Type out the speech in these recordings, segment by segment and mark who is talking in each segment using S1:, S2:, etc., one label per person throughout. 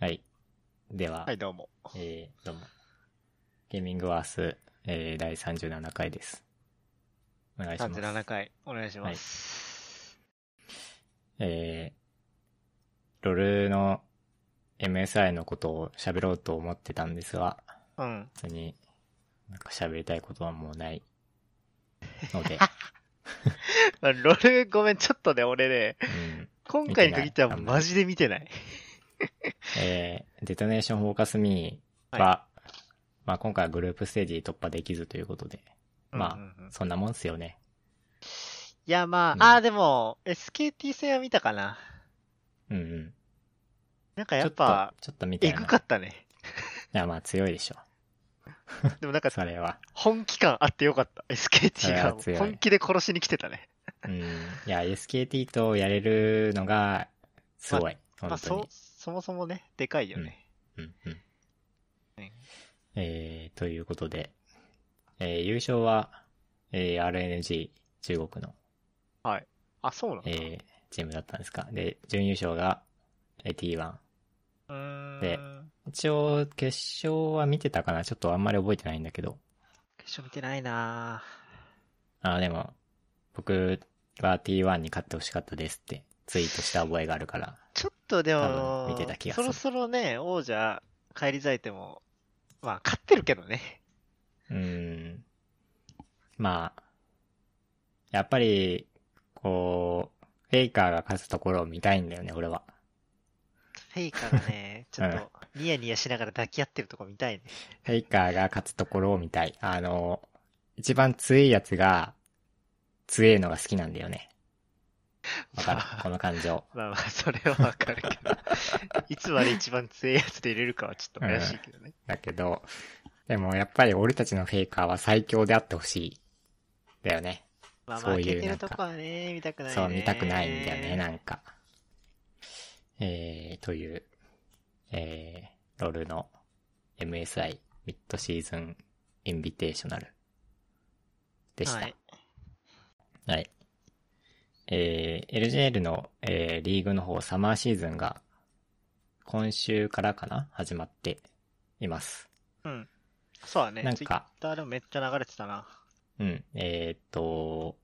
S1: はい。では、
S2: はい、どうも。
S1: えー、どうも。ゲーミングワース、えー、第37回です。お願いします。
S2: 37回、お願いします。
S1: えー、ロルの MSI のことを喋ろうと思ってたんですが、
S2: うん。
S1: 別になんか喋りたいことはもうないの で、
S2: あロール、ごめん、ちょっとね、俺ね、
S1: うん。
S2: 今回に限っては
S1: 見てないあんまり
S2: マジで見てない。
S1: えー、デトネーションフォーカスミーは、まあ今回はグループステージ突破できずということで、まあ
S2: うんうんうんい
S1: そんなもんっすよね。
S2: や、まあ、
S1: うん
S2: ああ、でも、SKT 戦は見たかな。
S1: うんうん。
S2: なんか
S1: ち
S2: や
S1: ょ
S2: っぱ、
S1: と、ちょっと見た
S2: え
S1: よな
S2: ぐかったね。
S1: いや、まあ強いでしょ。
S2: でもなんか、
S1: それは。
S2: 本気感あってよかった。
S1: そ
S2: SKT
S1: れは
S2: が
S1: 強い
S2: 本気で殺しに来てたね。
S1: うん。いや、SKT とやれるのが、すごい。
S2: まあ、
S1: 本当
S2: そ
S1: に、。
S2: そもそもね、でかいよね。
S1: うんうん
S2: ね。
S1: えー、ということで、えー、優勝は、えー、RNG、中国の、
S2: あ、そうなんだ。
S1: えー、チームだったんですか。で、準優勝が、えー、T1。
S2: うーん。
S1: で一応、決勝は見てたかなちょっとあんまり覚えてないんだけど。
S2: 決勝見てないな
S1: あー、でも、僕は T1 に勝ってほしかったですって、ツイートした覚えがあるから。
S2: ちょっとで
S1: 多
S2: も
S1: 分、見てた気がす
S2: そ
S1: る
S2: ろそろね、王者返り咲いても、まあ、勝ってるけどね。
S1: うーん。まあ、やっぱり、こう、フェイカーが勝つところを見たいんだよね、俺は。
S2: フェイカーがね、ちょっ
S1: うん
S2: と、ニヤニヤしながら抱き合ってるとこ見たいね。
S1: フェイカーが勝つところを見たい。あの、一番強いやつが、強いのが好きなんだよね。わかるこの感情。
S2: まあまあ、それはわ かるけど、いつまで一番強いやつで入れるかはちょっと怪しいけどね。
S1: だけど、でもやっぱり俺たちのフェイカーは最強であってほしい。だよね。
S2: まあま
S1: そ
S2: あ、
S1: う
S2: 負
S1: いう
S2: けて
S1: な
S2: る
S1: んか
S2: とこはね、見たくないね。
S1: そう、見たくないんだよね、なんか。えー、という、えー、ロールの MSI ミッドシーズンインビテーショナルでした。
S2: は
S1: はいい。。えー、LJL の、えーリーグの方、サマーシーズンが今週からかな始まっています。
S2: うん。そうだね。
S1: なん
S2: ツイッ
S1: か、
S2: ターでもめっちゃ流れてたな。
S1: うん、えーっと、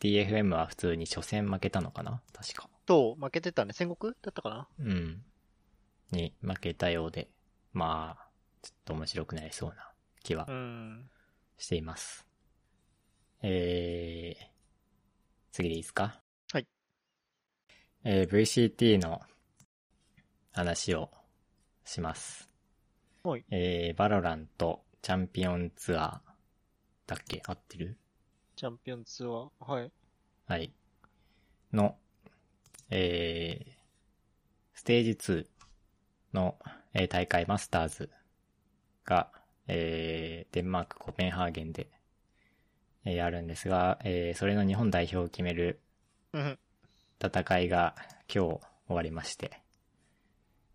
S1: DFM は普通に初戦負けたのかな確か。
S2: と、負けてたね。戦国だったかな
S1: うん。に負けたようで、まあ、ちょっと面白くなりそうな気は
S2: うん。
S1: しています。えー、次でいいですか
S2: はい。
S1: えー、VCT の話をします。
S2: はい。
S1: えー、バロランとチャンピオンツアーだっけ合ってる
S2: チャンピオンツアー。はい。
S1: はい。の、えー、ステージ2の、えー大会マスターズが、えーデンマーク・コペンハーゲンで、えーあるんですが、えーそれの日本代表を決める
S2: うん。
S1: 戦いが今日終わりまして、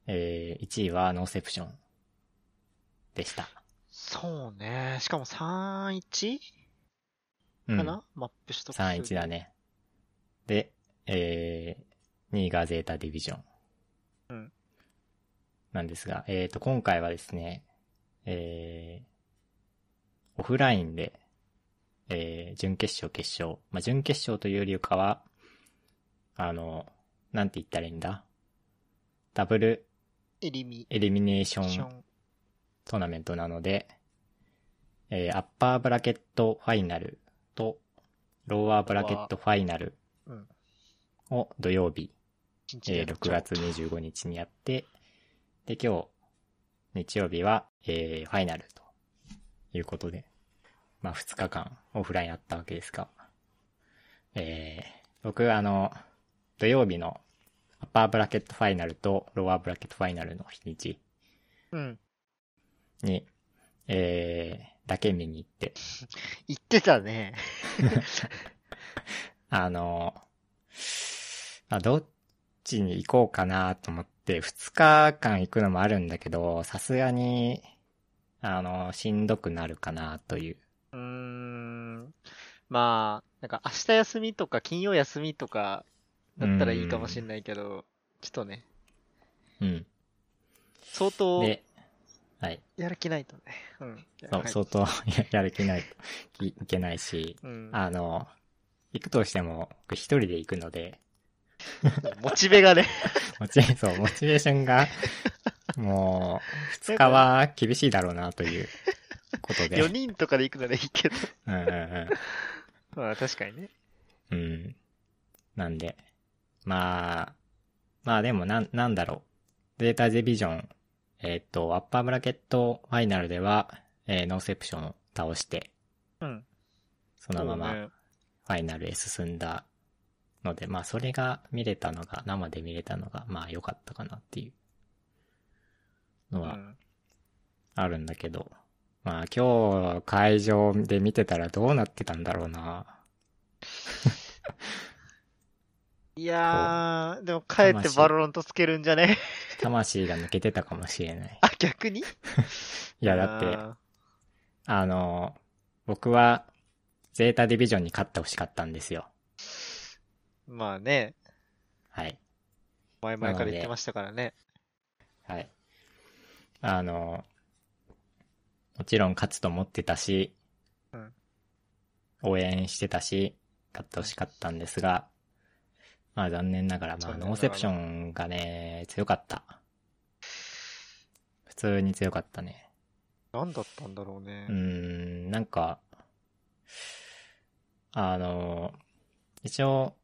S1: えー1位はノーセプションでした。
S2: そうね。しかも 3-1?
S1: うん
S2: かな、マップ取得数。
S1: 3-1だ。ね。で、えー、2位がゼータディビジョン。
S2: うん
S1: なんですが、えっ、と、今回はですね、えー、オフラインで、えー、準決勝、決勝。まあ、準決勝というよりかは、あの、なんて言ったらいいんだダブル
S2: エリミ
S1: エリミネーシ
S2: ネー
S1: ョ
S2: シ
S1: ン
S2: ョン。
S1: トーナメントなので、えーアッパーブラケットファイナルと、ローアーブラケットファイナル
S2: うん。
S1: を土曜日、
S2: 一日で
S1: え
S2: や
S1: ー6
S2: っちゃおう
S1: 月。25日にやって、で、今日、日曜日は、えーファイナルということで、まあ、2日間オフラインあったわけですが、えー僕、あの、土曜日のアッパーブラケットファイナルとローアーブラケットファイナルの日にち
S2: うん。
S1: に、えーだけ見に行って、
S2: 言ってたね。
S1: あの、まあ、どっちに行こうかなと思って、2日間行くのもあるんだけど、さすがに、あの、しんどくなるかなという。
S2: うーん。まあ、なんか明日休みとか金曜休みとかだったらいいかもしれないけど、ちょっとね、
S1: うん。
S2: 相当、
S1: で、はい。
S2: やる気ないとね。うん。
S1: そう、
S2: はい
S1: 相当 ややる気ないといいけないし、
S2: うん。
S1: あの、行くとしても、僕一人で行くので、
S2: モチベが ね。
S1: モチベ、そう、モチベーションが、もう、2日は厳しいだろうな、ということで。
S2: 4人とかで行くならいいけど。
S1: うんうんうん。
S2: まあ確かにね。
S1: うん。なんで。まあ、まあでもなん、なんだろう。データディビジョン、えーっ、と、アッパーブラケットファイナルでは、えーノーセプションを倒して、
S2: うん。
S1: そのまま
S2: そう
S1: フ
S2: ね
S1: ァイナルへ進んだので、まあそれが見れたのが、生で見れたのが、まあ良かったかなっていうの
S2: う
S1: は
S2: ん
S1: あるんだけど、まあ今日会場で見てたらどうなってたんだろうな。
S2: いやー、でも帰ってバロロンとつけるんじゃね
S1: 魂が抜けてたかもしれない。
S2: あ、逆にい
S1: いやだって、あの、僕は、ゼータディビジョンに勝ってほしかったんですよ。
S2: まあね、
S1: はい。
S2: 前々から言ってましたからね。
S1: はい。あの、もちろん勝つと思ってたし、
S2: うん
S1: 応援してたし、勝ってほしかったんですが、まあ残念ながら、ま
S2: 残
S1: あ
S2: 念ながら
S1: ノーセプションがね、強かった。普通に強かったね。
S2: 何だったんだろうね
S1: うー。ん、なんか、あの、一応、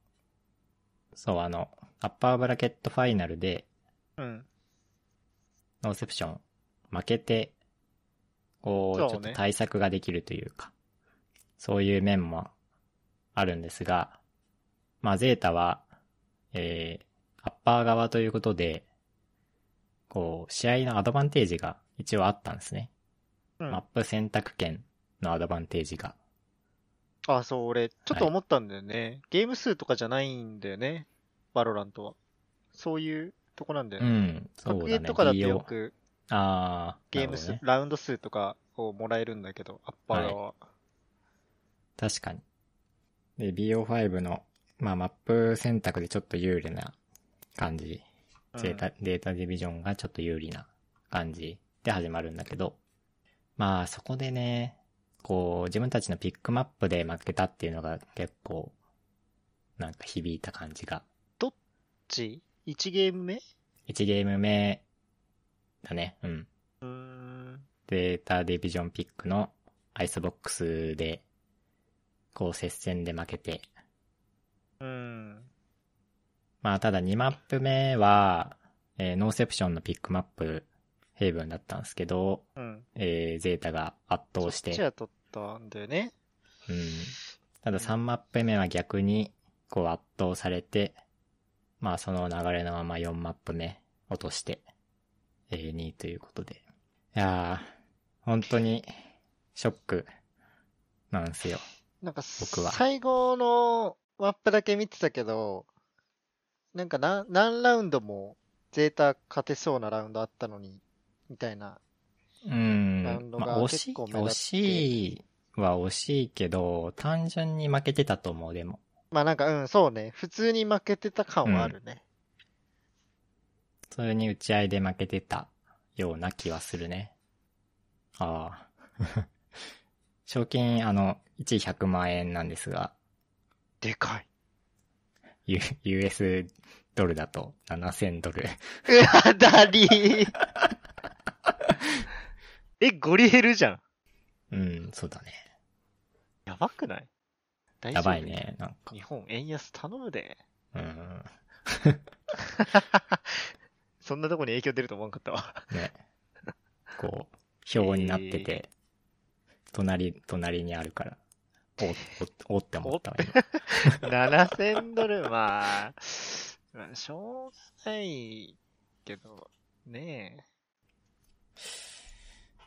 S1: そう、あの、アッパーブラケットファイナルで、
S2: うん。
S1: ノーセプション、負けて、こ、
S2: そうう
S1: ちょっと
S2: ね
S1: 対策ができるというか、そういう面もあるんですが、まあ、ゼータは、えー、アッパー側ということで、こう、試合のアドバンテージが一応あったんですね。
S2: うん
S1: マップ選択権のアドバンテージが。
S2: あ、そう、俺、ちょっと思ったんだよね。ゲーム数とかじゃないんだよね。バロラントは。そういうとこなんだよ
S1: う
S2: ね。
S1: ん、そう
S2: 格
S1: だ
S2: ゲ
S1: ね。
S2: ーとかだと
S1: DO
S2: よく
S1: あー
S2: ゲーム
S1: な
S2: 数、
S1: るほどね
S2: ラウンド数とかをもらえるんだけど、アッパー側は。
S1: 確かに。で、BO5 の、まあ、マップ選択でちょっと有利な感じ。
S2: うん
S1: データ、データディビジョンがちょっと有利な感じで始まるんだけど、まあ、そこでね、こう、自分たちのピックマップで負けたっていうのが結構、なんか響いた感じが。
S2: ち ?1 ゲーム目
S1: 1ゲーム目だね、うん。
S2: うーん。
S1: データディビジョンピックのアイスボックスで、こう接戦で負けて。
S2: うん。
S1: まあただ2マップ目は、えーノーセプションのピックマップ、ヘイブンだったんですけど、
S2: うん。
S1: えーゼータが圧倒し
S2: こ
S1: て
S2: っち、は取ったんだよね。
S1: うん。ただ3マップ目は逆に、こう圧倒されて、まあその流れのまま4マップ目落として、えー2位ということで。いやー、本当に、ショック、なんですよ。
S2: なんか、
S1: 僕は
S2: 最後のマップだけ見てたけど、なんか何、何ラウンドもゼータ勝てそうなラウンドあったのに、みたいな。
S1: うん
S2: ラウン。ドが
S1: まあ、惜しい、
S2: 結構目立って
S1: 惜しいは惜しいけど、単純に負けてたと思う、でも。
S2: まあなんか、うん、そうね。普通に負けてた感はあるね。
S1: それに打ち合いで負けてたような気はするね。ああ。 賞金、あの、1位100万円なんですが、
S2: でかい。
S1: U、US ドルだと7000ドル。
S2: うわ、ダリー え、ゴリヘルじゃん。
S1: うん、そうだね。
S2: やばくない大丈
S1: や
S2: 夫
S1: ばい。ね、なんか。
S2: 日本円安頼むで。
S1: うん。
S2: そんなとこに影響出ると思わんかったわ。
S1: ね。こう、表になってて、隣、隣にあるから、お、お、おって思ったわ、今。
S2: 7000ドル、まあ、まあ、しょうがないけど、ねえ。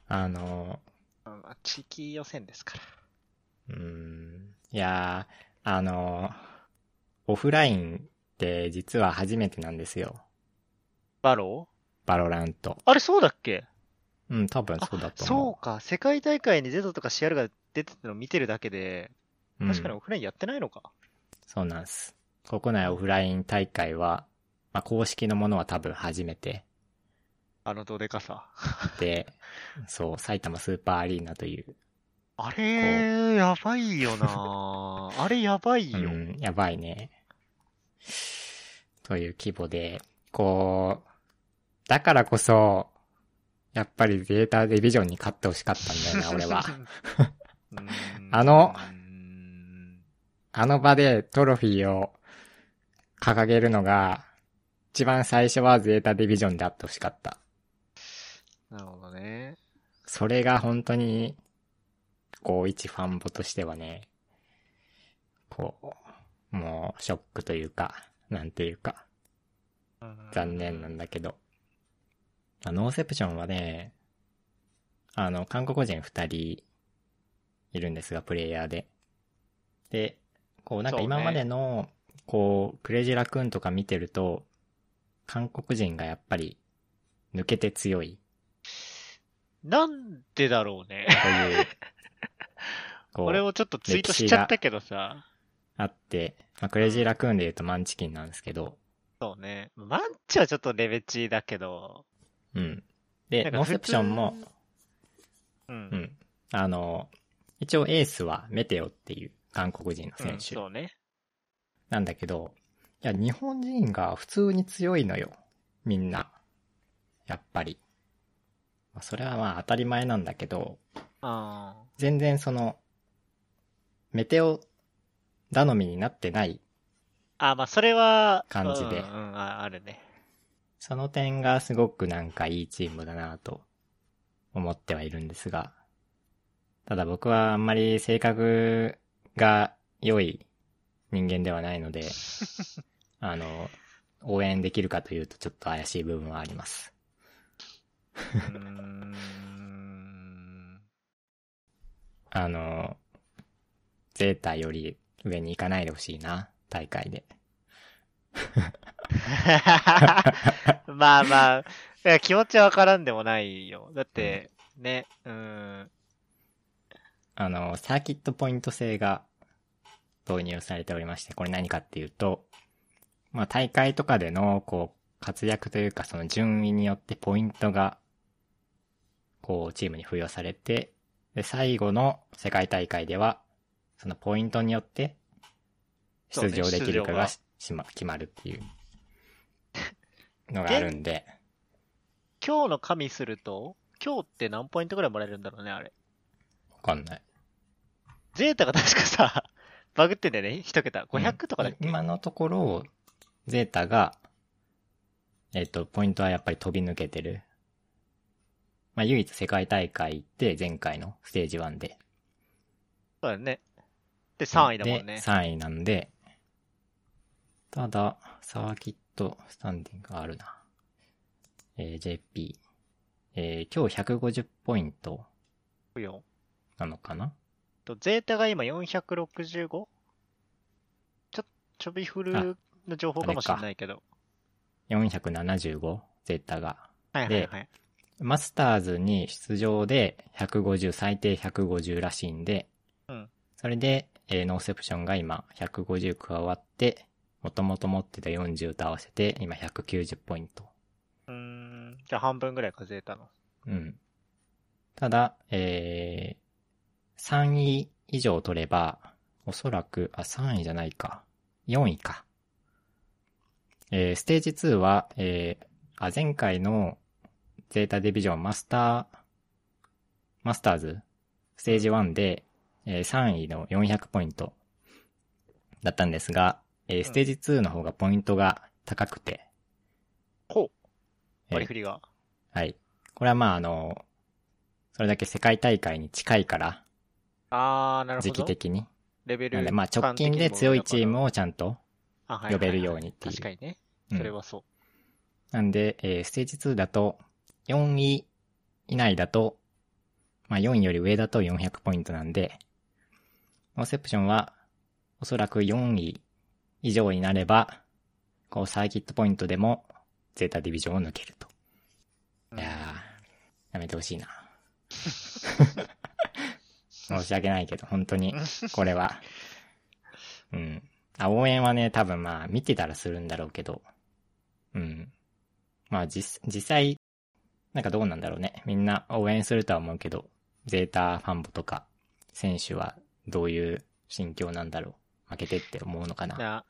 S1: あの、
S2: まあまあ、地域予選ですから。
S1: うーん。いやー、あの、オフラインって実は初めてなんですよ。
S2: バロー
S1: バロラント。
S2: あれ、そうだっけ
S1: うん、多分そうだと
S2: そ
S1: 思
S2: うか、世界大会にゼタとか CR が出てたのを見てるだけで、
S1: う。
S2: 確かに
S1: うん。
S2: オフラインやってないのか。
S1: そうなんです。国内オフライン大会は、まあ、公式のものは多分初めて
S2: あのどでかさ。
S1: で、そう、埼玉スーパーアリーナという、
S2: あれ、やばいよ なあれやばいよ。
S1: うん、やばいね。という規模で、こう、だからこそ、やっぱりデータディビジョンに勝ってほしかったんだよな、 俺は。
S2: うん
S1: あの
S2: うん
S1: あの場でトロフィーを掲げるのが、一番最初はゼータディビジョンであってほしかった。
S2: なるほどね。
S1: それが本当に、こう、一ファンボとしてはね、こう、もう、ショックというか、なんていうか、残念なんだけど。あノーセプションはね、あの、韓国人二人いるんですが、プレイヤーで。で、こう、なんか
S2: そうね
S1: 今までの、こう、クレイジーラクーンとか見てると、韓国人がやっぱり、抜けて強い
S2: なんでだろうね。
S1: と いう、こ
S2: 俺
S1: う、
S2: もちょっとツイートしちゃったけどさ。
S1: あって、まあ、クレイジーラクーンで言うとマンチキンなんですけど、
S2: そうね。マンチはちょっとレベチだけど。
S1: うん。で、
S2: なん
S1: ノ
S2: か
S1: ーセプションも
S2: 普、通。
S1: う
S2: う。
S1: んん。あの、一応エースはメテオっていう韓国人の
S2: う
S1: 選
S2: ん
S1: 手
S2: そうね。
S1: なんだけど、いや、日本人が普通に強いのよ。みんな。やっぱり。まあそれはまあ当たり前なんだけど、
S2: あー
S1: 全然その、メテオ頼みになってない。
S2: あ、まあそれは、
S1: 感じで
S2: うんうん、ああ るね。
S1: その点がすごくなんかいいチームだなと思ってはいるんですが、ただ僕はあんまり性格が良い人間ではないので、あの、応援できるかというとちょっと怪しい部分はあります。
S2: うーん。
S1: あの、ゼータより上に行かないでほしいな、大会で。
S2: まあまあ、だから気持ちはわからんでもないよ。だって、ね、うん。
S1: あの、サーキットポイント制が導入されておりまして、これ何かっていうと、まあ大会とかでの、こう、活躍というか、その順位によってポイントが、こう、チームに付与されて、で、最後の世界大会では、そのポイントによって、
S2: そう
S1: 出
S2: ね
S1: 場できるか
S2: 出場が
S1: がししま、決まるっていうのがあるんで、
S2: 今日の神すると、今日って何ポイントぐらいもらえるんだろうね、あれ。
S1: わかんない。
S2: ゼータが確かさ、バグってんだよね、一桁。500とかだっけ、
S1: うん今のところ、ゼータが、えっ、と、ポイントはやっぱり飛び抜けてる。まあ、唯一世界大会って前回のステージ1で。
S2: そうだね。で、3位だもん
S1: で
S2: ね。
S1: 3位なんで、ただ、サーキットスタンディングがあるな。えー JP。えー今日150ポイント
S2: よ
S1: なのかな
S2: と、ゼータが今 465? ちょ、ちょびフルの情報かもしれないけど。
S1: ?475、ゼータが。
S2: はいはいはい。
S1: マスターズに出場で150、最低150らしいんで、
S2: うん
S1: それで、えーノーセプションが今150加わって、もともと持ってた40と合わせて、今190ポイント。
S2: うーん。じゃあ半分ぐらいか、ゼータの。
S1: うん。ただ、えー、3位以上取れば、おそらく、あ、3位じゃないか。4位か。えー、ステージ2は、えー、あ、前回のゼータディビジョンマスター、マスターズ、ステージ1で、えー3位の400ポイントだったんですが、えーステージ2の方がポイントが高くて、
S2: ほう。
S1: えー
S2: バリフリが。
S1: はい。これはまああの、それだけ世界大会に近いから、
S2: あー、なるほ
S1: 時期
S2: ど。
S1: 的に。
S2: レベ
S1: な
S2: ル
S1: のでまあ直近で強いチームをちゃんと呼べるようにっていう。
S2: 確かにね。
S1: うん
S2: それはそう。
S1: なんで、えーステージ2だと、4位以内だと、まあ4位より上だと400ポイントなんで、ノーセプションは、おそらく4位以上になれば、こうサーキットポイントでも、ゼータディビジョンを抜けると。
S2: うん
S1: いやー、やめてほしいな。 申し訳ないけど、本当に、これは。うん。あ、応援はね、多分まあ、見てたらするんだろうけど、うん。まあ、実、実際、なんかどうなんだろうね。みんな応援するとは思うけど、ゼータファンボとか、選手はどういう心境なんだろう。負けてって思うのか
S2: い
S1: な。
S2: や、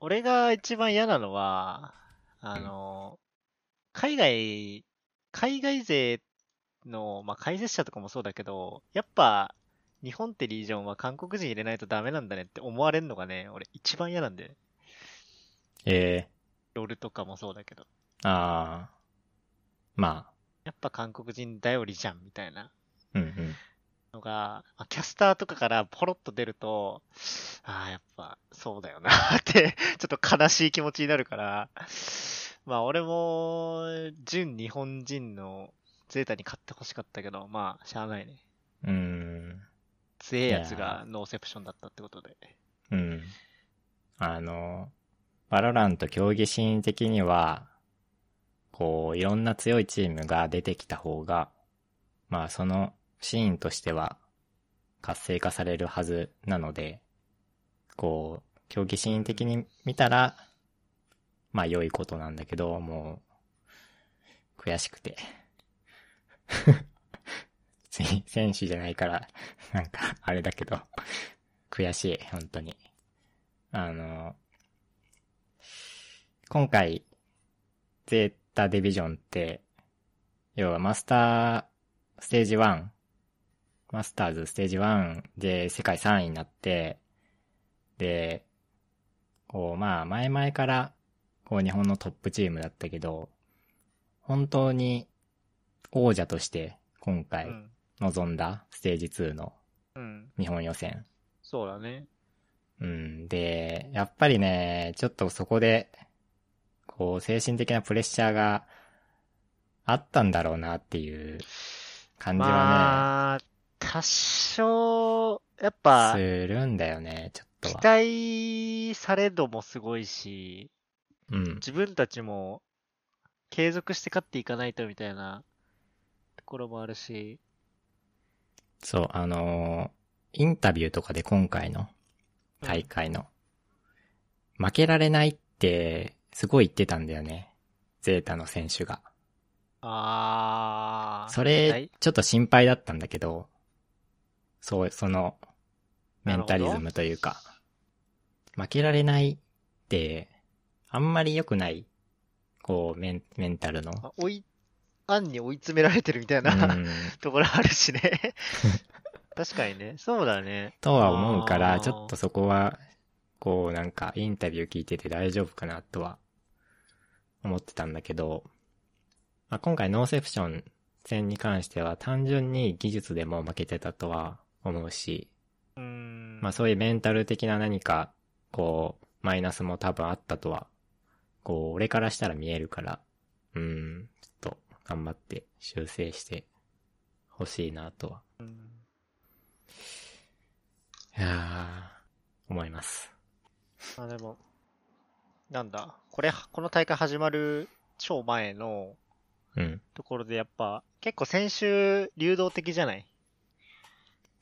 S2: 俺が一番嫌なのは、あの、海外、海外勢の、まあ、解説者とかもそうだけど、やっぱ、日本ってリージョンは韓国人入れないとダメなんだねって思われるのがね、俺一番嫌なんで、
S1: え
S2: ロールとかもそうだけど、
S1: ー、あー。ま
S2: やっぱ韓国人頼りじゃんみたいな
S1: あ、うんうん。
S2: のが、まあキャスターとかからポロッと出ると、ああ、やっぱそうだよな って、ちょっと悲しい気持ちになるから、まあ俺も、純日本人のゼータに買ってほしかったけど、まあしゃあないね。
S1: うーん。
S2: 強えやつ
S1: いや
S2: がノーセプションだったってことで。
S1: うん。あの、バロラント競技シーン的には、こう、いろんな強いチームが出てきた方が、まあそのシーンとしては活性化されるはずなので、こう、競技シーン的に見たら、まあ良いことなんだけど、もう、悔しくて。別 に選手じゃないから、なんか、あれだけど。悔しい、本当に。あの、今回、ゼータディビジョンって、要はマスターステージ1、マスターズステージ1で世界3位になって、で、こう、まあ、前々から、こう、日本のトップチームだったけど、本当に王者として今
S2: う
S1: 回
S2: ん。
S1: 臨んだステージ2の
S2: うん。
S1: 日本予選。
S2: そうだね。
S1: うん。で、やっぱりね、ちょっとそこで、こう、精神的なプレッシャーがあったんだろうなっていう感じは
S2: まあ、多少、やっ
S1: ね、
S2: ぱ、
S1: するんだよね、ちょっとは。
S2: 期待されどもすごいし、
S1: うん。
S2: 自分たちも継続して勝っていかないとみたいなところもあるし、
S1: そう、あのーインタビューとかで今回の大会の、負けられないって、すごい言ってたんだよね。ゼータの選手が。
S2: あー、
S1: そ
S2: はい
S1: れ、ちょっと心配だったんだけど、そう、その、メンタリズムというか、負けられないって、あんまり良くない、こう、メン、メンタルの。
S2: まあ追い、案に追い詰められてるみたいな、
S1: うん、
S2: ところあるしね。 確かにね、そうだね。
S1: とは思うか
S2: あ
S1: ら、
S2: ー
S1: ちょっとそこは、こう、なんか、インタビュー聞いてて大丈夫かなとは、思ってたんだけど、まあ、今回ノーセプション戦に関しては、単純に技術でも負けてたとは思うし、
S2: うーん。
S1: まあそういうメンタル的な何か、こう、マイナスも多分あったとは、こう、俺からしたら見えるから、うん、ちょっと頑張って修正してほしいなとは、
S2: うん
S1: いやー思います。
S2: まあでも、なんだ、これ、この大会始まる超前の
S1: うん。
S2: ところでやっぱ、結構先週流動的じゃない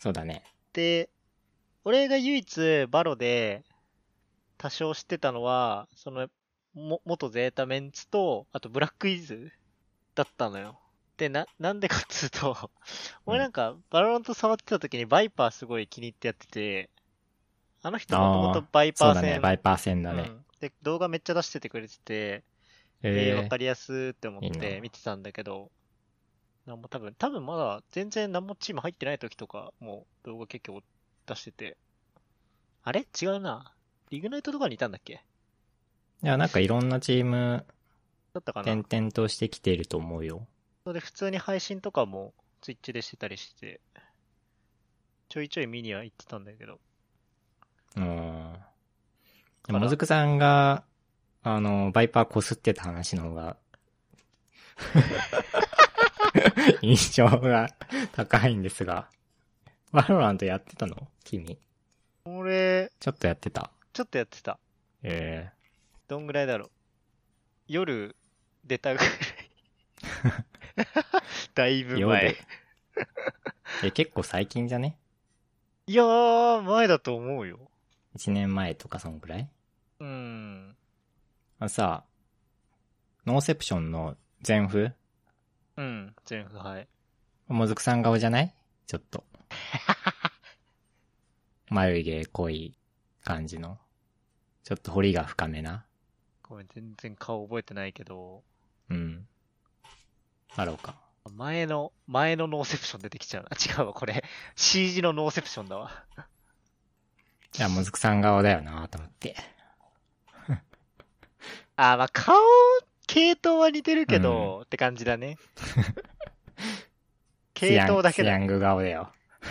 S1: そうだね。
S2: で、俺が唯一バロで多少知ってたのは、その、も、元ゼータメンツと、あとブラックイズだったのよ。で、な、なんでかっつうと、俺なんか、バロラント触ってた時にバイパーすごい気に入ってやってて、あの人もともとバイパ
S1: そう
S2: ー
S1: だ
S2: 戦
S1: ね、バイパー戦だね
S2: う。んで、動画めっちゃ出しててくれてて、え
S1: え
S2: ー
S1: ー
S2: わかりやすって思っ
S1: いい
S2: て
S1: な
S2: 見てたんだけど、なんも多分、多分まだ全然何もチーム入ってない時とか、もう動画結構出してて。あれ違うな。リグナイトとかにいたんだっけ
S1: いや、なんかいろんなチーム、
S2: だったかな
S1: 点々としてきていると思うよ。
S2: それで普通に配信とかもツイッチでしてたりして、ちょいちょい見には行ってたんだけど。
S1: うん。で
S2: か
S1: も、
S2: ら
S1: もずくさんが、あの、バイパーこすってた話の方 が、印象が高いんですが。ワロラントやってたの君。
S2: 俺、
S1: ちょっとやってた。
S2: ちょっとやってた。
S1: え
S2: どんぐらいだろう。夜、出た ぐらい。だい
S1: え
S2: ぶ
S1: 夜
S2: 前
S1: で。。え、結構最近じゃね
S2: いやー、前だと思うよ。
S1: ?1 年前とかそんくらい
S2: うん。
S1: あのさ、ノーセプションの全譜
S2: うん、全腐敗。
S1: もずくさん顔じゃないちょっと。 眉毛濃い感じの。ちょっと彫りが深めな。
S2: ごめん、全然顔覚えてないけど、
S1: うん。あろうか。
S2: 前の、前のノーセプション出てきちゃうな。 違うわ、これ。C 字のノーセプションだわ。
S1: いや、もずくさん顔だよなと思って。
S2: あー、まあ、顔、系統は似てるけど、って感じだね。系統だけ
S1: スヤ
S2: だ。
S1: ンスヤング顔だよ。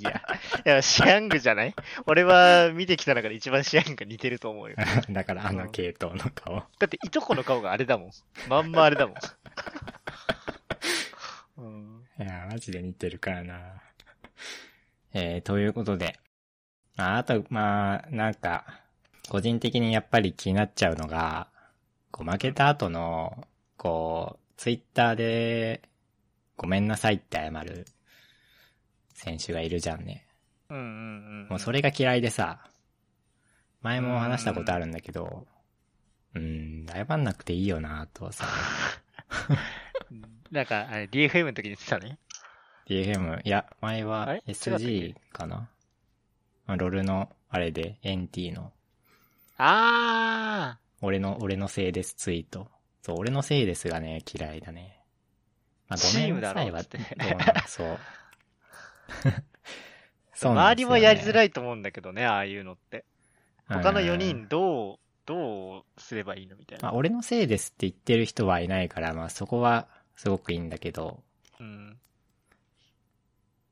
S2: いや、いや、シヤングじゃない俺は見てきた中で一番シヤングが似てる と思うよ。
S1: だからあ
S2: う
S1: の
S2: ん
S1: 系統の顔。
S2: だって、いとこの顔があれだもん。まんまあれだもん。うん、
S1: いやー、マジで似てるからな。 えー、ということで。ああと、まあ、なんか、個人的にやっぱり気になっちゃうのが、こう、負けた後の、こう、ツイッターで、ごめんなさいって謝る選手がいるじゃんね。
S2: うん、うん。
S1: もうそれが嫌いでさ、前も話したことあるんだけど、うーん、謝んなくていいよなとさ、
S2: うん。なんか、あれ、DFM の時に言ってたね。
S1: DFM、いや、前
S2: あ
S1: は
S2: れ
S1: SG かなまあロルの、あれで、NT の、
S2: あ
S1: 俺の、俺のせいですツイート。そう、俺のせいですがね、嫌いだね。まあ、
S2: チームだろ
S1: ごめんなさい
S2: つって
S1: は、どうなん そう。
S2: ー、
S1: そうなんです
S2: 周
S1: よね
S2: りもやりづらいと思うんだけどね、ああいうのって。他の4
S1: うん
S2: 人どう、どうすればいいのみたい
S1: まあ、
S2: な。
S1: 俺のせいですって言ってる人はいないから、まあ、そこは、すごくいいんだけど、
S2: うん。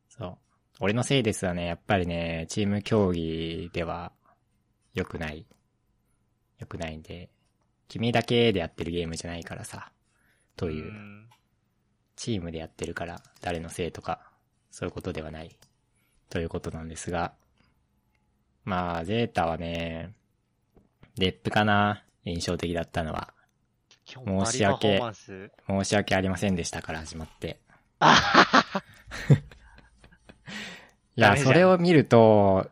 S1: そう。俺のせいですはね、やっぱりね、チーム競技では良くない。良くないんで、君だけでやってるゲームじゃないからさ、というう、
S2: ん
S1: チームでやってるから、誰のせいとか、そういうことではない、ということなんですが、まあ、ゼータはね、デップかな、印象的だったのは、
S2: 今日もバリパフォーマンス。
S1: 申し訳ありませんでしたから始ま って。
S2: あははは。
S1: いや、
S2: ダメじゃん
S1: それを見ると、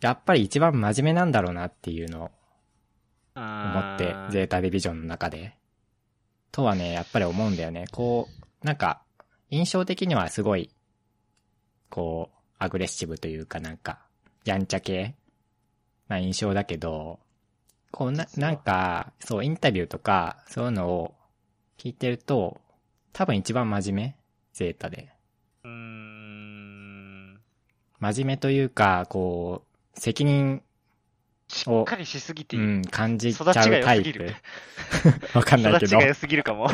S1: やっぱり一番真面目なんだろうなっていうのを思って、
S2: あー
S1: ゼータディビジョンの中で。とはね、やっぱり思うんだよね。こう、なんか、印象的にはすごい、こう、アグレッシブというかなんか、やんちゃ系な印象だけど、こうな、
S2: 実は
S1: なんか、そう、インタビューとか、そういうのを聞いてると、多分一番真面目ゼータで。
S2: うーん。
S1: 真面目というか、こう、責任
S2: し
S1: を
S2: っかりしすぎて
S1: う
S2: いる。
S1: ん、感じちゃう
S2: 育ちが良
S1: タ
S2: す
S1: イ
S2: ぎる
S1: プ。 わかんない
S2: 育
S1: け
S2: ち
S1: ど
S2: が、良すぎる かも。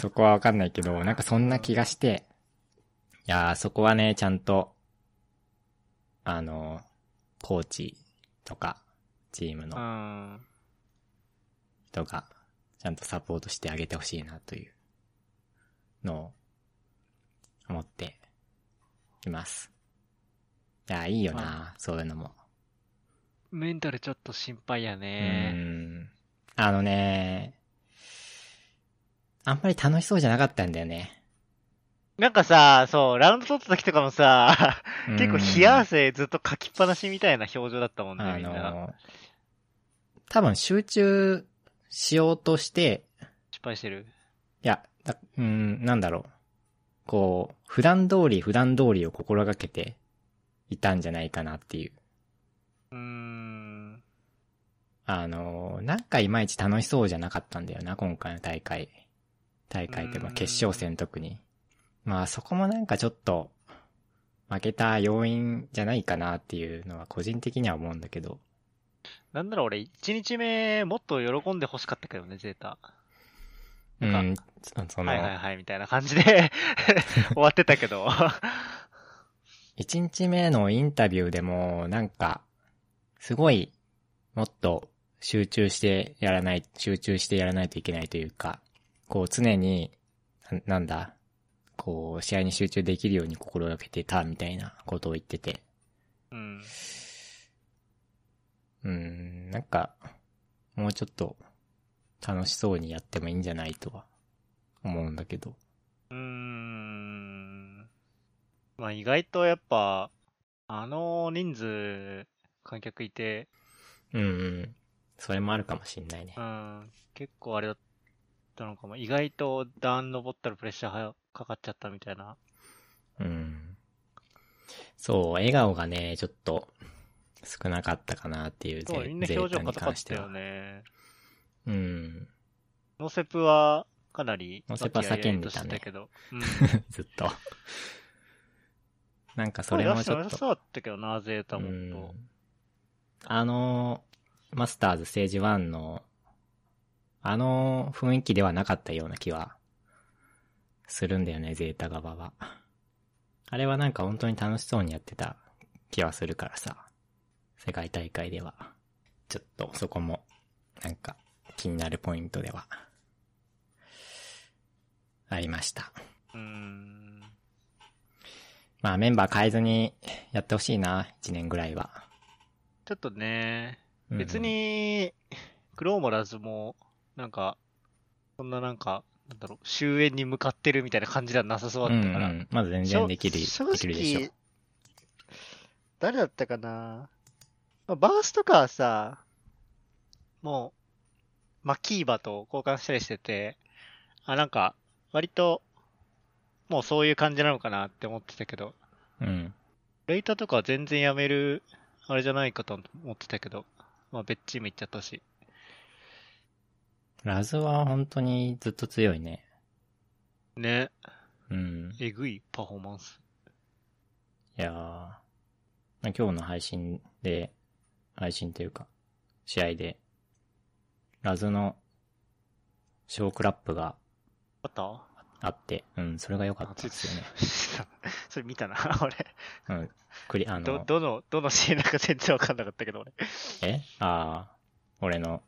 S1: そこはわかんないけど、なんかそんな気がして、いやー、そこはね、ちゃんと、あの、コーチとか、チーム
S2: う
S1: の
S2: ん。
S1: 人が、ちゃんとサポートしてあげてほしいなという、のを、思って、います。いやー、いいよな、そういうのも。
S2: メンタルちょっと心配や
S1: う
S2: ね。
S1: ん。あのね、あんまり楽しそうじゃなかったんだよね。
S2: なんかさ、そう、ラウンド取った時とかもさ、結構冷や
S1: うん
S2: 汗ずっとかきっぱなしみたいな表情だったもんね、
S1: あ
S2: みんな。
S1: の、多分集中しようとして、
S2: 失敗してる。
S1: いや、だうん、なんだろう。こう、普段通り普段通りを心がけていたんじゃないかなっていう。
S2: うーん。
S1: あの、なんかいまいち楽しそうじゃなかったんだよな、今回の大会。大会っていうか
S2: うん
S1: 決勝戦特に。まあそこもなんかちょっと、負けた要因じゃないかなっていうのは個人的には思うんだけど。
S2: なんなら俺、1日目もっと喜んで欲しかったけどね、ゼータ。
S1: う
S2: なんか
S1: ん、そその、
S2: はいはいはい、みたいな感じで 終わってたけど。
S1: 一日目のインタビューでも、なんか、すごい、もっと集中してやらない、集中してやらないといけないというか、こう常に、ななんだ、こう、試合に集中できるように心がけてたみたいなことを言ってて、
S2: うん。
S1: うーん、なんか、もうちょっと、楽しそうにやってもいいんじゃないとは、思うんだけど。
S2: うーん。まあ意外とやっぱ、あの人数、観客いて、
S1: うんうん。それもあるかもしんないね
S2: う。ん、結構あれだっったのかも。意外と段登ったらプレッシャーはかかっちゃったみたいな。
S1: うん。そう、笑顔がね、ちょっと少なかったかなっていう、
S2: そう、
S1: ゼ
S2: みんな
S1: ゼ
S2: 表
S1: ー
S2: 情
S1: タに
S2: 硬か
S1: 関
S2: っ
S1: して
S2: たよ
S1: は。
S2: ね。
S1: うん。
S2: ノセプはかなり、
S1: ノセプは叫んでたね
S2: 和気あいあいとしてけど。うん。
S1: ずっと。なん かそ
S2: そ
S1: れ
S2: れ
S1: も
S2: も
S1: ち
S2: ち
S1: ょっ
S2: ょっ
S1: と
S2: と。。そうだったけどな、ゼータ
S1: う
S2: もっと
S1: ん。あの、マスターズステージ1の、あの雰囲気ではなかったような気は、するんだよね、ゼータ側は。あれはなんか本当に楽しそうにやってた気はするからさ。世界大会では。ちょっとそこも、なんか気になるポイントでは、ありました。
S2: うん。
S1: まあメンバー変えずにやってほしいな、1年ぐらいは。
S2: ちょっとね、
S1: うん
S2: 別に、クローモラズも、なんか、そんななんか、なんだろう、終焉に向かってるみたいな感じではなさそうだったから。
S1: うんうん、まず全然できる、で
S2: しょ
S1: きるでしょ
S2: 正直。誰だったかな、まあ、バースとかはさ、もう、マキーバと交換したりしてて、あ、なんか、割と、もうそういう感じなのかなって思ってたけど、
S1: うん。
S2: レイタとかは全然やめる、あれじゃないかと思ってたけど、まあ別チーム行っちゃったし。
S1: ラズは本当にずっと強いね。
S2: ね、
S1: うん。
S2: えぐいパフォーマンス。
S1: いやーまあ今日の配信で、配信というか、試合で、ラズの、ショークラップが
S2: あった
S1: あって、うん、それが良かったですよね。
S2: それ見たな、 俺。
S1: うん。クリ、あ
S2: ど
S1: の、、
S2: どの、どのシーンだか全然わかんなかったけど、俺。
S1: えああ、俺の、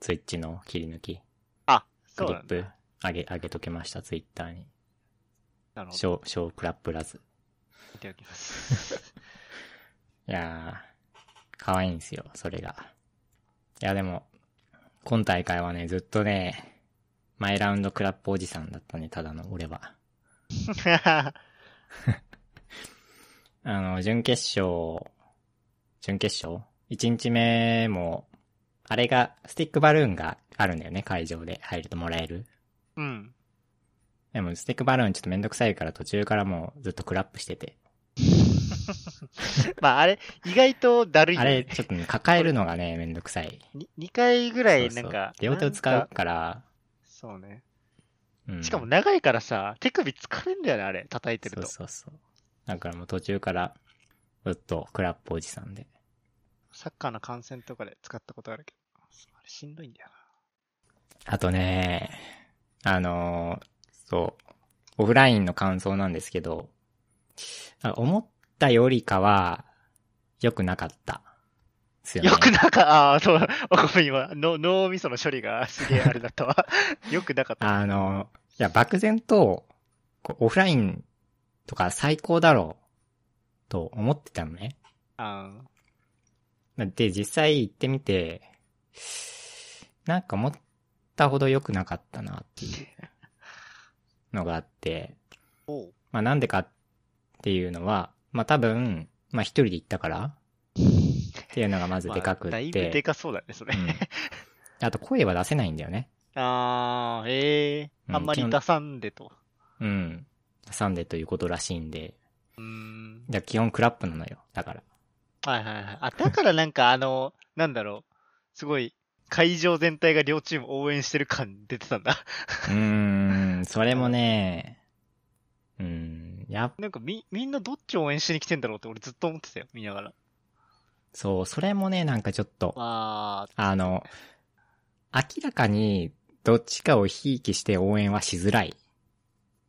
S1: ツイッチの切り抜き、
S2: あ、
S1: ク
S2: そう
S1: リ
S2: な
S1: ッ
S2: んだ。
S1: プ、上げ、上げときました、ツイッターに。
S2: なるほ
S1: シ
S2: ど。
S1: ョー、ショークラップラズ。
S2: 見ておきます。
S1: いやー、可愛いんですよ、それが。いや、でも、今大会はね、ずっとね、前ラウンドクラップおじさんだったね、ただの俺は。あの、準決勝、準決勝 ?1 日目も、あれが、スティックバルーンがあるんだよね、会場で入るともらえる。
S2: うん。
S1: でも、スティックバルーンちょっとめんどくさいから途中からもうずっとクラップしてて。
S2: まあ、あれ、意外とだるいよ
S1: あ
S2: ね。
S1: れ、ちょっとね、抱えるのがね、めんどくさい。
S2: に2回ぐらい、なん
S1: そう
S2: か。
S1: そう両手を使
S2: な
S1: うん
S2: か
S1: から、
S2: そうね。
S1: うん
S2: しかも長いからさ、手首疲れんだよね、あれ。叩いてると。
S1: そうそうそう。だからもう途中から、ずっとクラップおじさんで。
S2: サッカーの観戦とかで使ったことあるけど。あれ、しんどいんだよ
S1: あとね、あのーそう、オフラインの感想なんですけど、あ思ったよりかは、良くなかった。です
S2: な。
S1: ね
S2: よくなんか、ああ、そう、 ごめん、今、の脳みその処理が すげえあれだったわ。よくなかった。
S1: あの、いや、漠然と、こうオフラインとか最高だろう、と思ってたのね。
S2: あー
S1: で、実際行ってみて、なんか思ったほど良くなかったなっていうのがあって、
S2: おう。
S1: まあなんでかっていうのは、まあ多分、まあ一人で行ったからっていうのがまずでかく
S2: まあだい
S1: っ
S2: ぶで
S1: て、
S2: かそうだね、それ。
S1: うんあと声は出せないんだよね。
S2: ああ、ええ
S1: うん
S2: あんま
S1: 基
S2: り
S1: 本
S2: 出さんでと。
S1: うん。挟んでということらしいんで、
S2: うーん。
S1: だから基本クラップなのよ。だから。
S2: はいはいはい。あ、だからなんかあの、なんだろう。すごい、会場全体が両チーム応援してる感出てたんだ。
S1: うーん、それもね、うん、やっ
S2: なんかみ、みんなどっち応援しに来てんだろうって俺ずっと思ってたよ、見ながら。
S1: そう、それもね、なんかちょっと、
S2: あ
S1: あの、明らかにどっちかをひいきして応援はしづらい。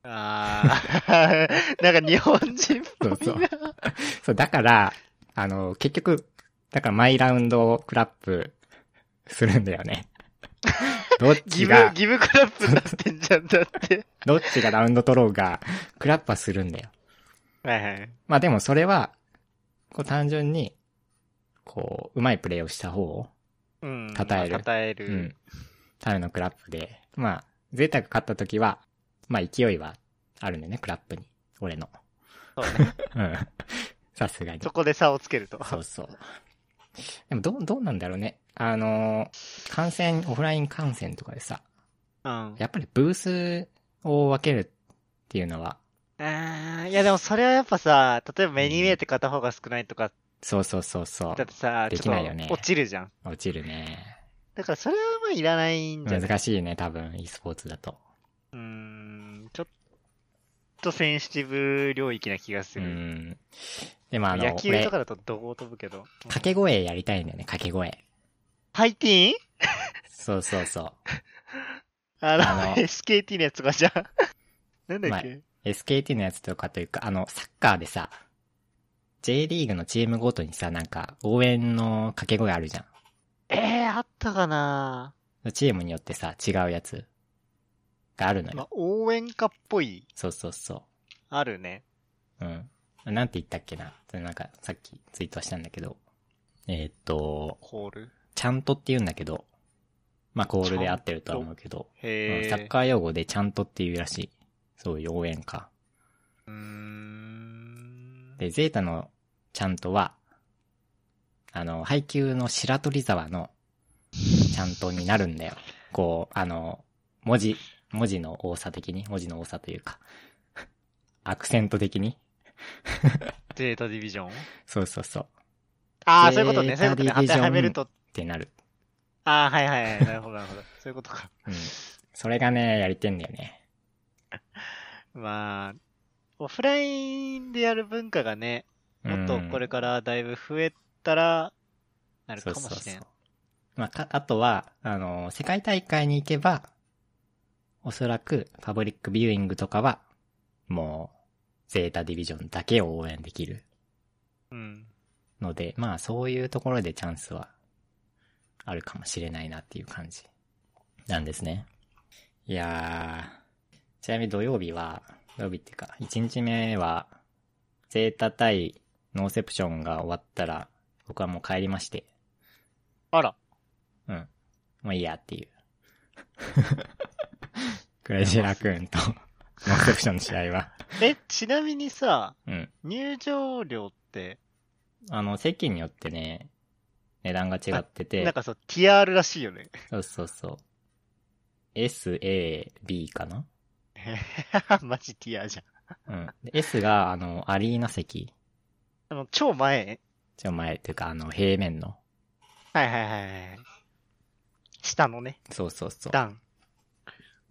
S2: あ、ああ、 なんか日本 人っぽいな。
S1: そうそうそう、だから、あの、結局、だからマイラウンドをクラップするんだよ ね。どっ
S2: ギ
S1: ち
S2: ブ
S1: が、、
S2: ギブクラップになってんじゃんだって。
S1: どっちがラウンド取ろうが、クラップはするんだよ。
S2: はいはい。
S1: まあでもそれは、こう単純に、こう、うまいプレーをした方を、
S2: うん。
S1: 称える
S2: まあ称え
S1: う
S2: る。
S1: ん、ためのクラップで、まあ、ゼータが勝った時は、まあ勢いはあるんだよね、クラップに。俺の。
S2: そうね。
S1: うん。 さすがに。
S2: そこで差をつけると。
S1: そうそう。でもどう、どうなんだろうね。あのー、観戦、オフライン観戦とかでさ、
S2: うん。
S1: やっぱりブースを分けるっていうのは、
S2: あーいやでもそれはやっぱさ、例えば目に見えて片方が少ないとか、
S1: そうそうそうそう
S2: だっ、てさ、
S1: で
S2: ち
S1: き
S2: ょ
S1: ないよ
S2: っ
S1: ね
S2: と落ちるじゃん。
S1: 落ちるね。
S2: だからそれはまあいらないんじゃない
S1: 難しいね、多分、e スポーツだと。
S2: うーん、ちょっとセンシティブ領域な気がす
S1: う
S2: る。
S1: ん。でもあの、
S2: 野球
S1: 俺、
S2: と
S1: 掛
S2: かだとどこ飛ぶけど。うん
S1: け声やりたいんだよね、掛け声。
S2: ハイティーン
S1: そうそうそう。
S2: あの
S1: あの
S2: SKT のやつがじゃあ。 なんだっけ
S1: SKT のやつとかというか、あの、サッカーでさ、J リーグのチームごとにさ、なんか、応援の掛け声あるじゃ。
S2: えー、あったかなん
S1: チームによってさ、違うやつがあるのよ。
S2: まあ、応援歌っぽい、
S1: そうそうそ
S2: あるね。
S1: う。うん。なんて言ったっけなそれなんか、さっきツイートしたんだけど。えーっと、
S2: コール。
S1: ちゃんとって言うんだけど、まあ、コールで合ってるとは思うけど、
S2: へ
S1: う
S2: え。
S1: んサッカー用語でちゃんとっていうらしい。そういう応援歌。
S2: うーん。
S1: で、ゼータのちゃんとは、あの、配給の白鳥沢のちゃんとになるんだよ。こう、あの、文字、文字の多さ的に、文字の多さというか、アクセント的に。
S2: データディビジョン
S1: そうそうそう。っ
S2: ああ、そういうことね。そう
S1: デ
S2: いう
S1: ータデ
S2: こと
S1: ィビジョン
S2: ね。当てはめると。
S1: てなる。
S2: ああ、はいはいはい。なるほど、なるほど。そういうことか。
S1: うん。それがね、やりてんだよね。
S2: まあ、オフラインでやる文化がね、もっとこれ
S1: か
S2: からだいぶ増えたら、なるかもしれん。
S1: まあ、か、あとは、あの、世界大会に行けば、おそらくパブリックビューイングとかは、もう、ゼータディビジョンだけを応援できる
S2: うん。
S1: ので、まあそういうところでチャンスはあるかもしれないなっていう感じなんですね。いやー、ちなみに土曜日は、土曜日っていうか、1日目は、ゼータ対ノーセプションが終わったら、僕はもう帰りまして、
S2: あら。
S1: うん。もういいやっていう。 クレジラ君 と、ノーセプションの試合は。
S2: え、ちなみにさ、
S1: うん。
S2: 入場料って、
S1: あの、席によってね、値段が違ってて。
S2: なんかそう、TR らしいよね。
S1: そうそうそう。S, A, B かな
S2: マジ TR じゃん。
S1: うん。で S が、あの、アリーナ席。
S2: あの、超前
S1: ちょ、前、というか、あの、平面の。
S2: はいはいはいはい。下のね、
S1: そうそうそ
S2: 段。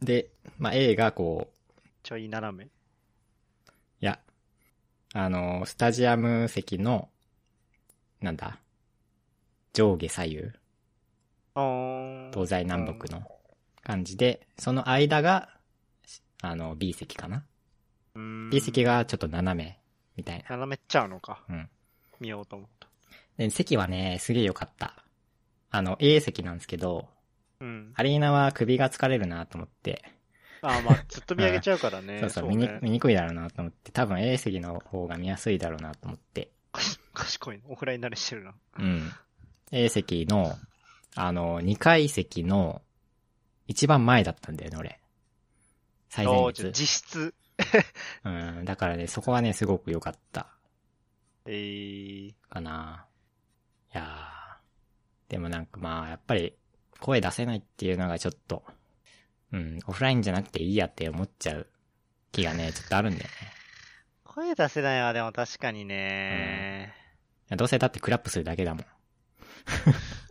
S1: う。で、まあ、A がこう、
S2: ちょい斜め。
S1: いや、あの、スタジアム席の、なんだ、上下左右、
S2: おーん。
S1: 東西南北の感じで、その間が、あの、B 席かな
S2: うーん
S1: ?B 席がちょっと斜め、みたいな。
S2: 斜めっちゃうのか。
S1: うん。
S2: 見ようと思った。
S1: で、席はね、すげえ良かった。あの、A 席なんですけど、
S2: うん。
S1: アリーナは首が疲れるなと思って、
S2: あーまあ、ずっと見上げちゃうから ね。
S1: そうそう見
S2: ね
S1: に、見にくいだろうなと思って、多分 A 席の方が見やすいだろうなと思って、
S2: 賢いの。オフライン慣れしてるな。
S1: うん。A 席の、あの、2階席の、一番前だったんだよね、俺。最前
S2: おーじゃあ
S1: 列。
S2: 実質。
S1: うん、だからね、そこはね、すごく良かった、
S2: えー、
S1: かな。いやー。でもなんかまあ、やっぱり、声出せないっていうのがちょっと、うん、オフラインじゃなくていいやって思っちゃう気がね、ちょっとあるんだよね。
S2: 声出せないわ、でも確かにね。
S1: いやどうせだってクラップするだけだもん。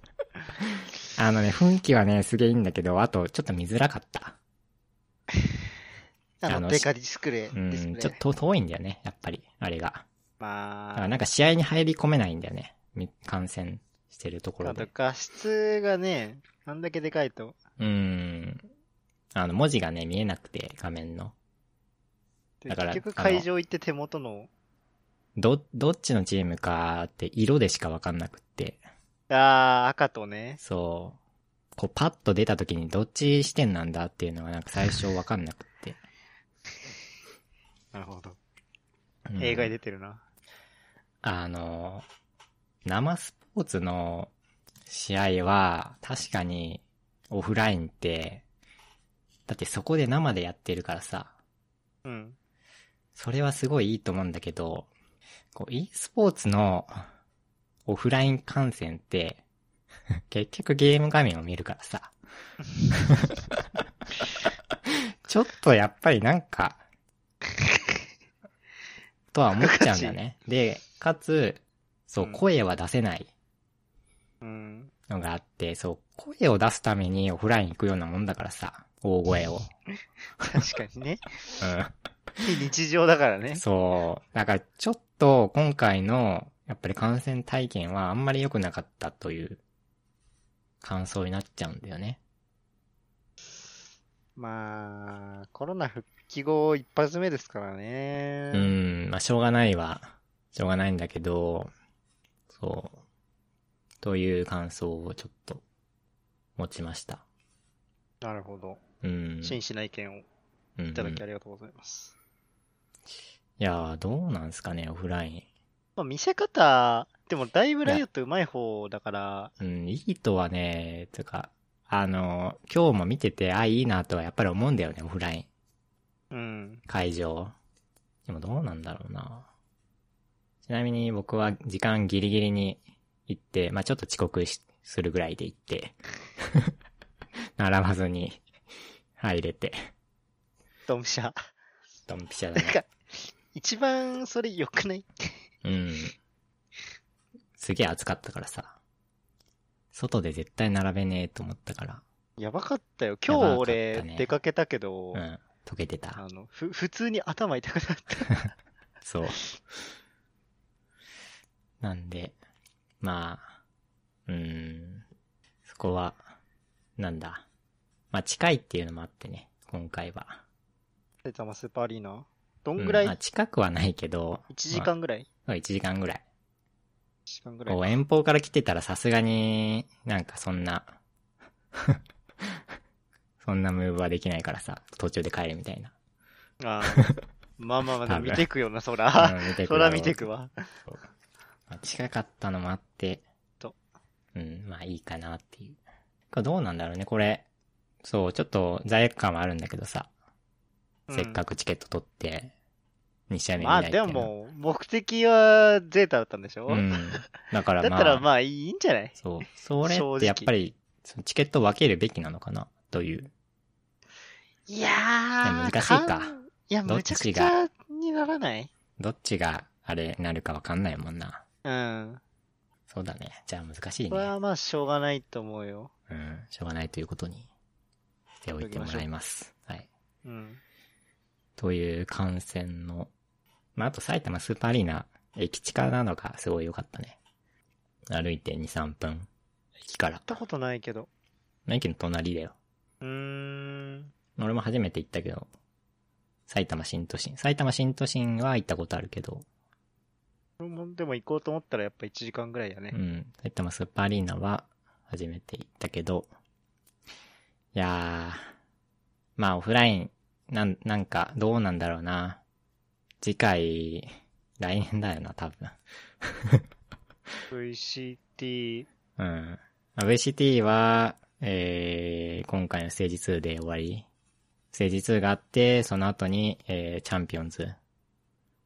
S1: あのね、雰囲気はね、すげえいいんだけど、あと、ちょっと見づらかった。
S2: あ
S1: あの
S2: の、デカディスクレイ。
S1: う
S2: ディス
S1: ん、
S2: プレイ
S1: ちょっと遠いんだよね、やっぱり、あれが。だから
S2: まあ、
S1: なんか試合に入り込めないんだよね、み観戦してるところ
S2: あと
S1: で。
S2: 画質がね、あんだけでかいと。
S1: うん。あの、文字がね、見えなくて、画面の。
S2: で
S1: だから
S2: 結局
S1: あの
S2: 会場行って手元の、
S1: ど、どっちのチームかって色でしかわかんなくって。
S2: あー、赤とね。
S1: そう。こう、パッと出た時にどっち視点なんだっていうのがなんか最初わかんなくって。
S2: なるほど。
S1: うん
S2: 映画に出てるな。
S1: あの、生スポーツの試合は、確かに、オフラインって、だってそこで生でやってるからさ、
S2: うん。
S1: それはすごいいいと思うんだけど、こう、e スポーツのオフライン観 戦って、結局ゲーム画面を見るからさ、 ちょっとやっぱりなんか、とは思っちゃうんだね。で、かつ、そうう、
S2: ん
S1: 声は出せない
S2: うん。
S1: のがあって、そう、声を出すためにオフライン行くようなもんだからさ、大声を。
S2: 確かにね。
S1: うん。
S2: 非日常だからね。
S1: そう。だからちょっと今回のやっぱり感染体験はあんまり良くなかったという感想になっちゃうんだよね。
S2: まあ、コロナ復帰後一発目ですからね。
S1: うん、まあしょうがないは、しょうがないんだけど、そう。という感想をちょっと持ちました。
S2: なるほど。
S1: うん。
S2: 真摯な意見を
S1: うんうん
S2: いただきありがとうございます。
S1: いやー、どうなんすかね、オフライ
S2: まあ、見せ方、でもだいぶライオット上手い方だから、
S1: ン。うん、いいとはね、つうか、あの、今日も見てて、あ、いいなとはやっぱり思うんだよね、オフライン。
S2: うん。
S1: 会場。でもどうなんだろうな。ちなみに僕は時間ギリギリに行って、まあちょっと遅刻しするぐらいで行って、 並ばずに入れて、
S2: ドンピシャ。
S1: ドンピシャだ
S2: なんか
S1: ね。、
S2: 一番それ良くない
S1: うん。すげえ暑かったからさ。外で絶対並べねえと思ったから。
S2: やばかったよ。今
S1: やばか
S2: 日
S1: った
S2: 俺
S1: ね
S2: 出かけたけど、
S1: うん。溶けてた
S2: あ。の、ふ、普通に頭痛くなった。
S1: そう。なんで、まあ、うーん、そこは、なんだ。まあ近いっていうのもあってね、今回は。
S2: 埼玉スーパーアリーナど
S1: うん
S2: ぐらい、
S1: まあ近くはないけど、
S2: ?1 時間ぐらい
S1: まあ1時間ぐらい。
S2: ?1 時間ぐらい
S1: こう遠方から来てたらさすがに、なんかそんな、 そんなムーブはできないからさ、途中で帰るみたいな。
S2: あ ーまあまあまあ、でも見てくよな、そら。
S1: うん見て
S2: そら見てくわ。
S1: そうまあ、近かったのもあって、
S2: と。
S1: うん、まあいいかなっていう。これどうなんだろうね、これ。そう、ちょっと罪悪感はあるんだけどさ、せっかくチケット取って、2試合
S2: うん
S1: 目見
S2: ま
S1: ない
S2: あ
S1: ってい
S2: で
S1: うのは
S2: も、目的はゼータだったんでしょ、
S1: うん。だから
S2: だ
S1: まあ、
S2: ったらまあいいんじゃない
S1: そう、それ
S2: 正
S1: っ
S2: 直
S1: てやっぱり、そのチケット分けるべきなのかな、という。
S2: いやー。
S1: いや難しいか
S2: んいや、
S1: どっ
S2: む
S1: ち
S2: ち
S1: が
S2: ゃくちゃにならない
S1: どっちがあれなるかわかんないもんな。
S2: うん。
S1: そうだね。じゃあ難しい
S2: これは
S1: ね。
S2: まあしょうがないと思うよ。
S1: うん、しょうがないということにしておいてもらいます。はい。
S2: うん。
S1: という感染の、まあ、あと埼玉スーパーアリーナ、駅地下なのがすごい良かったね。歩いて2、3分。駅から
S2: 行っ。たことないけど。
S1: 駅の隣だよ。
S2: うーん。
S1: 俺も初めて行ったけど、埼玉新都心。埼玉新都心は行ったことあるけど、
S2: これもでも行こうと思ったらやっぱ1時間ぐらいだね
S1: う。ん。埼玉スーパーアリーナは初めて行ったけど、いやー、まあオフライン、なん、なんかどうなんだろうな。次回、来年だよな、多分。
S2: VCT、
S1: うん。まあ VCT は、えー、今回のステージ2で終わり。ステージ2があって、その後に、えー、チャンピオンズ。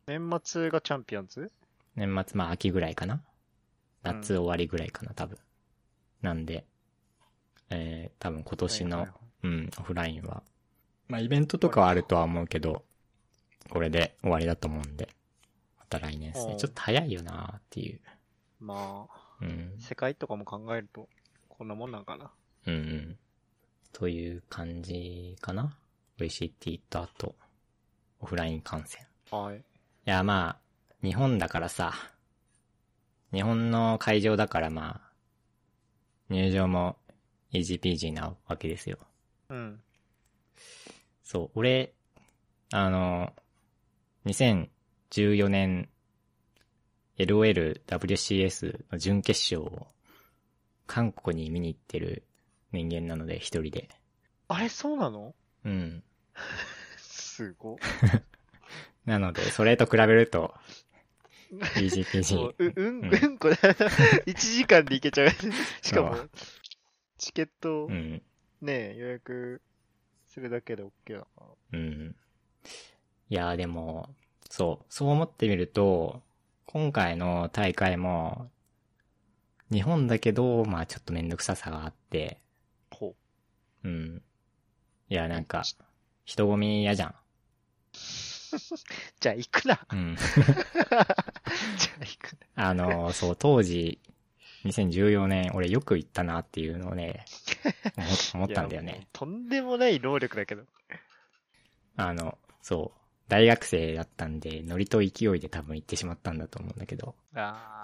S2: 年末がチャンピオンズ
S1: 年末、まあ秋ぐらいかな。夏終わりぐらいかな、多分。なんで、えー、多分今年の、
S2: はいはい
S1: うん、オフラインは。まあイベントとかはあるとは思うけど、これで終わりだと思うんで。また来年です
S2: お
S1: ね。
S2: う
S1: ちょっと早いよなーっていう。
S2: まあ、
S1: うん。
S2: 世界とかも考えると、こんなもんなんかな。
S1: うんうん。という感じかな ?VCT とあと、オフライン観戦。
S2: はい。
S1: いや、まあ、日本だからさ、日本の会場だからまあ、入場も EGPG なわけですよ。
S2: うん。
S1: そう、俺、あの、2014年 LOLWCS の準決勝を韓国に見に行ってる人間なので、一人で。
S2: あれ、そうなの
S1: うん。
S2: すごい。
S1: なので、それと比べると、EGPG
S2: も。う、う、うん、
S1: うん
S2: うん こだ。1時間で行けちゃう。しかも
S1: そ、
S2: チケットを
S1: うん。
S2: ね、予約するだけで OK だから。
S1: うん。いやーでも、そう、そう思ってみると、今回の大会も、日本だけど、まあちょっとめんどくささがあって、
S2: ほ
S1: うん。いや、なんか、人混み嫌じゃん。
S2: じゃあ行くな。
S1: うん。
S2: じゃあ行くな。
S1: あの、そう、当時、2014年、俺よく行ったなっていうのをね、思思ったんだよ
S2: いやも
S1: ね
S2: う。とんでもない労力だけど。
S1: あの、そう、大学生だったんで、ノリと勢いで多分行ってしまったんだと思うんだけど、
S2: あ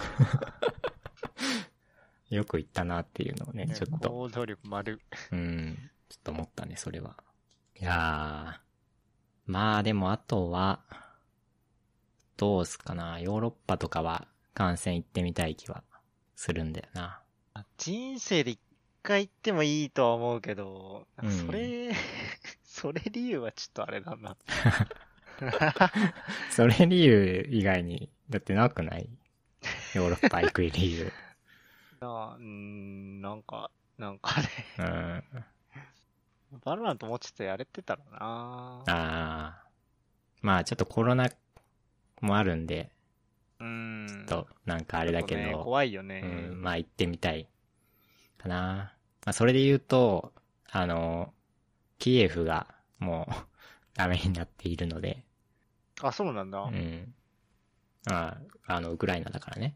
S1: よく行ったなっていうのをね、
S2: あ。
S1: ちょっと、
S2: 行動力丸。
S1: うん、ちょっと思ったね、それは。いやー、まあでもあとは、どうすかな、ヨーロッパとかは観戦行ってみたい気はするんだよな。
S2: 人生で一回行ってもいいとは思うけど、
S1: うん
S2: それ、 それ理由はちょっとあれだな。
S1: それ理由以外に、だってなくないヨーロッパ行く理由。
S2: なうーん、なんか、なんかね、
S1: うん。あ
S2: バロラントもうちょっとやれてたらな
S1: あ。まあちょっとコロナもあるんで、
S2: うーん。
S1: と、なんかあれだけ
S2: ちょっとね
S1: ど、
S2: 怖いよね。
S1: うん、まあ行ってみたい。かな。まあそれで言うと、あの、キエフがもうダメになっているので、
S2: あ、そうなんだ。
S1: うん。まあ、あの、ウクライナだからね。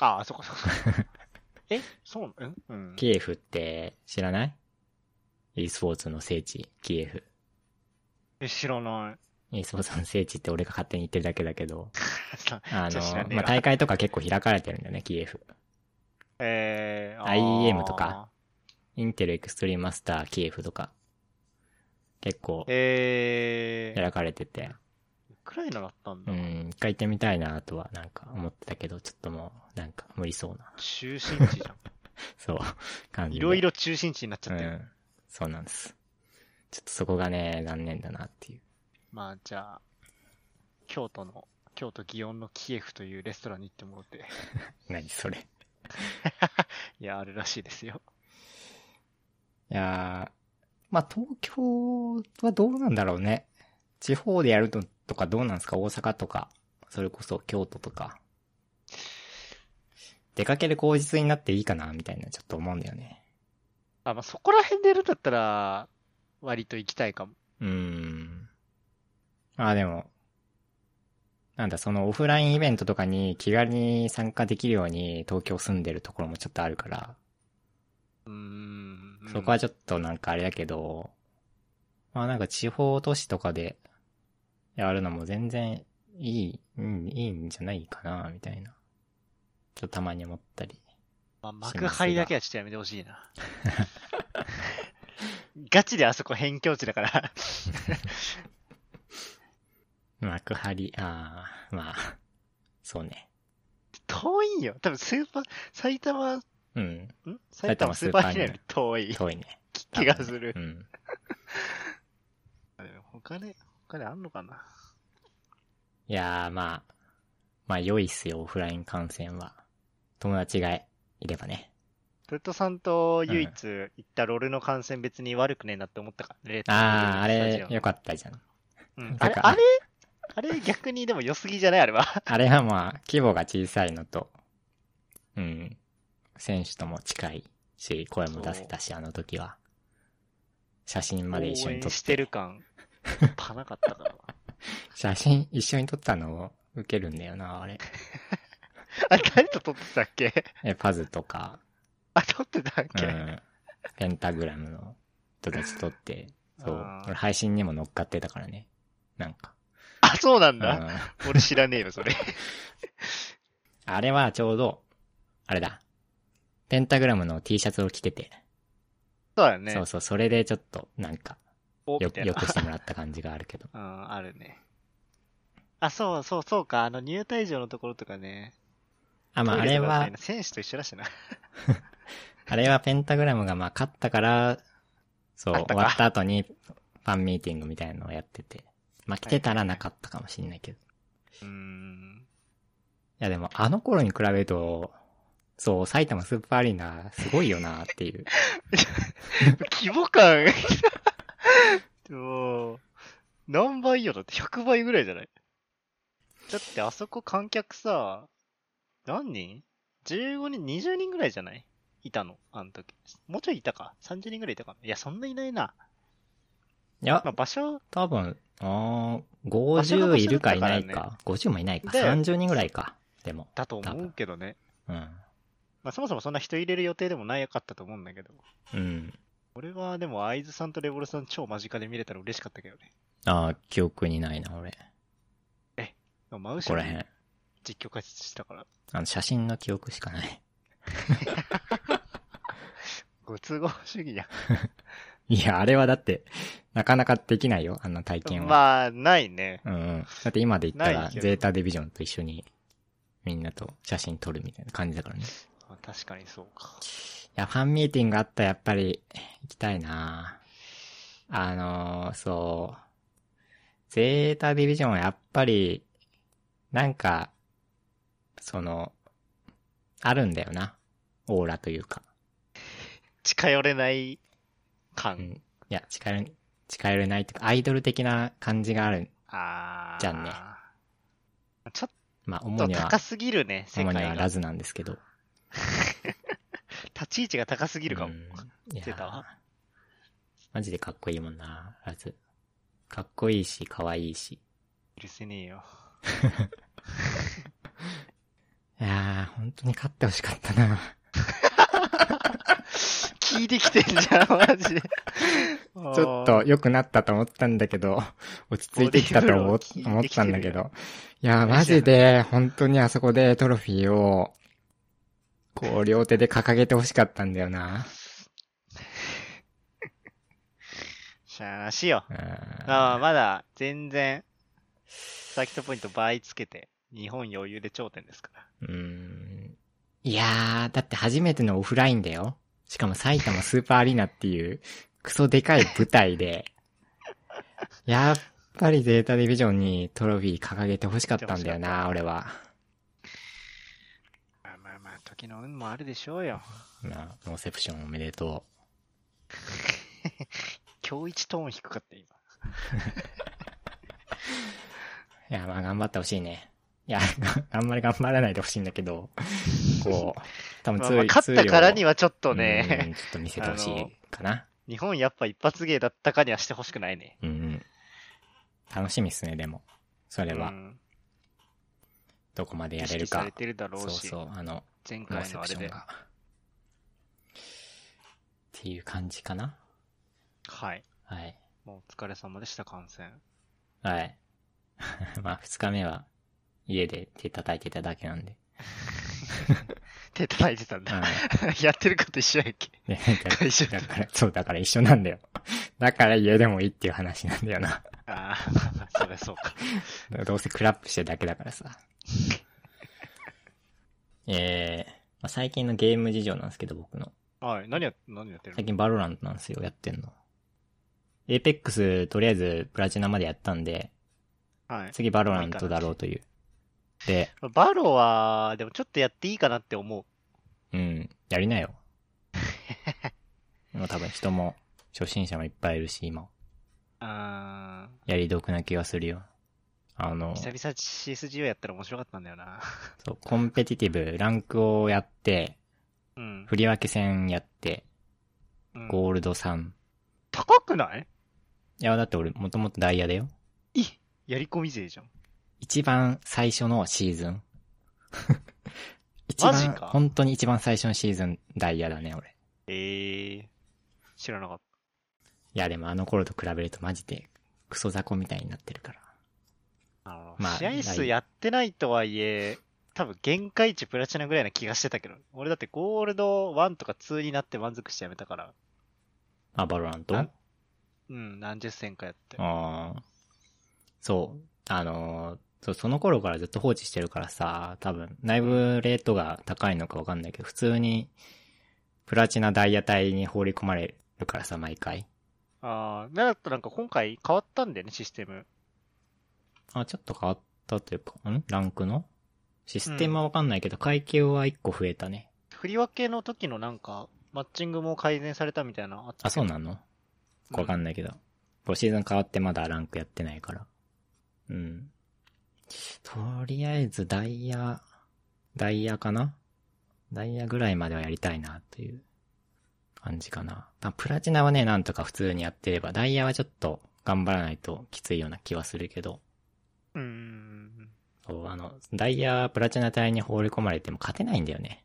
S2: ああ、そっかそっか。 えそうなんうん。
S1: キエフって知らない ?e スポーツの聖地、キエフ。
S2: え知らない。
S1: えー、スポーツの聖地って俺が勝手に言ってるだけだけど、
S2: さ
S1: あ
S2: じゃあ知らね
S1: の、
S2: え
S1: ま
S2: わ
S1: あ、大会とか結構開かれてるんだよね、キエフ。
S2: えー、あー
S1: IEM とか。インテルエクストリームマスターキエフとか、結構
S2: えー、
S1: 開かれてて、
S2: ウクライナだったん
S1: う
S2: だ。
S1: ん、一回行ってみたいなとはなんか思ってたけど、ちょっともうなんか無理そうな、
S2: 中心地じゃん。
S1: そう、 感じで。
S2: いろいろ中心地になっち
S1: う
S2: ゃってる。
S1: ん、そうなんです。ちょっとそこがね、残念だなっていう。
S2: まあ、じゃあ、京都の、京都祇園のキエフというレストランに行ってもらって。
S1: 何それ。
S2: いや、あるらしいですよ。
S1: いやー、まあ、東京はどうなんだろうね。地方でやると、とかどうなんですか大阪とか、それこそ京都とか。出かける口実になっていいかなみたいな、ちょっと思うんだよね。
S2: あ、まあ、そこら辺でやるんだったら、割と行きたいかも。
S1: うーん。まあでも、なんだ、そのオフラインイベントとかに気軽に参加できるように東京住んでるところもちょっとあるから、
S2: うーん。
S1: そこはちょっとなんかあれだけど、まあなんか地方都市とかでやるのも全然いい、うん、いいんじゃないかな、みたいな。ちょっとたまに思ったり。
S2: まあ、幕張だけはちょっとやめてほし いな。ガチであそこ辺境地だから。
S1: 幕張、ああ、まあ、そうね。
S2: 遠いんよ。多分スーパー、埼玉、ん
S1: うん、
S2: 埼玉スーパーアリーナより遠い
S1: 遠いね。
S2: 気がする
S1: う。ん。
S2: 他で、他であんのかない
S1: やー、まあ、まあ良いっすよ、オフライン観戦は。友達がいればね。
S2: トヨトさんと唯一行ったロールの感染別に悪くねえなって思ったから、レッドブル
S1: ああ、あ
S2: スタジ
S1: れ
S2: オ、
S1: 良かったじゃん。
S2: うんあ
S1: なん
S2: れ、
S1: か
S2: あれ、あれ逆にでも良すぎじゃないあれは。
S1: あれはまあ、規模が小さいのと、うん。選手とも近いし、声も出せたし、あの時は。写真まで一緒に
S2: 応
S1: 撮
S2: 援
S1: っ、
S2: しててる 感、パなかったから。
S1: 写真一緒に撮ったのを受けるんだよな、あれ。
S2: あ、誰と撮ってたっけ
S1: え、パズと か、
S2: あ、撮ってたっ
S1: う
S2: け、
S1: ん。ペンタグラムの人たち撮って、そう
S2: あ。ー
S1: 俺配信にも乗っかってたからね。なんか。
S2: あ、そうなん
S1: う
S2: だ。
S1: ん
S2: 俺知らねえよ、そ れ。
S1: あれはちょうど、あれだ。ペンタグラムの T シャツを着てて。
S2: そうだね。
S1: そうそう、それでちょっと、なんか、
S2: お
S1: よ
S2: みたいな
S1: よくしてもらった感じがあるけど。
S2: うん、あるね。あ、そうそうそうか。あの、入退場のところとかね。
S1: あ、まあ、
S2: ト
S1: あ
S2: イレ
S1: れ
S2: とかみた
S1: はい
S2: な、選手と一緒だしな。
S1: あれはペンタグラムがまあ勝ったから、そう、
S2: 勝ったか
S1: 終わった後にファンミーティングみたいなのをやってて。まあ、来てたらなかったかもしれないけど。
S2: うーん。
S1: いや、でもあの頃に比べると、そう、埼玉スーパーアリーナ、すごいよなって いう。
S2: 規模感 もう、何倍よだって100倍ぐらいじゃないだってあそこ観客さ、何人 ?15 人、20人ぐらいじゃないいたの、あの時。もうちょいいたか ?30 人ぐらいいたかないや、そんないないな。
S1: いや
S2: まあ、、場所、
S1: 多分、あー
S2: 場所が
S1: 50
S2: 場
S1: いる
S2: 所だ
S1: か
S2: っ
S1: い
S2: たか
S1: な
S2: らね
S1: いか。50もいないか。
S2: で
S1: 30人ぐらいか。でも。
S2: だと思うけどね。
S1: うん。
S2: まあ、そもそもそんな人入れる予定でもなかったと思うんだけど。
S1: うん。
S2: 俺はでも、会津さんとレボルさん超間近で見れたら嬉しかったけどね。
S1: ああ、記憶にないな、俺。
S2: まあ真
S1: ここ
S2: 後ろ
S1: ら
S2: に
S1: 辺。
S2: 実況解説したから。
S1: あの、写真の記憶しかない。
S2: ご都合主義や。
S1: いや、あれはだって、なかなかできないよ、あの体験は。
S2: まあ、ないね。
S1: うんうん。だって今で言った
S2: な
S1: ら、
S2: いけど
S1: ゼータディビジョンと一緒に、みんなと写真撮るみたいな感じだからね。い
S2: まあ確かにそうか。
S1: や、ファンミーティングあったらやっぱり、行きたいなあのーそう。ゼータディビジョンはやっぱり、なんか、その、あるんだよな。オーラというか。
S2: 近寄れない
S1: うん。
S2: 感。
S1: いや、近寄れ、近寄れないというか、アイドル的な感じがある。
S2: ああ。
S1: じゃんね
S2: ちょっ
S1: まあ、主
S2: と
S1: には
S2: 高、すぎるね、世
S1: 主に
S2: 界
S1: はラ
S2: が。
S1: ズなんですけど。
S2: 立ち位置が高すぎるかも。
S1: うん、いや
S2: ゼータは
S1: マジでかっこいいもんな、ラズ。かっこいいし、かわいいし。
S2: 許せねえよ。
S1: いやー、本当に勝ってほしかったな。
S2: 聞いてきてんじゃん、マ ジで。
S1: ちょっと良くなったと思ったんだけ ど、落ち着いてきたと思
S2: ボディーブロー効いてきて
S1: 思った
S2: るよ
S1: んだけど。いやー、マジで、本当にあそこでトロフィーを、こう、両手で掲げてほしかったんだよな。
S2: しゃーなしよ。
S1: うん
S2: まあまあまだ全然、スターキットポイント倍つけて、日本余裕で頂点ですから。
S1: うーんいやー、だって初めてのオフラインだよ。しかも埼玉スーパーアリーナっていう、クソでかい舞台 で、やっぱりゼータディビジョンにトロフィー掲げて欲しかったんだよな、俺は。
S2: まあまあまあ、時の運もあるでしょうよ。
S1: なノーセプションおめでと
S2: 今日一トーン低かった、今。
S1: う。いや、まあ頑張ってほしいね。いや、 あんまり頑張らないでほしいんだけど、こう、多分
S2: ま
S1: 通
S2: あまあ、勝ったからに
S1: は
S2: はちょっと
S1: ちょ
S2: ね、
S1: っと見せてほしいかな。
S2: 日本やっぱ一発芸だったかにはしてほしくないね。
S1: うんうん。楽しみっすね、でも。それは
S2: う、ん
S1: どこまで
S2: 意
S1: やれ
S2: 識
S1: る
S2: さ
S1: か
S2: れ。てるだろ
S1: そうう
S2: し、
S1: そう、あの、
S2: 前
S1: ノー
S2: 回
S1: セ
S2: のあ
S1: プ
S2: れ
S1: ション
S2: で。
S1: が。っていう感じかな。
S2: はい。
S1: はい。
S2: もうお疲れ様でした、観戦。
S1: はい。 まあ、二日目は、家で手叩いてただけなんで。
S2: 手叩いてた
S1: う
S2: ん
S1: ん
S2: だ。。やってること一緒やんけ。
S1: で
S2: 会社
S1: だから、そう、だから一緒なんだよ。だから家でもいいっていう話なんだよな。
S2: ああ、まあまあそりゃそうか。
S1: どうせクラップしてるだけだからさ。 えー、まあ、最近のゲーム事情なんですけど、僕の。
S2: はい。何や、何やってる
S1: 最
S2: の
S1: 近バロラントなんですよ、やってんの。エーペックス、とりあえず、プラチナまでやったんで、
S2: はい。
S1: 次バロラントだろうという。で、
S2: バロは、でもちょっとやっていいかなって思う。
S1: うん、やりな よ。もう多分人も、初心者もいっぱいいるし、今。
S2: あ
S1: やり得な気がするよ。あの
S2: ー、久々 CSGO やったら面白かったんだよな。
S1: そう、コンペティティブ、ランクをやって、
S2: うん。
S1: 振り分け戦やって、
S2: うん
S1: ゴールド3。
S2: 高くない
S1: いや、だって俺、もともとダイヤだよ。
S2: やり込み勢じゃん。
S1: 一番最初のシーズ ン。一
S2: マジ
S1: 番、
S2: か
S1: 本当に一番最初のシーズン、ダイヤだね、俺。
S2: ええー、知らなかっ
S1: いや、でもあの頃と比べるとマジで、クソ雑魚みたいになってるから。
S2: た。なるほど
S1: まあ
S2: 試合数
S1: ない
S2: やってないとはいえ、多分限界値プラチナぐらいな気がしてたけど、俺だってゴールド1とか2になって満足してやめたから、
S1: あ、バロラント
S2: な
S1: あ
S2: んうん、何十戦かやって。
S1: あー。そう。あのーそう、その頃からずっと放置してるからさ、多分、内部レートが高いのかわかんないけど、普通に、プラチナダイヤ帯に放り込まれるからさ、毎回。
S2: ああ、だとなんか今回変わったんだよね、システム。
S1: あ、ちょっと変わったというか、んランクのシステムはわかんないけど、階級は一個増えたね。
S2: 振り分けの時のなんか、マッチングも改善されたみたいなのあった
S1: あ、
S2: けど
S1: そうなのわかんないけど。こうシーズン変わってまだランクやってないから。うん。とりあえずダイヤ、ダイヤかなダイヤぐらいまではやりたいなという感じかな。多分プラチナはね、なんとか普通にやってれば、ダイヤはちょっと頑張らないときついような気はするけど、
S2: うーん。
S1: そう、あの、ダイヤ、プラチナ帯に放り込まれても勝てないんだよね。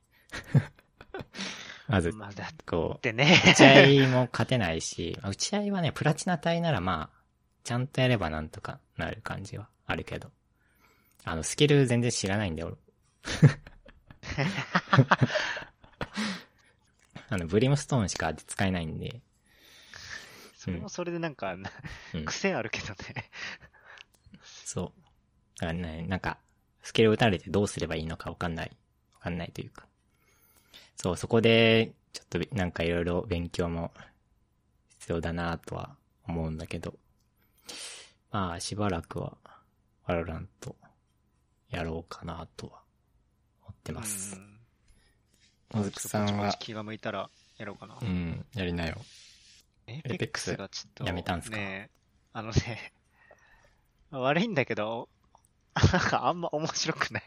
S1: まず、
S2: まあ、だっ
S1: こう、
S2: てね。
S1: 打ち合いも勝てないし、まあ打ち合いはね、プラチナ帯ならまあ、ちゃんとやればなんとかなる感じはあるけど。あの、スキル全然知らないんだよ、俺 あの、ブリムストーンしか使えないんで、
S2: それもそれでなんか、な
S1: うん
S2: 癖あるけどね。
S1: そう。だからね、なんか、スキル打たれてどうすればいいのかわかんない。わかんないというか。そう、そこで、ちょっとべなんかいろいろ勉強も必要だなとは思うんだけど。まあ、しばらくは、ワロラント、やろうかなとは、思ってます。
S2: うん
S1: もずくさん
S2: ぼちぼ
S1: は
S2: ち、気が向いたらやろうかな
S1: う。ん、やりなよ。
S2: エ
S1: ペックス
S2: がちょっと、
S1: やめたんすか
S2: ねあのね、悪いんだけど、なんかあんま面白く ない。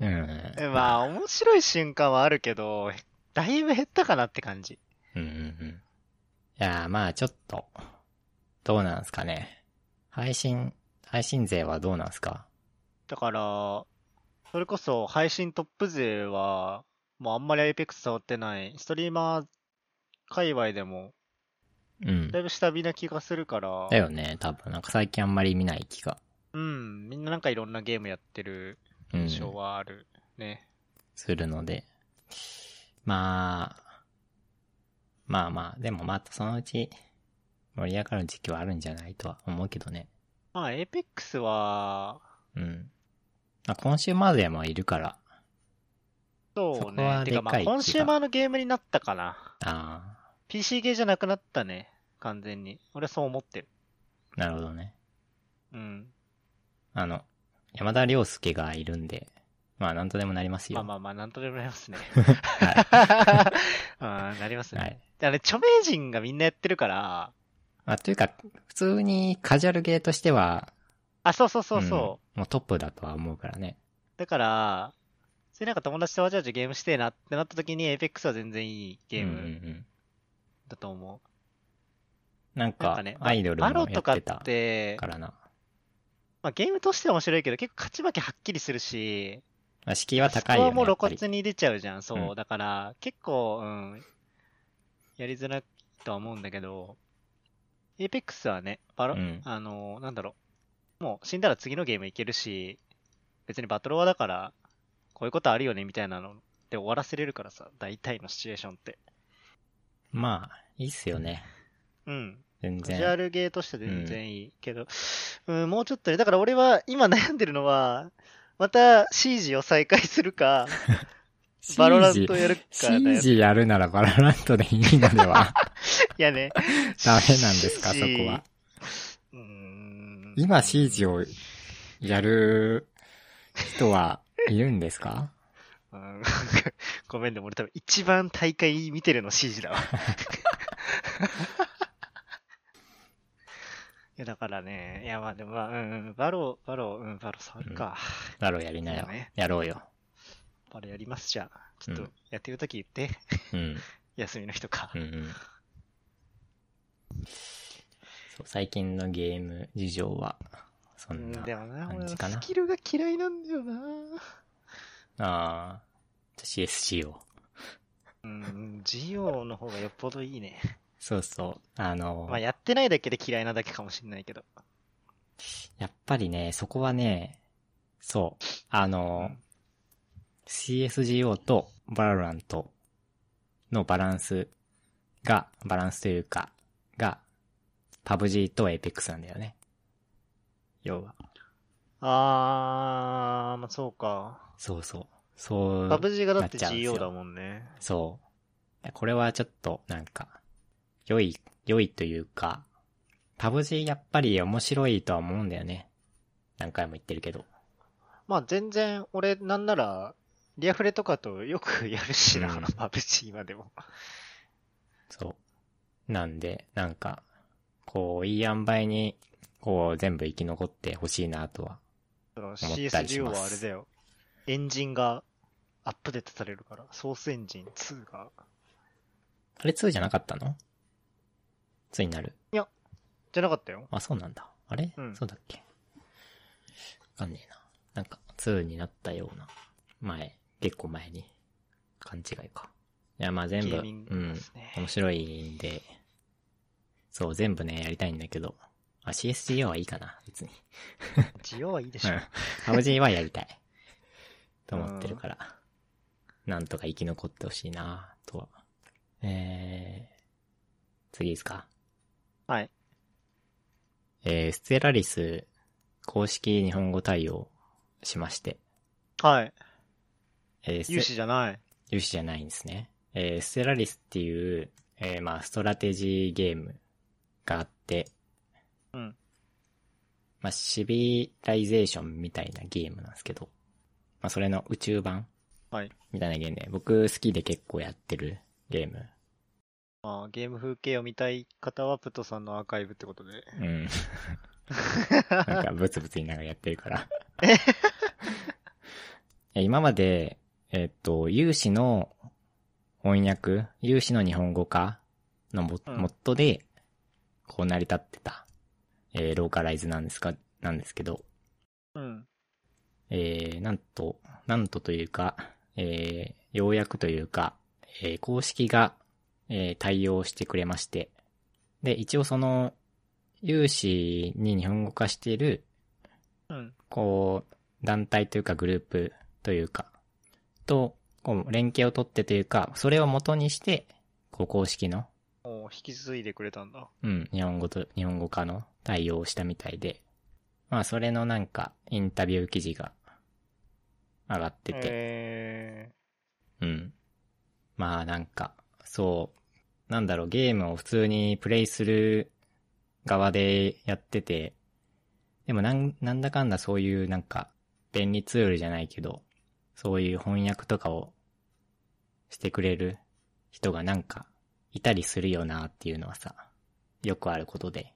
S1: うん。
S2: まあ、面白い瞬間はあるけど、だいぶ減ったかなって感じ。
S1: うんうんうん。いやー、まあちょっと、どうなんすかね。配信、配信税はどうなんすか
S2: だから、それこそ配信トップ勢は、もうあんまり APEX 触ってない、ストリーマー界隈でも、
S1: うん
S2: だ。いぶ下火な気がするから
S1: だ、よね、多分。なんか最近あんまり見ない気が。
S2: うん、みんななんかいろんなゲームやってる
S1: うん。
S2: 印象はある。ね。
S1: するので。まあ、まあまあ、でもまたそのうち、盛り上がる時期はあるんじゃないとは思うけどね。
S2: まあ、APEX は、
S1: うん。まあ、今週までもいるから、そ
S2: そう
S1: こは
S2: ね。てか、
S1: で
S2: ま
S1: か
S2: あ、
S1: い気が
S2: コンシューマーのゲームになったかな。
S1: あ
S2: PC ゲーじゃなくなったね。完全に。俺はそう思ってる。
S1: ー、なるほどね。
S2: うん。
S1: あの、山田涼介がいるんで、まあなんとでもなります
S2: ま
S1: よ。
S2: あまあまあ、なんとでもなりますね。
S1: は
S2: あーなります
S1: い。
S2: ね。
S1: はい。
S2: あれ、著名人がみんなやってるから、
S1: まあ、というか、普通にカジュアルゲーとしては、
S2: あ、そうそうそうそう。
S1: うんもうトップだとは思うからね。
S2: だから、それなんか友達とわちゃわちゃゲームしてえなってなった時に、APEX は全然いいゲー
S1: うんうんう
S2: ム
S1: ん
S2: だと思
S1: なん
S2: う。なん
S1: か
S2: かね、、まあ
S1: アイドルも
S2: バ
S1: や
S2: ロとか
S1: って
S2: ったて、
S1: からな。
S2: まあ、ゲームとしては面白いけど、結構勝ち負けはっきりするし、
S1: まあ、敷居は高いよ
S2: そこは
S1: ね。
S2: もう
S1: や
S2: 露
S1: っぱり
S2: 骨に出ちゃうじゃん。そう。
S1: うん
S2: だから、結構、うん。やりづらいとは思うんだけど、Apex はね、バロ、
S1: うん
S2: あの、なんだろう。もう死んだら次のゲームいけるし、別にバトロワだから、こういうことあるよねみたいなので終わらせれるからさ、大体のシチュエーションって。
S1: まあ、いいっすよね。
S2: うん。
S1: 全
S2: カジュア
S1: 然。
S2: ルゲーとして全然いいけど、うん、もうちょっとね、だから俺は今悩んでるのは、また CG を再開するか、バロラントやるかだよね
S1: CG やるならバロラントでいいのでは。
S2: いやね
S1: ダメなんですか、そこは。。
S2: うーん。
S1: 今 CG をやる人はいるんです か
S2: うん。ごめんね、俺多分一番大会見てるの CG だわ。いや、だからね、いや、まあでもまあ、うんうん、バロ、バロ、うん、バロ触るか。
S1: バロやりなよ
S2: そうね。
S1: やろうよ。
S2: バロやります、じゃあ。ちょっ
S1: う
S2: と
S1: ん、
S2: やってるとき言って、
S1: うん。
S2: 休みの日とか
S1: う。んうん。そう、最近のゲーム事情は、そ
S2: うん
S1: な。
S2: ん、でもな、
S1: 感
S2: 俺
S1: じ
S2: ス
S1: かな
S2: キルが嫌いなんだよな。
S1: ああ、じゃあ CSG を。
S2: うん、GO の方がよっぽどいいね。
S1: そうそう。あの、
S2: まあ、
S1: や
S2: やってないだけで嫌いなだけかもしれないけど。
S1: っぱりね、そこはね、そう。あの、
S2: うん
S1: CSGO とバララントのバランスが、バランスというか、が、PUBG と APEX なんだよね。要は。
S2: あー、まあそうか。
S1: そうそう。そう。
S2: パブ G がだっ
S1: な
S2: て
S1: っちゃうんですよ
S2: GO だもんね。
S1: そう。これはちょっと、なんか、良い、良いというか、パブ G やっぱり面白いとは思うんだよね。何回も言ってるけど。
S2: まあ全然、俺なんなら、リアフレとかとよくやるしな、
S1: うん
S2: パブ G 今でも。
S1: そう。なんで、なんか、こう、いい塩梅に、こう、全部生き残ってほしいなとは。
S2: その
S1: 思ったりし
S2: CSGO
S1: ます
S2: はあれだよ。エンジンがアップデートされるから、ソースエンジン2が。
S1: あれ2じゃなかったの ?2 になる。
S2: じゃなかったよ。
S1: あ、そうなんだ。あれ、
S2: うん
S1: そうだっけわかんねえな。なんか、2になったような、前、結構前に、勘違いか。いや、まあ全部、
S2: ゲ
S1: う
S2: ーミング
S1: ん
S2: です、ね
S1: 面白いんで、そう、全部ね、やりたいんだけど、あ、CSGO はいいかな、別に。
S2: 需要はいいでしょ。
S1: ハムジーはやりたい。と思ってるから、なんとか生き残ってほしいなとは。えー、次ですか
S2: はい。
S1: えー、ステラリス公式日本語対応しまして、
S2: はい。
S1: えー、ステ
S2: 融資じゃない。
S1: 有志じゃないんですね。えーステラリスっていう、えーまあ、ストラテジーゲームがあって、
S2: うん。
S1: まあ、シビライゼーションみたいなゲームなんですけど、まあ、それの宇宙版
S2: はい
S1: みたいなゲームで、僕好きで結構やってるゲーム。
S2: まあ、ゲーム風景を見たい方は、プトさんのアーカイブってことで。
S1: うん。 なんかブツブツ言いながらやってるから。 え今まで、えっと、有志の翻訳、有志の日本語化のモ,、
S2: うん
S1: モットで、こう成り立ってた、えーローカライズなんですか、なんですけど、
S2: うん。
S1: えーなんと、なんとというか、えーようやくというか、えー公式が、えー対応してくれまして、で、一応その、有志に日本語化している、
S2: うん。
S1: こう、団体というかグループというか、と、こう、連携を取ってというか、それを元にして、こう、公式の、
S2: もう引き継いでくれたんだ。
S1: うん、日本語と、日本語化の対応をしたみたいで、まあ、それのなんか、インタビュー記事が、上がってて、
S2: え
S1: うん。まあなんか、そう、なんだろう、ゲームを普通にプレイする側でやってて、でもなん、なんだかんだそういうなんか、便利ツールじゃないけど、そういう翻訳とかをしてくれる人がなんか、いたりするよなっていうのはさ、よくあることで。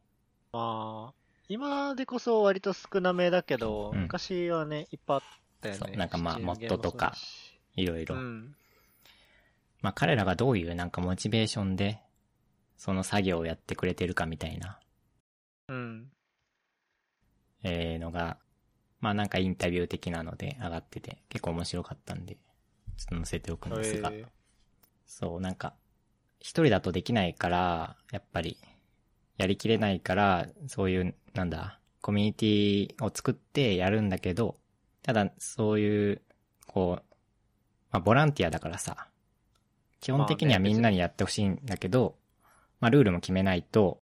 S2: ー、まあ、今でこそ割と少なめだけど、
S1: うん
S2: 昔はね、いっぱいあったよ
S1: そう
S2: ね。
S1: なんかまあ
S2: シチュエーシ
S1: モッ
S2: ョン
S1: ドとかいろい
S2: ゲー
S1: ろ。
S2: ムもそうだしうん。
S1: まあ彼らがどういうなんかモチベーションで、その作業をやってくれてるかみたいな
S2: うん。
S1: えーのが、まあなんかインタビュー的なので上がってて、結構面白かったんで、ちょっと載せておくんですが、
S2: えー
S1: そう、なんか、一人だとできないから、やっぱり、やりきれないから、そういう、なんだ、コミュニティを作ってやるんだけど、ただ、そういう、こう、まあ、ボランティアだからさ、基本的には
S2: まあね
S1: みんなにやってほしいんだけど、まあ、ルールも決めないと、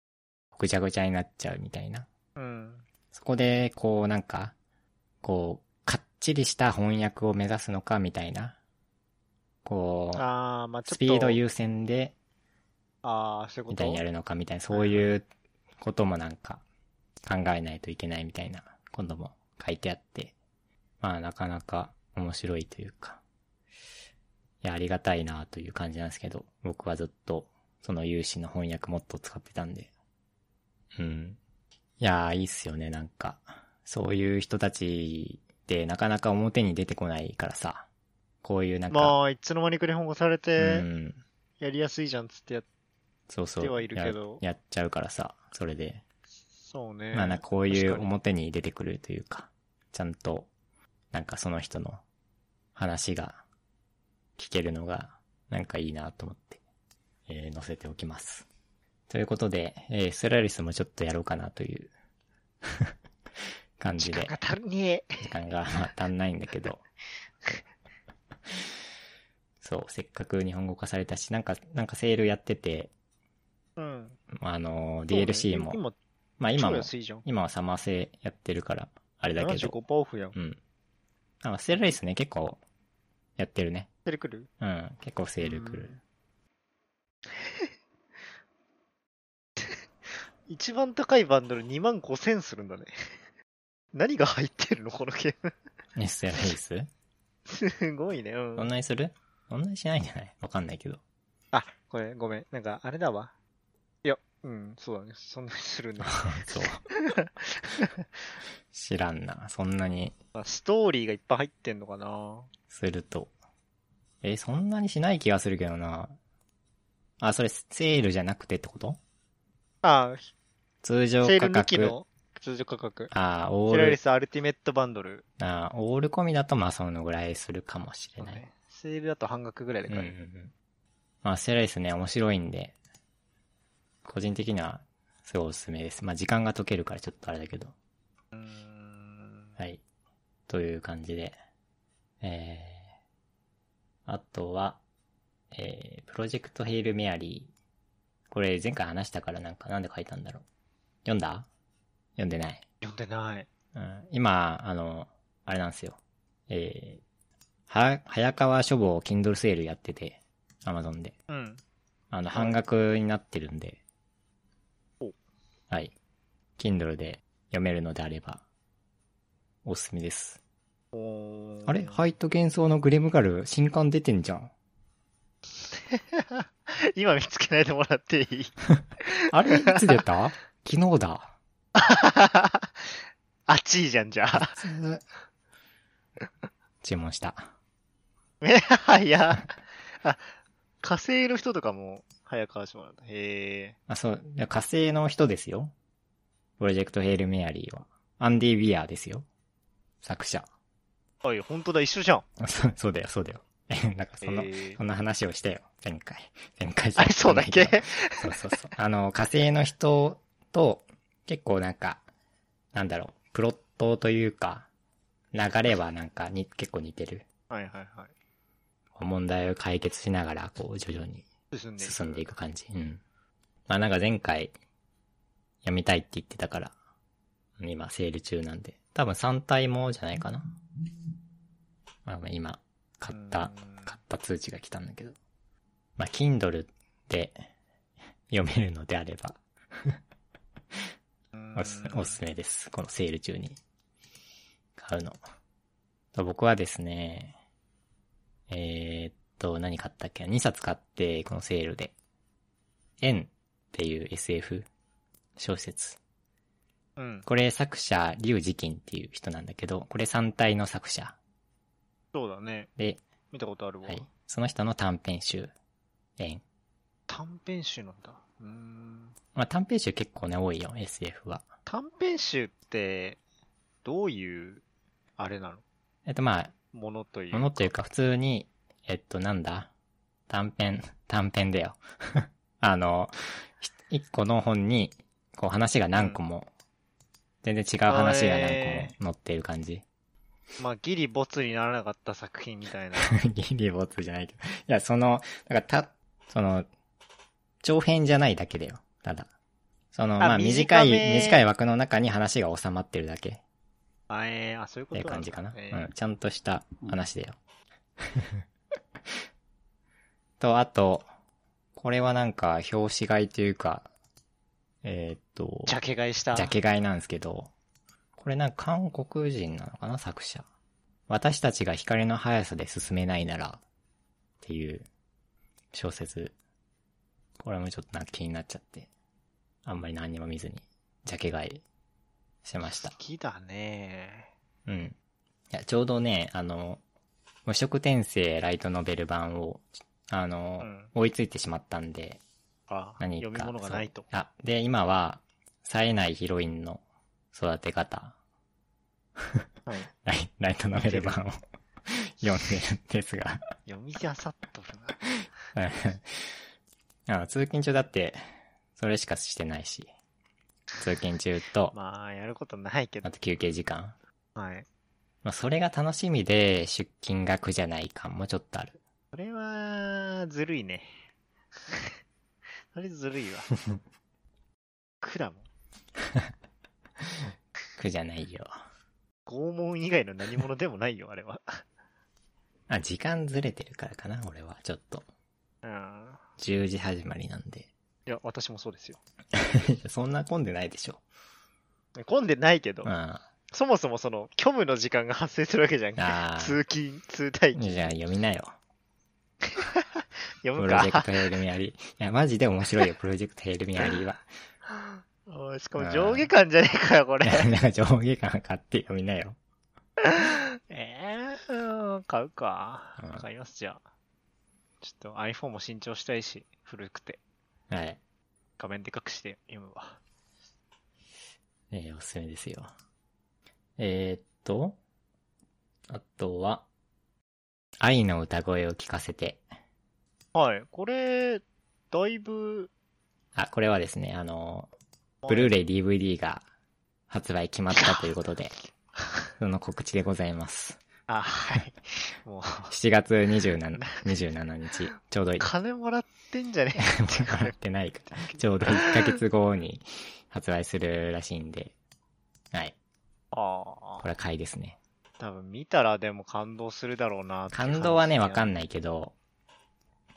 S1: ぐちゃぐちゃになっちゃうみたいな。
S2: うん。
S1: そこで、こうなんか、こう、かっちりした翻訳を目指すのかみたいな、こう、
S2: ああ、まあちょっと。
S1: スピード優先で、
S2: ああ、そういうこ
S1: み
S2: と
S1: たいにやるのかみたいな、そういうこともなんか、考えないといけないみたいな、今度も書いてあって、まあなかなか面白いというか、いや、ありがたいなという感じなんですけど、僕はずっと、その有志の翻訳もっと使ってたんで、うん。いやー、いいっすよね、なんか。そういう人たちってなかなか表に出てこないからさ、こういうなんか、
S2: まあ、いつの間にか日本語され
S1: う
S2: て、
S1: ん、
S2: やりやすいじゃんっつってやっ
S1: そうそう。
S2: ではいるけど
S1: ややっちゃうからさ、それで。
S2: そうね。
S1: まあなんかこうい
S2: 確
S1: う
S2: かに
S1: 表に出てくるというか、ちゃんと、なんかその人の話が聞けるのが、なんかいいなと思って、えー載せておきます。ということで、えー、ステラリスもちょっとやろうかなという 感じ
S2: 時間
S1: で、
S2: が足りねえ。
S1: 時間がまあ足んないんだけど、そう、せっかく日本語化されたし、なんか、なんかセールやってて、
S2: うん。
S1: まああの、DLC も、
S2: 今、
S1: まあ今
S2: 今超
S1: も、
S2: 安いじゃん。
S1: 今はサマーセやってるから、あれだけど。
S2: 75%オフやん。
S1: うん。なんかセールレースね、結構、やってるね。
S2: 出てくる
S1: うん、結構セール来る。
S2: 一番高いバンドル2万5000するんだね。 何が入ってるのこのゲーム。
S1: ね、セールレース
S2: すごいね。う
S1: そん
S2: ん。
S1: なにするそんなにしないんじゃないわかんないけど。
S2: あ、これ、ごめん。なんか、あれだわ。いや、うん、そうだね。そんなにするんだ。
S1: そう。知らんな。そんなに
S2: まあストーリーがいっぱい入ってんのかな
S1: すると、えーそんなにしない気がするけどな。あ、それセールじゃなくてってこと
S2: ああ、
S1: 通常
S2: セー
S1: 価
S2: ル抜き
S1: 格。
S2: の通常価格。
S1: あーオ
S2: セ
S1: ー
S2: ラリ
S1: ル、
S2: スアルティメットバンドル。
S1: あーオール込みだとまあそのぐらいするかもしれない。
S2: セールだと半額ぐらいで
S1: うんうん
S2: 買
S1: う
S2: える。
S1: ん。まあ、セラリスね、面白いんで、個人的には、すごいおすすめです。まあ、時間が解けるからちょっとあれだけど。
S2: うーん
S1: はい。という感じで。えー、あとは、えー、プロジェクトヘイルメアリー。これ前回話したからなんか、なんで書いたんだろう。読んだ読んでない。
S2: 読んでない。
S1: うん、今、あの、あれなんですよ。えー、は、早川書房 Kindle セールやってて、Amazon で。
S2: うん。
S1: あの、
S2: い
S1: 半額になってるんで。
S2: お
S1: はい。Kindle で読めるのであれば、おすすめです。
S2: おー
S1: あれハイト幻想のグレムガル、新刊出てんじゃん。
S2: 今見つけないでもらってい い
S1: あれいつ出 た昨日だ。
S2: あっちいじゃん、じゃあ。
S1: 注文した。
S2: え、早っ。 あ、火星の人とかも早川島なんだ。へえ。
S1: あ、そう、いや火星の人ですよ。プロジェクトヘイルメアリーは。アンディ・ビアーですよ。作者。
S2: あ、いや、ほんとだ、一緒じゃん。
S1: あそうそうだよ、そうだよ。 なんかその、
S2: へー
S1: そんな話をしたよ。前回。前回じゃ
S2: あれ、そうだっ
S1: わかんない
S2: け
S1: どそうそうそう。あの、火星の人と、結構なんか、なんだろう、プロットというか、流れはなんかに、結構似てる。
S2: はいはいはい。
S1: 問題を解決しながら、こう、徐々に
S2: 進んでいく。
S1: 進んでいく感じ。うん。まあなんか前回、読みたいって言ってたから、今、セール中なんで。多分3体もじゃないかな。まあまあ今、買った
S2: うーん
S1: 買った通知が来たんだけど。まあ、Kindle で読めるのであれば、おす
S2: うーん
S1: おすすめです。このセール中に買うの。と僕はですね、えーっと、何買ったっけ ?2 冊買って、このセールで。円っていう SF 小説。
S2: うん。
S1: これ作者、劉慈欣っていう人なんだけど、これ3体の作者。
S2: そうだね。
S1: で、
S2: 見たことあるわ。
S1: はい。その人の短編集、円。
S2: 短編集なんだ。うーん。
S1: まあ、短編集結構ね、多いよ、SF は。
S2: 短編集って、どういう、あれなの
S1: えっと、まあ、
S2: ものという
S1: ものというか、普通に、えっと、なんだ短編、 短編だよ。あの、ひ一個の本に、こう話が何個も、全然違う話が何
S2: へ
S1: 個も載ってる感じ。
S2: まあ、ギリボツにならなかった作品みたいな。
S1: ギリボツじゃないけど。いや、その、だからた、その、長編じゃないだけだよ。ただ。その、
S2: あ
S1: まあ、短い、
S2: 短め
S1: 短い枠の中に話が収まってるだけ。
S2: あ、えー、あ、そういう
S1: っ
S2: こ
S1: てい
S2: と
S1: う感じかな。
S2: え
S1: うん。ちゃんとした話だよ。 と、あと、これはなんか、表紙買いというか、えーっと、
S2: ジャケ買いした。
S1: ジャケ買いなんですけど、これなんか韓国人なのかな、作者。私たちが光の速さで進めないなら、っていう小説。これもちょっとなんか気になっちゃって、あんまり何にも見ずに、ジャケ買いしてました
S2: 好。きだね。
S1: うん。いや、ちょうどね、あの、無色転生ライトノベル版を、あの、
S2: うん
S1: 追いついてしまったんで、
S2: あ、
S1: 何か。
S2: 読み物がないと
S1: そう。あ、で、今は、冴えないヒロインの育て方、
S2: はい。
S1: ライライトノベル 版を読んでるんですが、
S2: 読みじゃさっとるな。
S1: あの通勤中だって、それしかしてないし、通勤中と、
S2: まあ、やることないけど
S1: あ。と休憩時間。
S2: はい。
S1: まあ、それが楽しみで、出勤が苦じゃない感もちょっとある。
S2: それは、ずるいね。 それずる いわ。苦だもん。
S1: 苦じゃないよ。
S2: 拷問以外の何者でもな いよ、あれは。
S1: あ、時間ずれてるからかな、俺は。ちょっと。
S2: うん。
S1: 10時始まりなんで。
S2: いや、私もそうですよ。
S1: そんな混んでないでしょ。
S2: 混んでないけど、
S1: うん。あ
S2: そもそもその、虚無の時間が発生するわけじゃん。
S1: あ。
S2: 通勤、通待機。
S1: じゃあ読みなよ。
S2: 読
S1: プ
S2: む
S1: ロジェク
S2: か。
S1: トヘイルミアリー。いや、マジで面白いよ、プロジェクトヘイルミアリーは。
S2: おいしかも上下感じゃねえかよ、こ
S1: い
S2: れ。
S1: やなんか上下感買って読みなよ。
S2: えー、買うか
S1: うん。
S2: 買います、じゃあ。ちょっと iPhone も新調したいし、古くて。
S1: はい。
S2: 画面でかくして読むわ。
S1: えーおすすめですよ。えーっと、あとは、愛の歌声を聞かせて。
S2: はい。これ、だいぶ、
S1: あ、これはですね、あの、ブルーレイ DVD が発売決まったということで、その告知でございます。
S2: あ、はい。もう、
S1: 7月27 27日、ちょうどいい。
S2: 金もらってんじゃねえっていう
S1: 払ってないから、ちょうど1ヶ月後に発売するらしいんで、はい。
S2: あ
S1: これは買いですね。
S2: あ、多分見たらでも感動するだろうなっていう
S1: 感動はね、
S2: 話
S1: わ
S2: に
S1: かんないけど、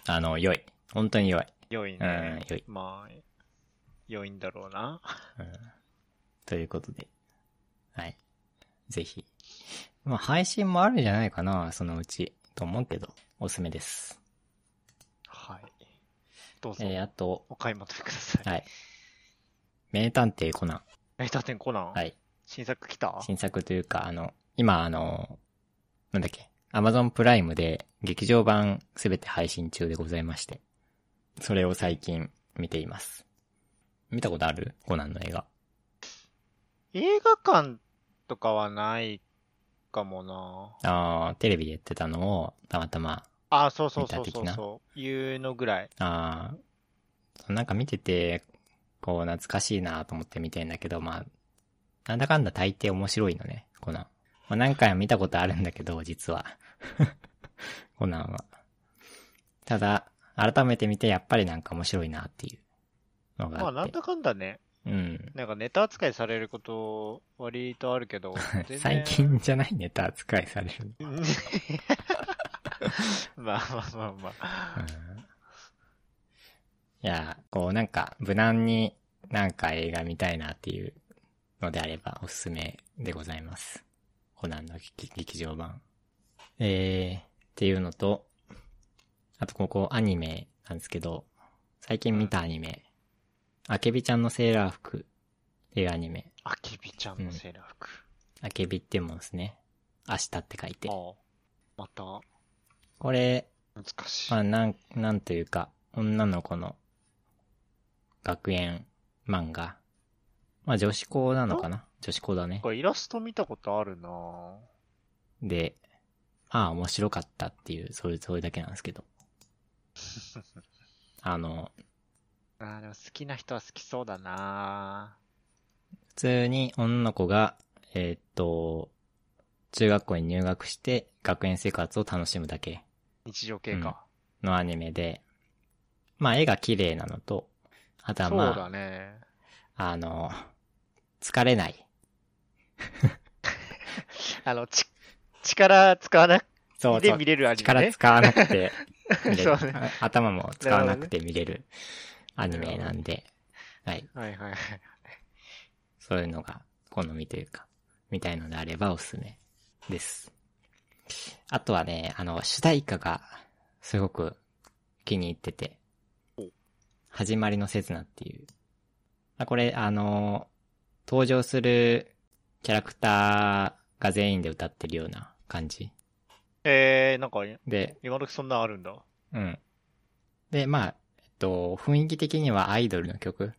S1: あの、良い。本当に良い。
S2: 良い
S1: うん
S2: ね。
S1: 良い
S2: まあ、良いんだろうな。
S1: ということで。はい。ぜひ。まあ、配信もあるんじゃないかな、そのうち。と思うけど、おすすめです。
S2: はい。どうぞ、
S1: えー、あと、
S2: お買い求めください。
S1: はい。名探偵コナン。
S2: え、タテンコナン、
S1: はい。
S2: 新作来た
S1: 新作というか、あの、今、あの、なんだっけ、Amazon プライムで劇場版すべて配信中でございまして、それを最近見ています。見たことあるコナンの映画。
S2: 映画館とかはないかもな。
S1: あーテレビでやってたのを、たまたま、
S2: あ、そうそうそう
S1: 見た的
S2: そう
S1: な
S2: そう。いうのぐらい。
S1: あーなんか見てて、こう、懐かしいなと思って見てんだけど、まあ、なんだかんだ大抵面白いのね、コナン。まあ、何回も見たことあるんだけど、実は。 コナンは。ただ、改めて見て、やっぱりなんか面白いなっていうのが
S2: ま
S1: あ
S2: あ、
S1: って。
S2: なんだかんだね。
S1: うん。。
S2: なんかネタ扱いされること、割とあるけど
S1: 最近じゃないネタ扱いされるの。
S2: 全然。 まあまあまあまあ。
S1: いや、こうなんか無難になんか映画見たいなっていうのであればおすすめでございます。コナンの劇劇場版。えー、っていうのと、あとここアニメなんですけど、最近見たアニメ、あけびちゃんのセーラー服っていうアニメ。
S2: あけびちゃんのセーラー服。
S1: あけびってもんですね。明日って書いて。
S2: ああ。また、
S1: これ、
S2: 難しい。
S1: まあ、なん、なんというか、女の子の学園漫画。まあ、女子校なのかな女子校だね
S2: なん。かイラスト見たことあるなぁ
S1: で、まあ、面白かったっていう、それ、それだけなんですけ ど。あの、
S2: あーでも好きな人は好きそうだな
S1: 普通に女の子が、えーっと、中学校に入学して学園生活を楽しむだけ
S2: 日常系か。
S1: のアニメで、まあ、絵が綺麗なのと、あとは
S2: そう
S1: ま
S2: だね。
S1: あ、あの、疲れない。
S2: あの、ち、力使わなく
S1: そうそう
S2: て見れるアニメ
S1: 力
S2: ね。
S1: 使わなくて見れる、
S2: そうね
S1: あ頭も使わなくて見れるアニメなんで、はい。
S2: はいはいはい。
S1: そういうのが好みというか、みたいのであればおすすめです。あとはね、あの、主題歌がすごく気に入ってて、始まりの刹那っていう。あこれ、あの、登場するキャラクターが全員で歌ってるような感じ。
S2: えー、なんか、
S1: で、
S2: 今時そんなんあるんだ。
S1: うん。で、まあ、えっと、雰囲気的にはアイドルの曲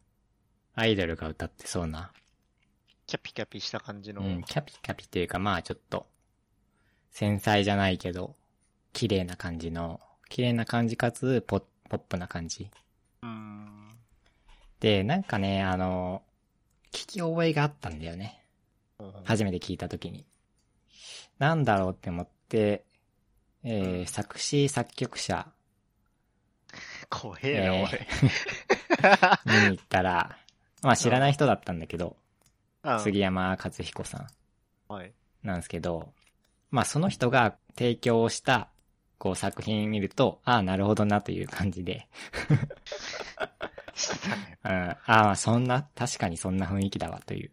S1: アイドルが歌ってそうな。
S2: キャピキャピした感じの。
S1: うん、キャピキャピというか、まあちょっと、繊細じゃないけど、綺麗な感じの、綺麗な感じかつポ、ポップな感じ。
S2: うん。
S1: で、なんかね、あの、聞き覚えがあったんだよね。初めて聞いた時に。なんだろうって思って、えー、作詞作曲者
S2: 怖えな、
S1: えー
S2: おい。
S1: 見に行ったら、まあ知らない人だったんだけど、
S2: うん
S1: 杉山和彦さ
S2: はい。
S1: んなんですけど、まあその人が提供した、こう作品見ると、ああ、なるほどなという感じで、
S2: してたね。
S1: うん、ああ、そんな、確かにそんな雰囲気だわという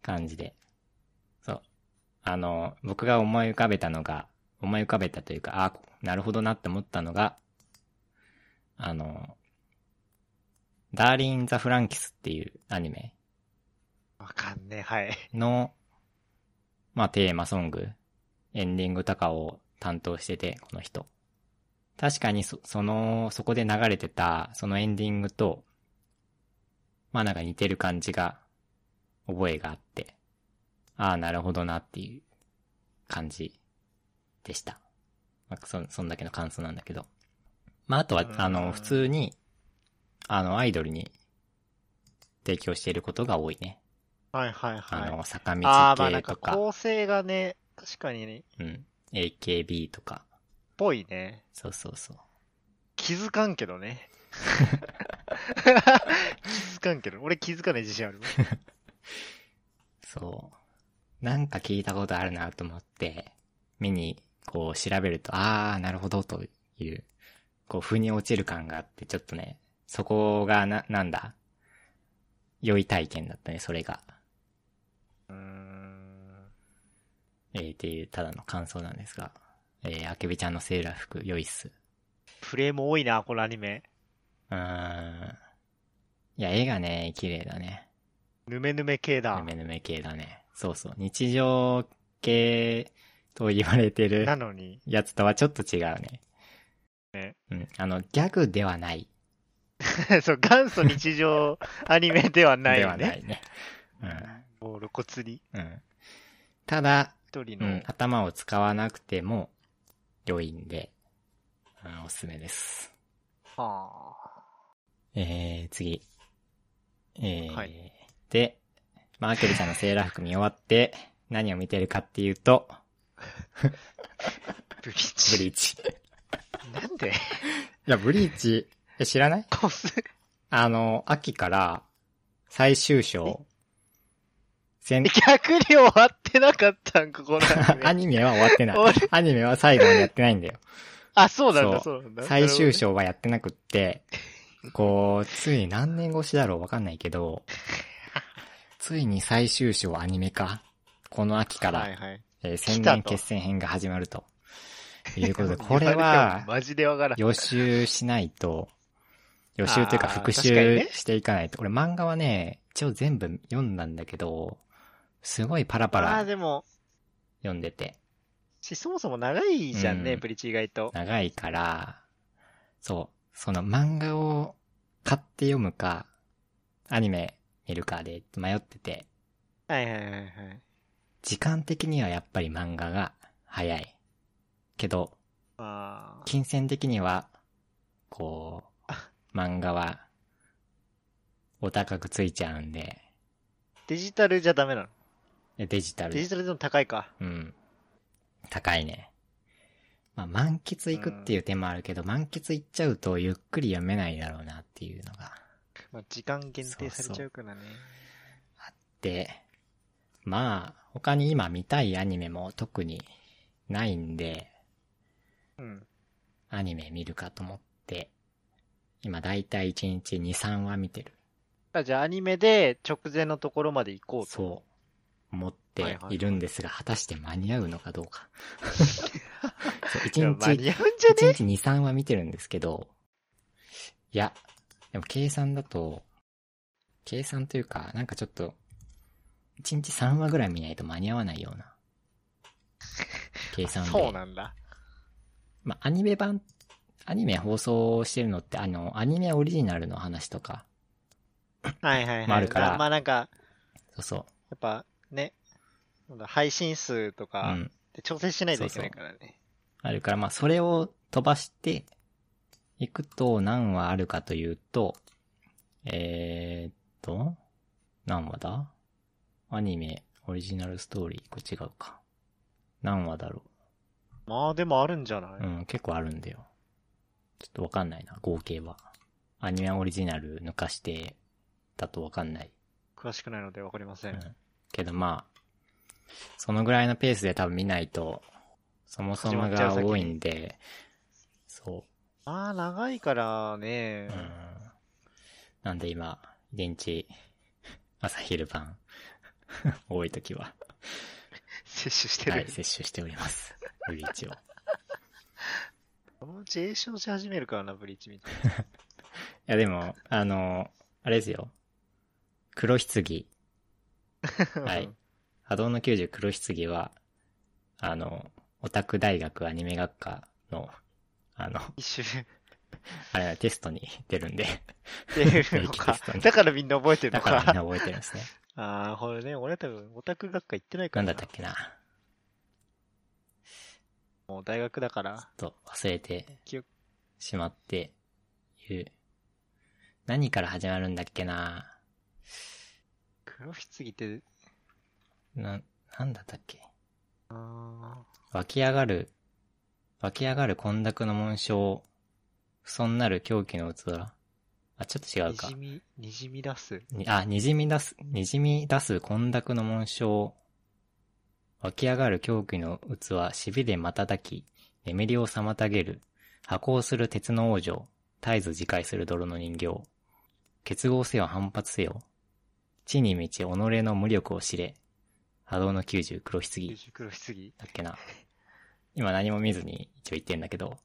S1: 感じで。そう。あの、僕が思い浮かべたのが、思い浮かべたというか、ああ、なるほどなって思ったのが、あの、ダーリン・ザ・フランキスっていうアニメ
S2: わかんねえ、はい。
S1: の、まあ、テーマソング、エンディングとかを担当してて、この人。確かにそ、その、そこで流れてた、そのエンディングと、まあなんか似てる感じが、覚えがあって、ああ、なるほどなっていう感じでした。まあ、そん、そんだけの感想なんだけど。まああとは
S2: う、ん
S1: あの、普通に、あの、アイドルに提供していることが多いね。
S2: はいはい
S1: あ
S2: はい。
S1: の、坂道
S2: ああー、まあなん
S1: 系
S2: か
S1: とか、
S2: 構成がね、確かにね、
S1: うん、AKB とか、
S2: ぽいね。
S1: そうそうそう。
S2: 気づかんけどね。気づかんけど。俺気づかない自信あるわ。
S1: そう。なんか聞いたことあるなと思って、見に、こう調べると、あー、なるほど、という、こう、腑に落ちる感があって、ちょっとね、そこがな、なんだ良い体験だったね、それが。
S2: うーん。
S1: えー、っていう、ただの感想なんですが。えー、あけびちゃんのセーラー服、良いっす。
S2: プレイも多いな、このアニメ。
S1: うーん。いや、絵がね、綺麗だね。
S2: ヌメヌメ系だ
S1: ぬ。めぬめ系だね。そうそう。日常系と言われてる。
S2: なのに。
S1: やつとはちょっと違うね。
S2: ね
S1: うん。あの、ギャグではない。
S2: そう、元祖 日常アニメではない
S1: で
S2: よ
S1: はな
S2: ね。
S1: いね。
S2: もう露骨に
S1: うん。うん。ただ、
S2: 一人
S1: う
S2: の、
S1: ん、頭を使わなくても、良いんで、うん、おすすめです。
S2: は
S1: えー、次。えー、
S2: はい
S1: で、マーケルちゃんのセーラー服見終わって、何を見てるかっていうと、
S2: あ、ブリ
S1: ブ
S2: ッジ。
S1: リー チ。い
S2: なんで
S1: や、ブリーチ、え知らない
S2: コス、
S1: あの、秋から、最終章、全
S2: 逆に終わってなかったんか、このアニ
S1: アニ
S2: メ
S1: メは終わってない
S2: 終わり。
S1: アニメは最後までやってないんだよ。
S2: あ、そうなんだ、
S1: そ
S2: そうなんだ。
S1: 最終章はやってなくって、こう、ついに何年越しだろうわかんないけど、ついに最終章アニメ化。この秋か
S2: なるほど
S1: ら、
S2: はいはい。
S1: えー
S2: 来
S1: 千
S2: たと
S1: 年決戦編が始まると。いうことで、
S2: も
S1: これ
S2: 言わても
S1: は、
S2: マジでわ からん。
S1: 予習しないと、予習というか
S2: あー
S1: 復
S2: 確かに
S1: 習
S2: ね
S1: していかないと。俺漫画はね、一応全部読んだんだけど、すごいパラパ
S2: ああ、
S1: ラ
S2: でも、
S1: 読んでて。
S2: しそもそも長いじゃんね、
S1: うん
S2: ブリッジ意外と。
S1: 長いから、そう、その漫画を買って読むか、アニメ見るかで迷ってて、
S2: はいはいはいはい。
S1: 時間的にはやっぱり漫画が早い。けど、
S2: あ
S1: 金銭的には、こ う、漫画は、お高くついちゃうんで、
S2: ーデジタルじゃダメなの
S1: でデジタル
S2: デジタルでも高いか。
S1: うん。高いね。まあ、満喫行くっていう手もあるけど、満喫行っちゃうとゆっくり読めないだろうなっていうのが。
S2: まあ、時間限定されちゃうからね。
S1: で、まあ、他に今見たいアニメも特にないんで、
S2: うん。
S1: アニメ見るかと思って、今だいたい1日2、3話見てる。
S2: あじゃあアニメで直前のところまで行こうと。
S1: そう、思っているんですが、果たして間に合うのかどう か。そう
S2: いや
S1: 1
S2: 間
S1: 日
S2: に合うんじゃ
S1: 1
S2: ね
S1: 日2、3は見てるんですけど、いや、でも計算だと、計算というか、なんかちょっと、1日3話ぐらい見ないと間に合わないような、計算で。
S2: そうなんだ。
S1: まあ、アニメ版、アニメ放送してるのって、あの、アニメオリジナルの話とか、
S2: はいはいはい。
S1: もあるから
S2: まあまあなんか、
S1: そうそ
S2: やっぱね、なんだ配信数と
S1: う。う
S2: か
S1: ん。
S2: で調整しないといけないからね。
S1: あるから、まあ、それを飛ばして、いくと何話あるかというと、えー、っと、何話だアニメ、オリジナルストーリー、これ違うか。何話だろ
S2: まあでもあるんじゃな
S1: う。う
S2: い
S1: ん、結構あるんだよ。ちょっとわかんないな、合計は。アニメオリジナル抜かして、だとわかんない。
S2: 詳しくないのでわかりません。
S1: うんけどまあ、そのぐらいのペースで多分見ないと、そもそもが多いんで、そう。
S2: まあ長いからね
S1: う、んなんで今、一日、 朝昼晩、 多い時は、
S2: 摂取して
S1: は
S2: る
S1: い、。摂取しております。 ブリーチを。い
S2: もう J 賞し始めるからな、ブリーチみたい
S1: やでも、あの、あれですよ。黒棺。
S2: な。
S1: はい。波動の90黒棺は、あの、オタク大学アニメ学科のあの、
S2: 一周
S1: あれはテストに出るんで、
S2: 出るのか
S1: テスト。に
S2: だからみんな覚えてる
S1: だ
S2: の
S1: か
S2: か。
S1: らみんな覚えてるんですね。
S2: ああ、これね、俺多分オタク学科行ってないか
S1: な
S2: ら
S1: ん
S2: な。
S1: だったっけな。
S2: もう大学だか
S1: ちょ
S2: ら
S1: っ。と忘れて
S2: 記憶
S1: しまっている。何から始まるんだっけな。
S2: 黒ひつぎって、
S1: な、なんだったっけ。
S2: あー
S1: 湧き上がる、湧き上がる混濁の紋章、不損なる狂気の器。あ、ちょっと違う
S2: に
S1: か
S2: じ。み、にじみ出す。
S1: にあ、にじみ出す、にじみ出す混濁の紋章。湧き上がる狂気の器、しびれ瞬き、眠りを妨げる。破壊する鉄の王女、絶えず自戒する泥の人形。結合せよ反発せよ。地に満ち己の無力を知れ。波動の90黒棺。
S2: 九十黒ひつぎ。
S1: だっけな。今何も見ずに一応言ってんだけど、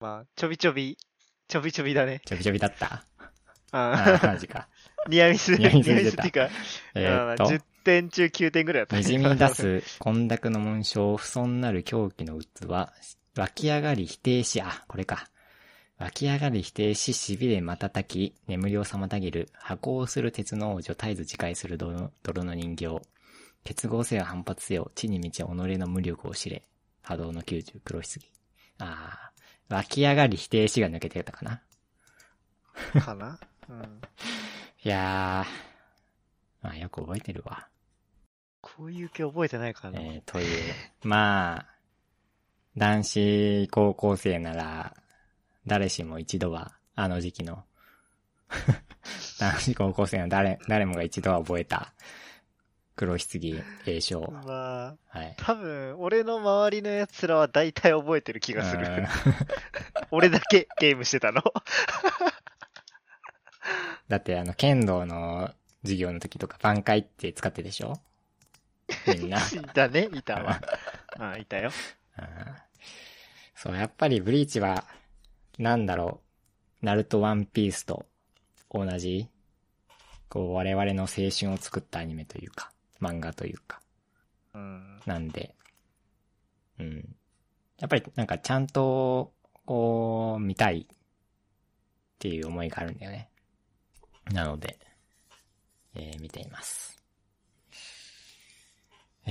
S2: まあ、ちょびちょび、ちょびちょびだね。
S1: ちょびちょびだった。あー
S2: あ
S1: マジ か。
S2: あ、ニアミス、ニ
S1: ニ
S2: ア
S1: ア
S2: ミ
S1: ミス
S2: スってい
S1: 出た
S2: うか、
S1: えー
S2: あ
S1: っ
S2: ー10
S1: と、
S2: 点中9点ぐらいだった。
S1: にじみ出。す混濁の紋章、不損なる狂気の器、湧き上がり否定し、あ、これか。湧き上がり否定し、痺れ瞬き、眠りを妨げる、破をする鉄の王女、絶えず自戒する泥泥の人形。結合せよ反発せよ、地に満ち己の無力を知れ。波動の90、黒ひつぎ。ああ、湧き上がり否定しが抜けてたかな。
S2: かなうん。
S1: いやー、まあよく覚えてるわ。
S2: こういう系覚えてないからな。
S1: えー、という。まあ、男子高校生なら、誰しも一度は、あの時期の、 男子高校生の誰、誰もが一度は覚えた、黒棺栄章。
S2: まあ、
S1: はい。
S2: 多分、俺の周りの奴らは大体覚えてる気がす
S1: う
S2: る
S1: ん。
S2: 俺だけゲームしてたの。
S1: だってあの、剣道の授業の時とか、挽回って使ってでしょみんな。
S2: いたね、い たわ。あいたよ。
S1: うんそう、やっぱりブリーチは、なんだろう、ナルトワンピースと同じ、こう我々の青春を作ったアニメというか、漫画というか、
S2: うん。
S1: なんで、うん。やっぱりなんかちゃんと、こう、見たいっていう思いがあるんだよね。なので、えー見ています。え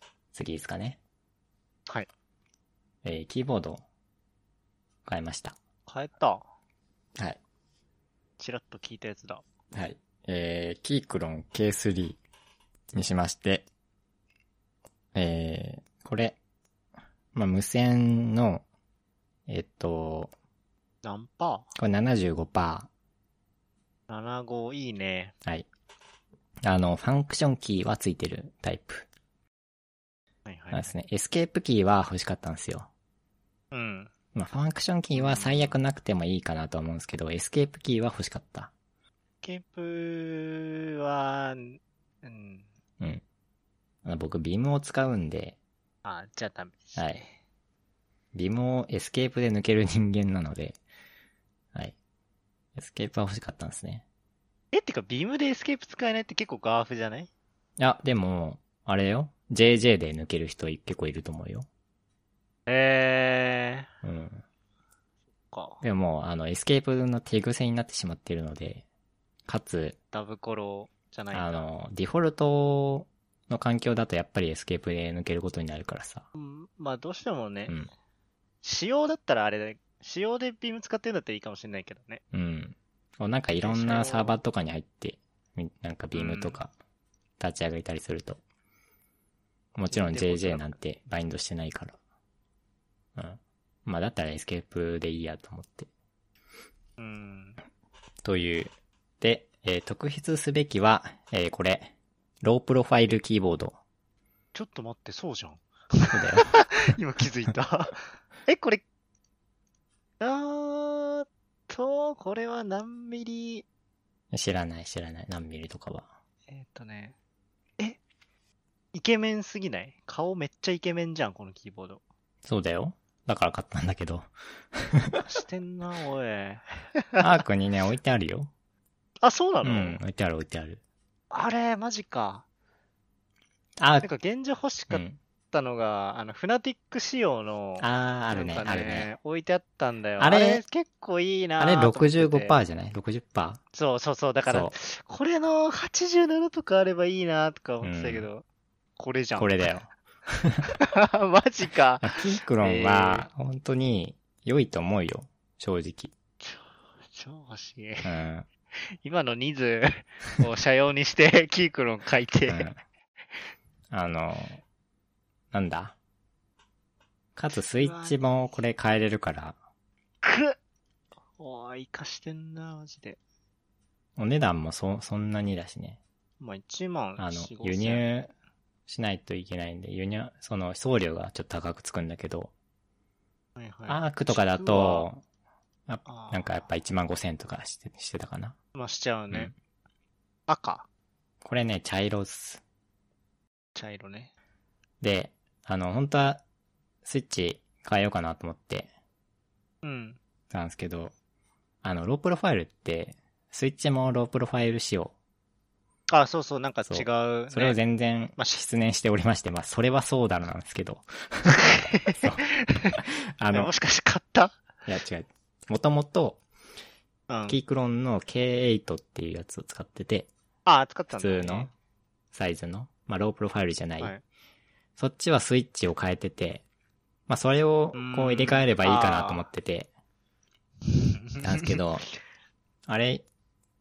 S1: ー、次ですかね。
S2: はい。
S1: えーキーボードを買いました。
S2: 変えた。
S1: はい。
S2: チラッと聞いたやつだ。
S1: はい。えー、キークロン K3 にしまして、えー、これ、まあ、無線の、えっと、
S2: 何パ
S1: これ75%。は
S2: ー ?75 いいね。
S1: い。あの、ファンクションキーはついてるタイプ。
S2: はいはい。
S1: なんですね。エスケープキーは欲しかったんですよ。
S2: うん。
S1: まあ、ファンクションキーは最悪なくてもいいかなと思うんですけど、エスケープキーは欲しかった。
S2: ケンプは、うん。
S1: うん。あの僕、ビームを使うんで、
S2: あ、じゃあダメです。
S1: はい。ビムをエスケープで抜ける人間なので、はい。エスケープは欲しかったんですね。
S2: え、ってか、ビームでエスケープ使えないって結構ガーフじゃない
S1: いや、でも、あれよ。JJ で抜ける人結構いると思うよ。
S2: えー
S1: うん。
S2: か。
S1: でももう、あの、エスケープの手癖になってしまっているので、かつ、
S2: ダブコロじゃない
S1: あ
S2: な。
S1: の、デフォルトの環境だとやっぱりエスケープで抜けることになるからさ。
S2: うんまあ、どうしてもね、
S1: うん。
S2: 仕様だったらあれだね。仕様でビーム使ってるんだったらいいかもしれないけどね。
S1: うん。こうなんかいろんなサーバーとかに入って、みなんかビームとか立ち上げたりすると。もちろん
S2: でも
S1: JJ なんてバインドしてないから。うん。まあだったらエスケープでいいやと思って。
S2: うん。
S1: という。で、えー特筆すべきは、えーこれ。ロープロファイルキーボード。
S2: ちょっと待って、そうじゃん。
S1: そうだよ。
S2: 今気づいた。 え、これ、あーっと、これは何ミリ、
S1: 知らない知らない。何ミリとかは。
S2: えーっとね、え、イケメンすぎない顔めっちゃイケメンじゃん、このキーボード。
S1: そうだよ。だから買ったんだけど。
S2: してんな、おい。
S1: アークにね、置いてあるよ。
S2: あ、そうな
S1: う
S2: の、
S1: ん、置いてある置いてある。
S2: あれ、マジか。
S1: ア
S2: な
S1: ー
S2: ん
S1: ク、
S2: か現状欲し
S1: う
S2: かっ
S1: ん。
S2: ったのが、あの、フナティック仕様の、
S1: あー、あるね、
S2: なんか
S1: あるね。。
S2: 置いてあったんだよ。
S1: あ
S2: あ
S1: れ
S2: れ、結構いいな
S1: あれ
S2: と思ってて
S1: 65%じゃない ?60%?
S2: そうそうそう。だから
S1: そ、
S2: これの87とかあればいいなとか思ってたけど、これじゃ
S1: う。
S2: ん。
S1: これだよ。
S2: マジ か。
S1: まあキンクロンは、本当に良いと思うよ。正直。
S2: 超欲しい。
S1: うん。
S2: 今のニズを社用にして、 キークロン書いうて。
S1: ん、 あの、なんだ。かつスイッチもこれ変えれるから、
S2: くっおー、生かしてんな、マジで。
S1: お値段もそ、そんなにだしね。
S2: まあ、1万
S1: あ
S2: 4 5
S1: の、輸入しないといけないんで、輸入、その送料がちょっと高くつくんだけど、
S2: はいはい
S1: アークとかだと、
S2: あー
S1: なんかやっぱ1万5千とかしてしてたかな。
S2: まあ、しちゃうね。
S1: うん
S2: 赤
S1: これね、茶色っす。
S2: 茶色ね。
S1: で、あの、本当は、スイッチ変えようかなと思って
S2: うん。
S1: たんですけど、あの、ロープロファイルって、スイッチもロープロファイル仕様。
S2: あ、そうそう、なんか違う、ね。
S1: それを全然
S2: まあし
S1: 失念しておりまして、まあ、それはそうだろうなんですけ ど。そうあの
S2: も、しかして買った
S1: いや違う。もともと、
S2: うん。
S1: キークロンの K8 っていうやつを使ってて、
S2: あ、使った
S1: 普
S2: んだ、ね。
S1: 通のサイズの、まあ、ロープロファイルじゃない。
S2: はい。
S1: そっちはスイッチを変えてて、まあ、それをこう入れ替えればいいかなと思ってて、 なんですけ。ど、あれ、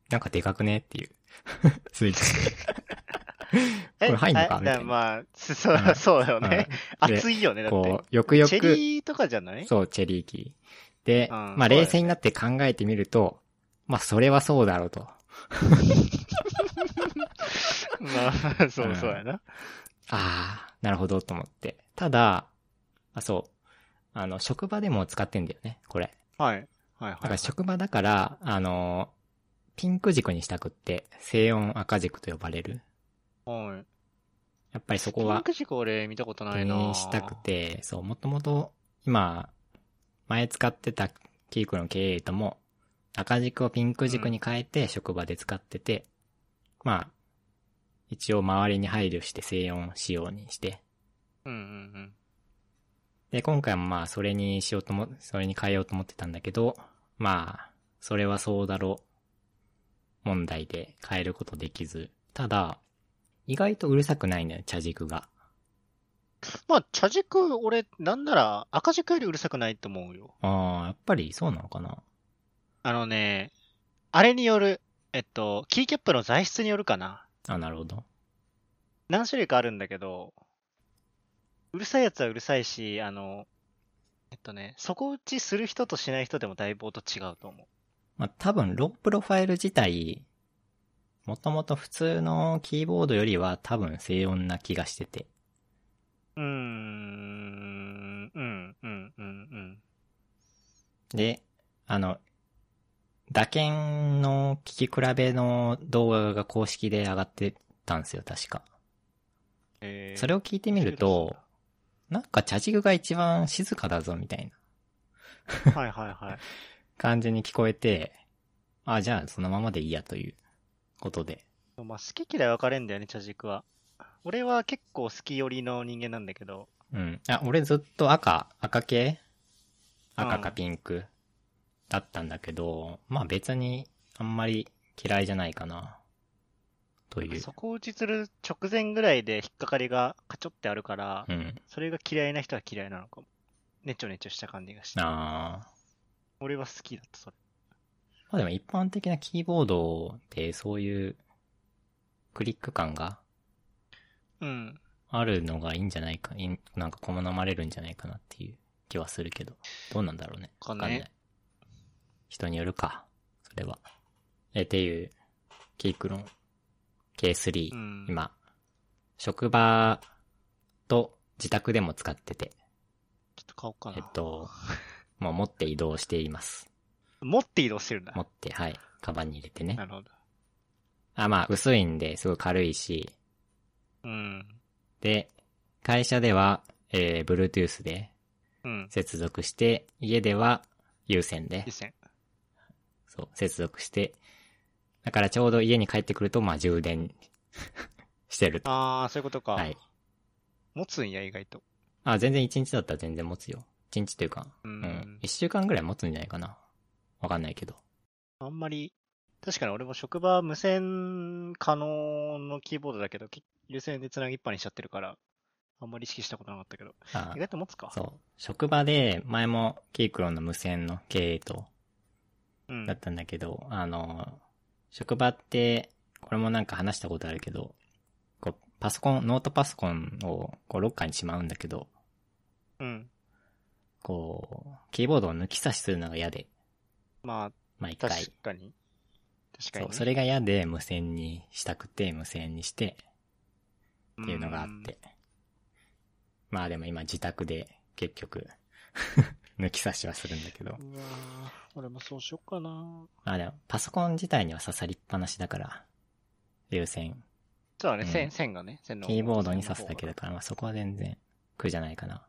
S1: なんかでかくねっていう。 スイッチ。これ入んのかみた
S2: え
S1: いな
S2: あだらまあ、すそう
S1: うん
S2: そうだよね。
S1: で
S2: 熱いよね、だって
S1: こ。う、よくよ
S2: チェ
S1: く、
S2: リーとかじゃない
S1: そう、チェリーキー。で、
S2: うん
S1: まあ、
S2: そうだよね
S1: 冷静になって考えてみると、まあ、それはそうだろうと。
S2: まあ、そうそうやな。
S1: ああ、なるほどと思って。ただ、あ、そう。あの、職場でも使ってんだよね、これ。
S2: はい。はいはい
S1: だか
S2: は
S1: ら
S2: い。
S1: 職場だから、あの、ピンク軸にしたくって、静音赤軸と呼ばれる。
S2: はい。
S1: やっぱりそこ
S2: ピン
S1: は
S2: ク、軸俺見たことないな
S1: にしたくて、そう、もともと、今、前使ってたキークの経営とも、赤軸をピンク軸に変えて職場で使ってて、まあ、一応周りに配慮して静音仕様にして、
S2: うんうん
S1: で、今回もまあ、それにしようとも、それに変えようと思ってたんだけど、まあ、それはそうだろう。問題で変えることできず。ただ、意外とうるさくないのよ、茶軸が。
S2: うん。まあ、茶軸、俺、なんなら赤軸よりうるさくないと思うよ。
S1: ああ、やっぱりそうなのかな。
S2: あのね、あれによる、えっと、キーキャップの材質によるかな。
S1: あ、なるほど。
S2: 何種類かあるんだけど、うるさいやつはうるさいし、あの、えっとね、底打ちする人としない人でもだいぶ音違うと思う。
S1: まあ、多分、ロープロファイル自体、もともと普通のキーボードよりは多分静音な気がしてて。
S2: うーん、うん、うん、うん、うん。
S1: で、あの、打鍵の聞き比べの動画が公式で上がってたんですよ、確か。
S2: えー
S1: それを聞いてみると、なんか茶軸が一番静かだぞ、みたいな
S2: はいはいはい。
S1: 感じに聞こえて、あ、じゃあそのままでいいやということで。
S2: まあ、好き嫌い分かれんだよね、茶軸は。俺は結構好き寄りの人間なんだけど、
S1: うん。あ、俺ずっと赤、赤系赤か
S2: うん
S1: ピンクだったんだけど、まあ別にあんまり嫌いじゃないかな。という。
S2: 底打ちする直前ぐらいで引っかかりがカチョってあるから、
S1: うん。
S2: それが嫌いな人は嫌いなのかも。ねちょねちょした感じがして。
S1: あー。
S2: 俺は好きだった、それ。
S1: まあでも一般的なキーボードってそういうクリック感が
S2: うん。
S1: あるのがいいんじゃないか、いんなんか好まれるんじゃないかなっていう気はするけど、どうなんだろうね。
S2: わか
S1: わ
S2: ん
S1: か
S2: なんい
S1: ない。人によるか、それは。え、っていう、キークロン K3、
S2: うん
S1: 今、職場と自宅でも使ってて、
S2: ちょっと買おうかな。
S1: えっと、もう持って移動しています。
S2: 持って移動してるんだ
S1: 持。って、はい、カバンに入れてね
S2: な。るほど。
S1: あ、まあ、薄いんで、すごい軽いし、
S2: うん。
S1: で、会社では、えー、Bluetooth で
S2: うん。
S1: 接続して、家では有線で
S2: 実、践。
S1: そう、接続して、だからちょうど家に帰ってくると、まあ充電 してると。
S2: あー、そういうことか。
S1: はい。
S2: 持つんや、意外と。
S1: あ、全然1日だったら全然持つよ。1日というか、
S2: う
S1: うんん。1週間ぐらい持つんじゃないかな。わかんないけど。
S2: あんまり、確かに俺も職場無線可能のキーボードだけど、き有線で繋ぎっぱにしちゃってるから、あんまり意識したことなかったけど。
S1: あ
S2: 意外と持つか。
S1: そう。職場で、前もキークロンの無線の経営と、
S2: う。ん。
S1: だったんだけど、あの、職場って、これもなんか話したことあるけど、こう、パソコン、ノートパソコンを、こう、ロッカーにしまうんだけど、
S2: うん。
S1: こう、キーボードを抜き差しするのが嫌で、
S2: まあ、
S1: 毎回。
S2: 確かに。確かに
S1: そ
S2: ね、
S1: う、それが嫌で無線にしたくて、無線にして、っていうのがあって。まあでも今自宅で、結局、 抜き差しはするんだけど
S2: う。ん。うわー俺もそうしよっかな。
S1: まあでも、パソコン自体には刺さりっぱなしだから、優先。
S2: そうだね、
S1: うん
S2: 線、線がね、線の。
S1: キーボードに刺すだけだから、まあそこは全然苦じゃないかな。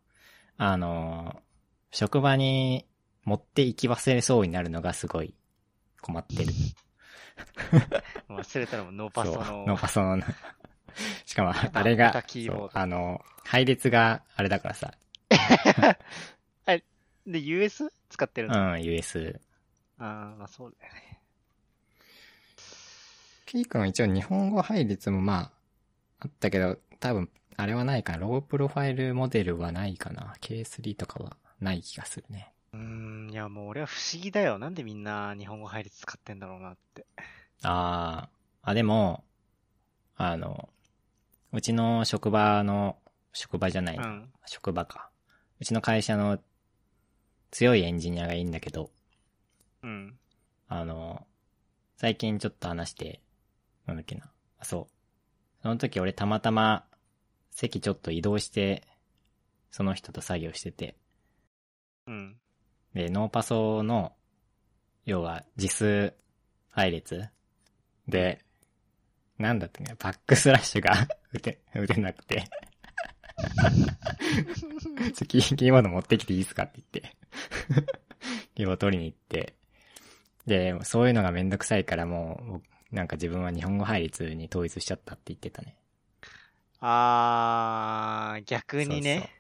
S1: あのー、職場に持って行き忘れそうになるのがすごい困ってる。
S2: 忘れたのもノ
S1: そ
S2: ーパ
S1: う
S2: ソ
S1: ノ
S2: の
S1: ー。パソの。しかも、
S2: た
S1: あれが
S2: また、キーボード
S1: そうあの、配列があれだからさ、
S2: で、US? 使ってる
S1: う
S2: の。あ
S1: ん、US。
S2: あ、まあそうだよね。
S1: キー君一応日本語配列もまあ、あったけど、多分、あれはないかな。ロープロファイルモデルはないかな。K3 とかはない気がするね。
S2: うーん、いやもう俺は不思議だよ。なんでみんな日本語配列使ってんだろうなって。
S1: ああ、あ、でも、あの、うちの職場の、職場じゃない、
S2: うん。
S1: 職場か。うちの会社の強いエンジニアがいいんだけど、
S2: うん。
S1: あの、最近ちょっと話して、なんだっけな。あそう。その時俺たまたま席ちょっと移動して、その人と作業してて、
S2: うん。
S1: で、ノーパソの、要は、字数配列で、なんだったね、バックスラッシュが 打て、打てなくて。 ちょキーキーボード持ってきていいですかって言って。 キーボード取りに行って。で、そういうのがめんどくさいからもう僕、なんか自分は日本語配列に統一しちゃったって言ってたね。
S2: あー、逆に
S1: そうそ
S2: ね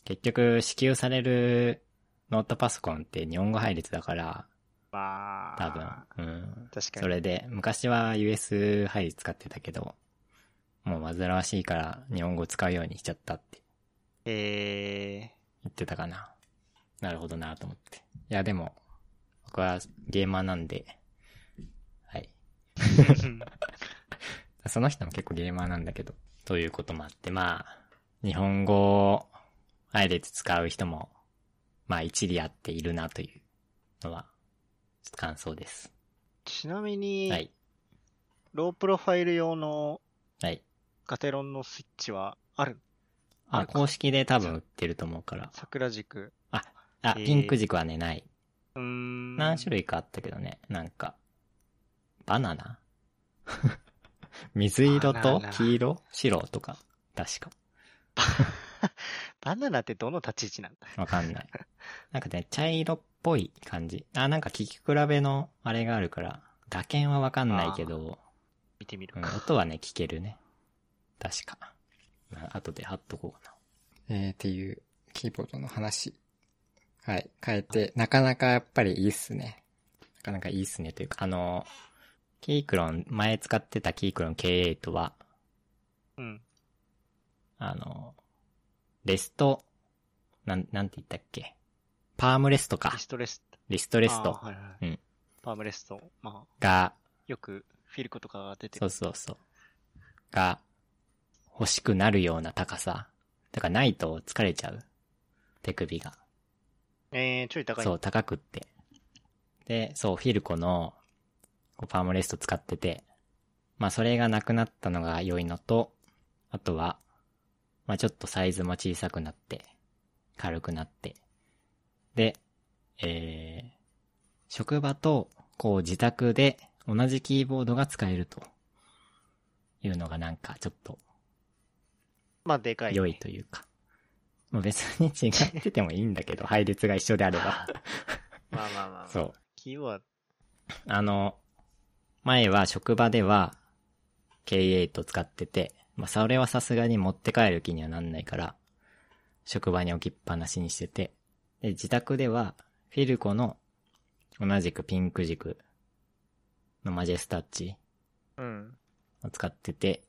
S1: う。結局、支給されるノートパソコンって日本語配列だから、
S2: まあ、
S1: 多分。うん。
S2: 確かに。
S1: それで、昔は US 配列使ってたけど、もう煩わしいから日本語使うようにしちゃったって
S2: え
S1: 言ってたかな。なるほどなと思って。いや、でも、僕はゲーマーなんで、はい。
S2: ー。
S1: その人も結構ゲーマーなんだけど、ということもあって、まあ、日本語配列使う人も、まあ一理あっているなというのは、ちょっと感想です。
S2: ちなみに、
S1: はい。
S2: ロープロファイル用の
S1: はい。
S2: カテロンのスイッチはあるあ
S1: あ、
S2: るか
S1: 公式で多分売ってると思うから。
S2: 桜軸。
S1: あ、
S2: えー
S1: ピンク軸はね、ない。
S2: うーん。
S1: 何種類かあったけどね、なんか、バナナ 水色
S2: バナ
S1: と
S2: ナ
S1: 黄色白とか、確か。
S2: バナナってどの立ち位置なんだ
S1: わかん ない。なんかね、茶色っぽい感じ。あ、なんか聞き比べのあれがあるから、打鍵はわかんないけど、
S2: 見てみる
S1: うん、
S2: か。
S1: 音はね、聞けるね。確か。まあ後で貼っとこうかな。えー、っていう、キーボードの話。はい、変えて、なかなかやっぱりいいっすね。なかなかいいっすねというか、あの、キークロン、前使ってたキークロン K8 は、
S2: うん。
S1: あの、レスト、なん、なんて言ったっけ。パームレストか
S2: リ。ストレスト。
S1: リストレス
S2: あ
S1: ト
S2: ーはいは
S1: うん
S2: い。パームレスト。まあ、
S1: が、
S2: よくフィルコとかが出て
S1: そう
S2: る。
S1: そうそう。が、欲しくなるような高さ。だからないと疲れちゃう。手首が。
S2: えー、ちょい高い。
S1: そう、高くって。で、そう、フィルコの、こうパームレスト使ってて、まあ、それがなくなったのが良いのと、あとは、まあ、ちょっとサイズも小さくなって、軽くなって。で、えー、職場と、こう、自宅で同じキーボードが使えると。いうのがなんか、ちょっと、
S2: まあ、でかい。
S1: 良いというか。もう別に違っててもいいんだけど、配列が一緒であれ ば。
S2: まあまあまあまあ。
S1: そう。
S2: キーは、
S1: あの、前は職場では K8 使ってて、まあ、それはさすがに持って帰る気にはなんないから、職場に置きっぱなしにしてて、で、自宅では、フィルコの、同じくピンク軸のマジェスタッチ
S2: うん。
S1: を使ってて、っ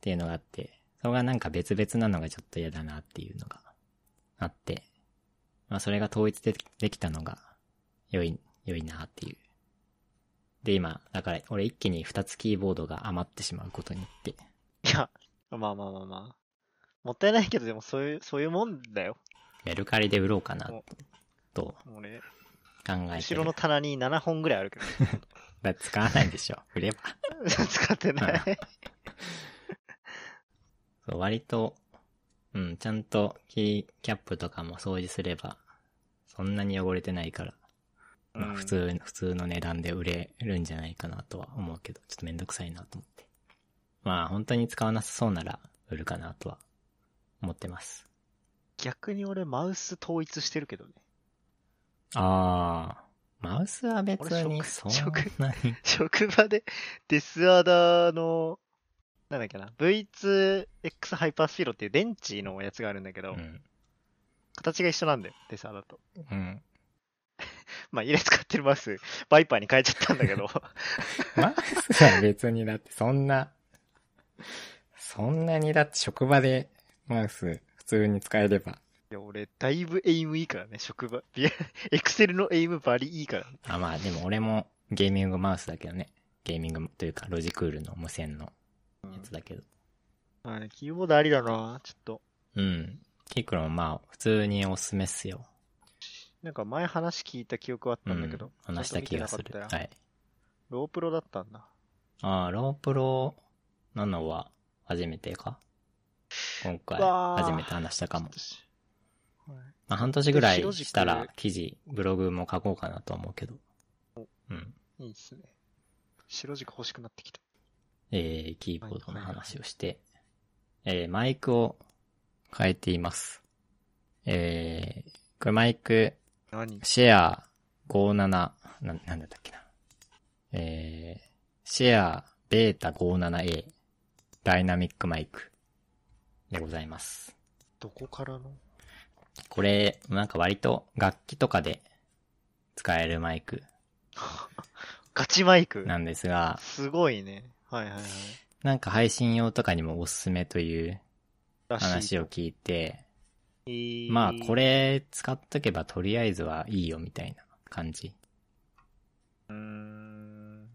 S1: ていうのがあって、それがなんか別々なのがちょっと嫌だなっていうのがあって、まあそれが統一でできたのが良い、良いなっていう。で今、だから俺一気に2つキーボードが余ってしまうことによって、
S2: いや、まあまあまあまあ。もったいないけど、でもそういう、そういうもんだよ。
S1: メルカリで売ろうかな
S2: お、
S1: と
S2: もうね、
S1: 考えて
S2: 後
S1: る
S2: ろの。棚に7本ぐらいあるけど。
S1: だから使わないでしょ、 売れば。
S2: 使ってない。
S1: そう割と、うん、ちゃんとキーキャップとかも掃除すれば、そんなに汚れてないから、ま
S2: う
S1: あ
S2: ん
S1: 普通、普通の値段で売れるんじゃないかなとは思うけど、ちょっとめんどくさいなと思って。まあ本当に使わなさそうなら売るかなとは思ってます。
S2: 逆に俺、マウス統一してるけどね。
S1: あー、マウスは別
S2: 俺
S1: にそ
S2: 食
S1: んなに、
S2: 職場で、デスアダーの、なんだっけな、V2X ハイパースピロっていう電池のやつがあるんだけ
S1: う
S2: ど、
S1: ん、
S2: 形が一緒なんだよ、デスアダーと。
S1: うん。
S2: まあ、家で使ってるマウス、バイパーに変えちゃったんだ けど、
S1: マウスは別にだってそんな、そんなにだって職場でマウス普通に使えれば、
S2: いや俺、だいぶエイムいいからね、職場。いやエクセルのエイムバリいいから、ね。
S1: あ、まあでも俺もゲーミングマウスだけどね。ゲーミングというかロジクールの無線のやつだけど。
S2: まあね、キーボードありだな、ちょっと。
S1: うん。キクロもまあ普通におすすめっすよ。
S2: なんか前話聞いた記憶はあったんだけど、
S1: うん、話した気がす
S2: ち
S1: る。
S2: ゃんと見てなか
S1: は
S2: ったよ
S1: い。
S2: ロープロだったんだ。
S1: ああ、ロープロなのは初めてか今回
S2: うわー
S1: 初めて話したかも
S2: ちょっ。としはい
S1: まあ半年ぐらい
S2: で
S1: した
S2: 白
S1: ら
S2: 軸
S1: 記事、ブログも書こうかなとは思うけど。うん。
S2: いいっすね。白軸欲しくなってきた。
S1: えー、キーボードの話をして、えー、マイクを変えています。えー、これマイク、
S2: 何
S1: シェア57、な、なんだったっけな。えー、シェアベータ 57A ダイナミックマイクでございます。
S2: どこからの
S1: これ、なんか割と楽器とかで使えるマイク
S2: ガチマイク
S1: なんですが、
S2: すごいね。はいはいはい。
S1: なんか配信用とかにもおすすめという
S2: らしい。
S1: 話を聞いて、
S2: えー
S1: まあこ。れ使っとけばとりあえずはいいよみたいな感じ。
S2: うーん。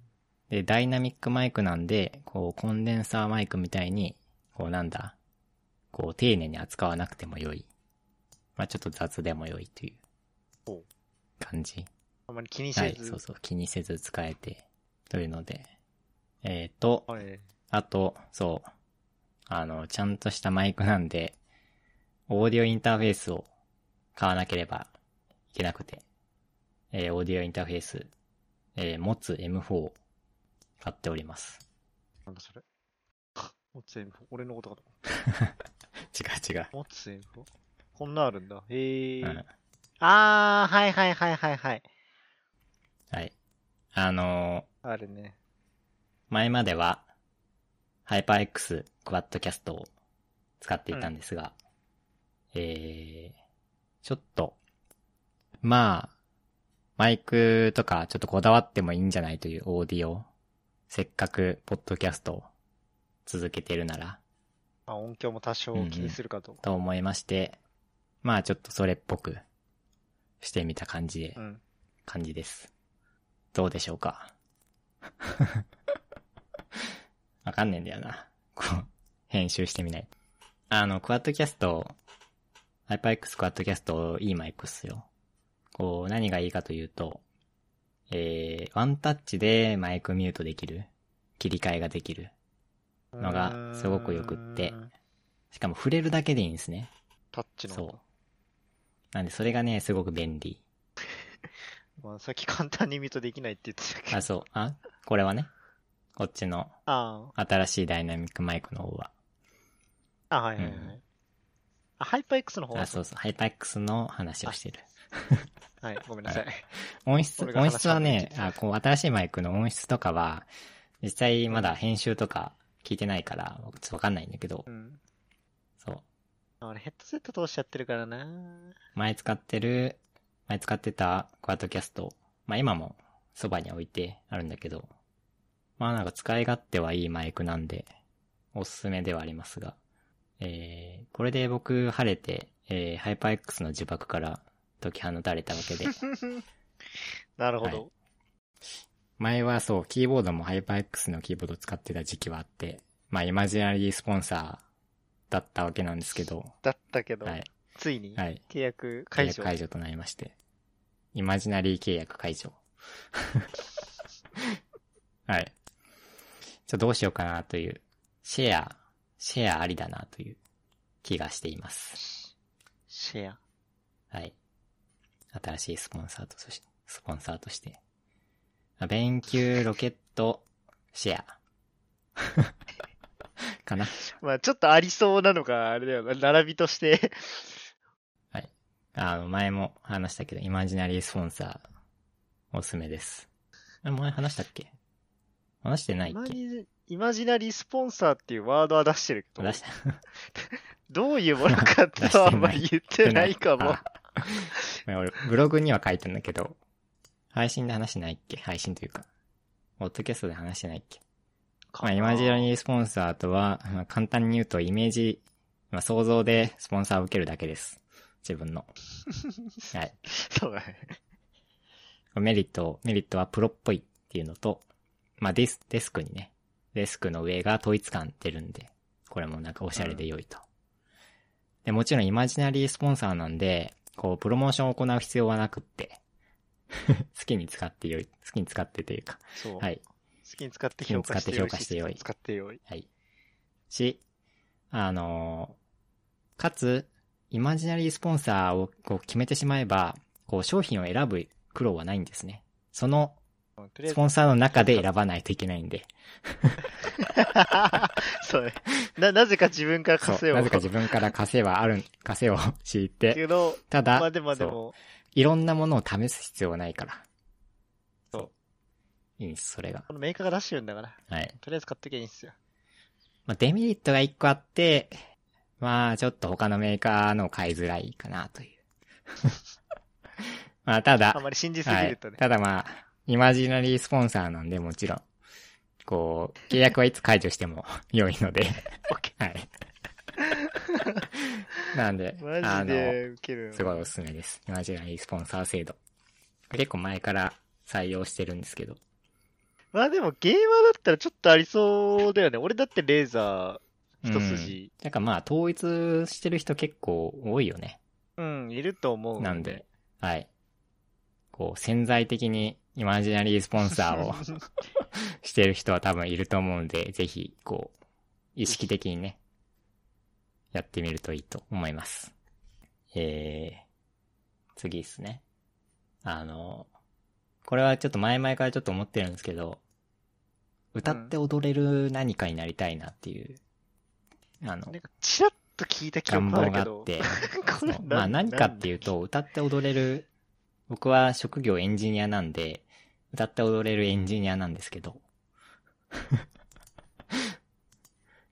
S1: で、ダイナミックマイクなんで、こうコンデンサーマイクみたいに、こうなんだ、こう丁寧に扱わなくても良い。まあちょっと雑でも良いという
S2: ほう
S1: 感じ。
S2: あんまり気に
S1: は
S2: せ
S1: い、
S2: ず。
S1: そうそう、気にせず使えて、というので。えっ、ー、と、
S2: はい。
S1: あと、そう、あの、ちゃんとしたマイクなんで、オーディオインターフェースを買わなければいけなくて、えーオーディオインターフェース、えー持つ M4 買っております。
S2: なんだそれ。モツエンフォ。俺のことかと思
S1: 違う違う
S2: った。モツエンフォ。こんなあるんだ。へえ。
S1: うん。
S2: あー、はいはいはいはいはい。
S1: はい。あの
S2: あるね。
S1: ー前までは、ハイパー X クワッドキャストを使っていたんですが、えー、ちょっと、まあ、マイクとかちょっとこだわってもいいんじゃないというオーディオ。せっかく、ポッドキャストを続けてるなら、
S2: まあ音響も多少気にするかと。
S1: と思いまして、まあちょっとそれっぽくしてみた感じで
S2: うん。
S1: 感じです。どうでしょう かわかんねえんだよな。こう、編集してみない。あの、クワッドキャスト、HyperX クワッドキャスト、いいマイクっすよ。こう、何がいいかというと、えー、ワンタッチでマイクミュートできる。切り替えができる。のがすごくよくって
S2: うーん
S1: しかも触れるだけでいいんですね。
S2: タッチの。
S1: そう。なんで、それがね、すごく便利。
S2: まあさっき簡単に見とできないって言ってたけど。
S1: あ、
S2: あ
S1: そう。あ、これはね。こっちの
S2: あー。
S1: 新しいダイナミックマイクの方は。
S2: あ、はいはいはい。
S1: うん
S2: あ、ハイパー X の方は
S1: あ、そうそう、ハイパックスの話をしてる。
S2: はい、ごめんなさい。
S1: 音質、
S2: 俺が話
S1: 音質はね
S2: し、た
S1: あこう、新しいマイクの音質とかは、実際まだ編集とか聞いてないから、僕ちょっとわかんないんだけど
S2: う、ん。
S1: そう。
S2: 俺ヘッドセット通しちゃってるからな
S1: 前使ってる、前使ってたクワッドキャスト、まあ今もそばに置いてあるんだけど、まあなんか使い勝手はいいマイクなんで、おすすめではありますが、えー、これで僕晴れて、えー、ハイパー X の呪縛から解き放たれたわけで、
S2: なるほど。
S1: はい前はそう、キーボードもハイパー X のキーボード使ってた時期はあって、まあイマジナリースポンサーだったわけなんですけど、
S2: だったけど、
S1: はい、
S2: ついに
S1: はい。
S2: 契約
S1: 契
S2: 解
S1: 約
S2: 除。
S1: 解除となりまして。イマジナリー契約解除。 はい。じゃどうしようかなという、シェア、シェアありだなという気がしています。
S2: シェア。
S1: はい。新しいスポンサーとそし、スポンサーとして。あ勉強ロケットシェア。 かな。
S2: まあちょっとありそうなのが、あれだよな、並びとして。
S1: あの、前も話したけど、イマジナリースポンサー、おすすめです。あ前話したっけ話してない
S2: イ
S1: っ
S2: マ
S1: け
S2: ジイマジナリースポンサーっていうワードは出してるけど
S1: 出、した。
S2: どういうものかってのはあんまり言ってないかも。
S1: あ。ごめん俺、ブログには書いたんだけど、配信で話してないっけ配信というか、ポッドキャストで話してないっけまあ、イマジナリースポンサーとは、まあ簡単に言うとイメージ、まあ、想像でスポンサーを受けるだけです。自分の。はい。
S2: そうだね。
S1: メリット、メリットはプロっぽいっていうのと、まあデス、デスクにね、デスクの上が統一感出るんで、これもなんかおしゃれで良いと。で、もちろんイマジナリースポンサーなんで、こう、プロモーションを行う必要はなくって、 好きに使って良い、好きに使ってというか、
S2: そう。
S1: はい、
S2: 好きに使って評価してよ
S1: 好きに使
S2: い。
S1: って評価してよい
S2: 使ってよい。
S1: はい。し、あのーかつ、イマジナリースポンサーをこう決めてしまえば、こう、商品を選ぶ苦労はないんですね。その
S2: と
S1: ス
S2: りあえず
S1: ポ、ンサーの中で選ばないといけないんで。
S2: そうね。な、なぜか自分から
S1: そう。
S2: 稼いを。
S1: なぜか自分から稼いはある、稼いを敷い
S2: け
S1: て、
S2: ど、
S1: ただ、
S2: まあでもで
S1: そう
S2: も、
S1: いろんなものを試す必要はないから。
S2: そう
S1: いいんです、それが。
S2: このメーカーが出してるんだから、
S1: はい。
S2: とりあえず買っときゃいいんすよ。
S1: まあ、デメリットが一個あって、まあ、ちょっと他のメーカーのを買いづらいかな という。まあ、ただ、
S2: あまり信じすぎ
S1: は
S2: る
S1: い、
S2: とね。
S1: ただまあ、イマジナリースポンサーなんで、もちろん。こう、契約はいつ解除しても 良いので。はい。 なんで、
S2: マ
S1: あ
S2: ジ
S1: の、
S2: でウケるよ。
S1: すごいおすすめです。イマジナリースポンサー制度。結構前から採用してるんですけど。
S2: まあでもゲーマーだったらちょっとありそうだよね。俺だってレーザー一筋、
S1: なんかまあ、統一してる人結構多いよね。
S2: うん、いると思う。
S1: なんで、はい。こう、潜在的にイマジナリースポンサーをしてる人は多分いると思うんで、ぜひ、こう、意識的にね、やってみるといいと思います。えー、次ですね。あの、これはちょっと前々からちょっと思ってるんですけど、歌って踊れる何かになりたいなっていう、あの
S2: なん、かチラッと聞いた記
S1: 願
S2: 憶あ
S1: 望
S2: る
S1: が
S2: け
S1: あ
S2: ど
S1: っ。て、
S2: これ
S1: まあ何かって
S2: いう。
S1: いうと、歌って踊れる、僕は職業エンジニアなんで、歌って踊れるエンジニアなんですけど、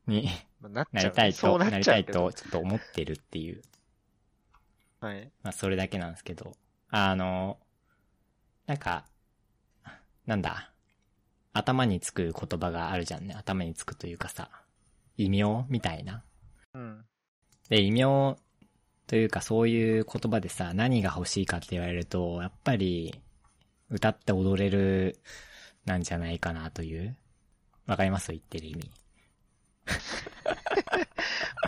S1: に
S2: まあなっ
S1: な
S2: ちゃう
S1: りたい
S2: そう
S1: と、
S2: な
S1: な
S2: っ
S1: り
S2: ちゃ
S1: た
S2: う
S1: い
S2: けど
S1: と、ちょっと思ってるっていう、
S2: はい。
S1: まあそれだけなんですけど、あの、なんか、なんだ、頭につく言葉があるじゃんね。頭につくというかさ、異名みたいな。
S2: うん。
S1: で、異名というかそういう言葉でさ、何が欲しいかって言われると、やっぱり、歌って踊れる、なんじゃないかなという。わかります言ってる意味。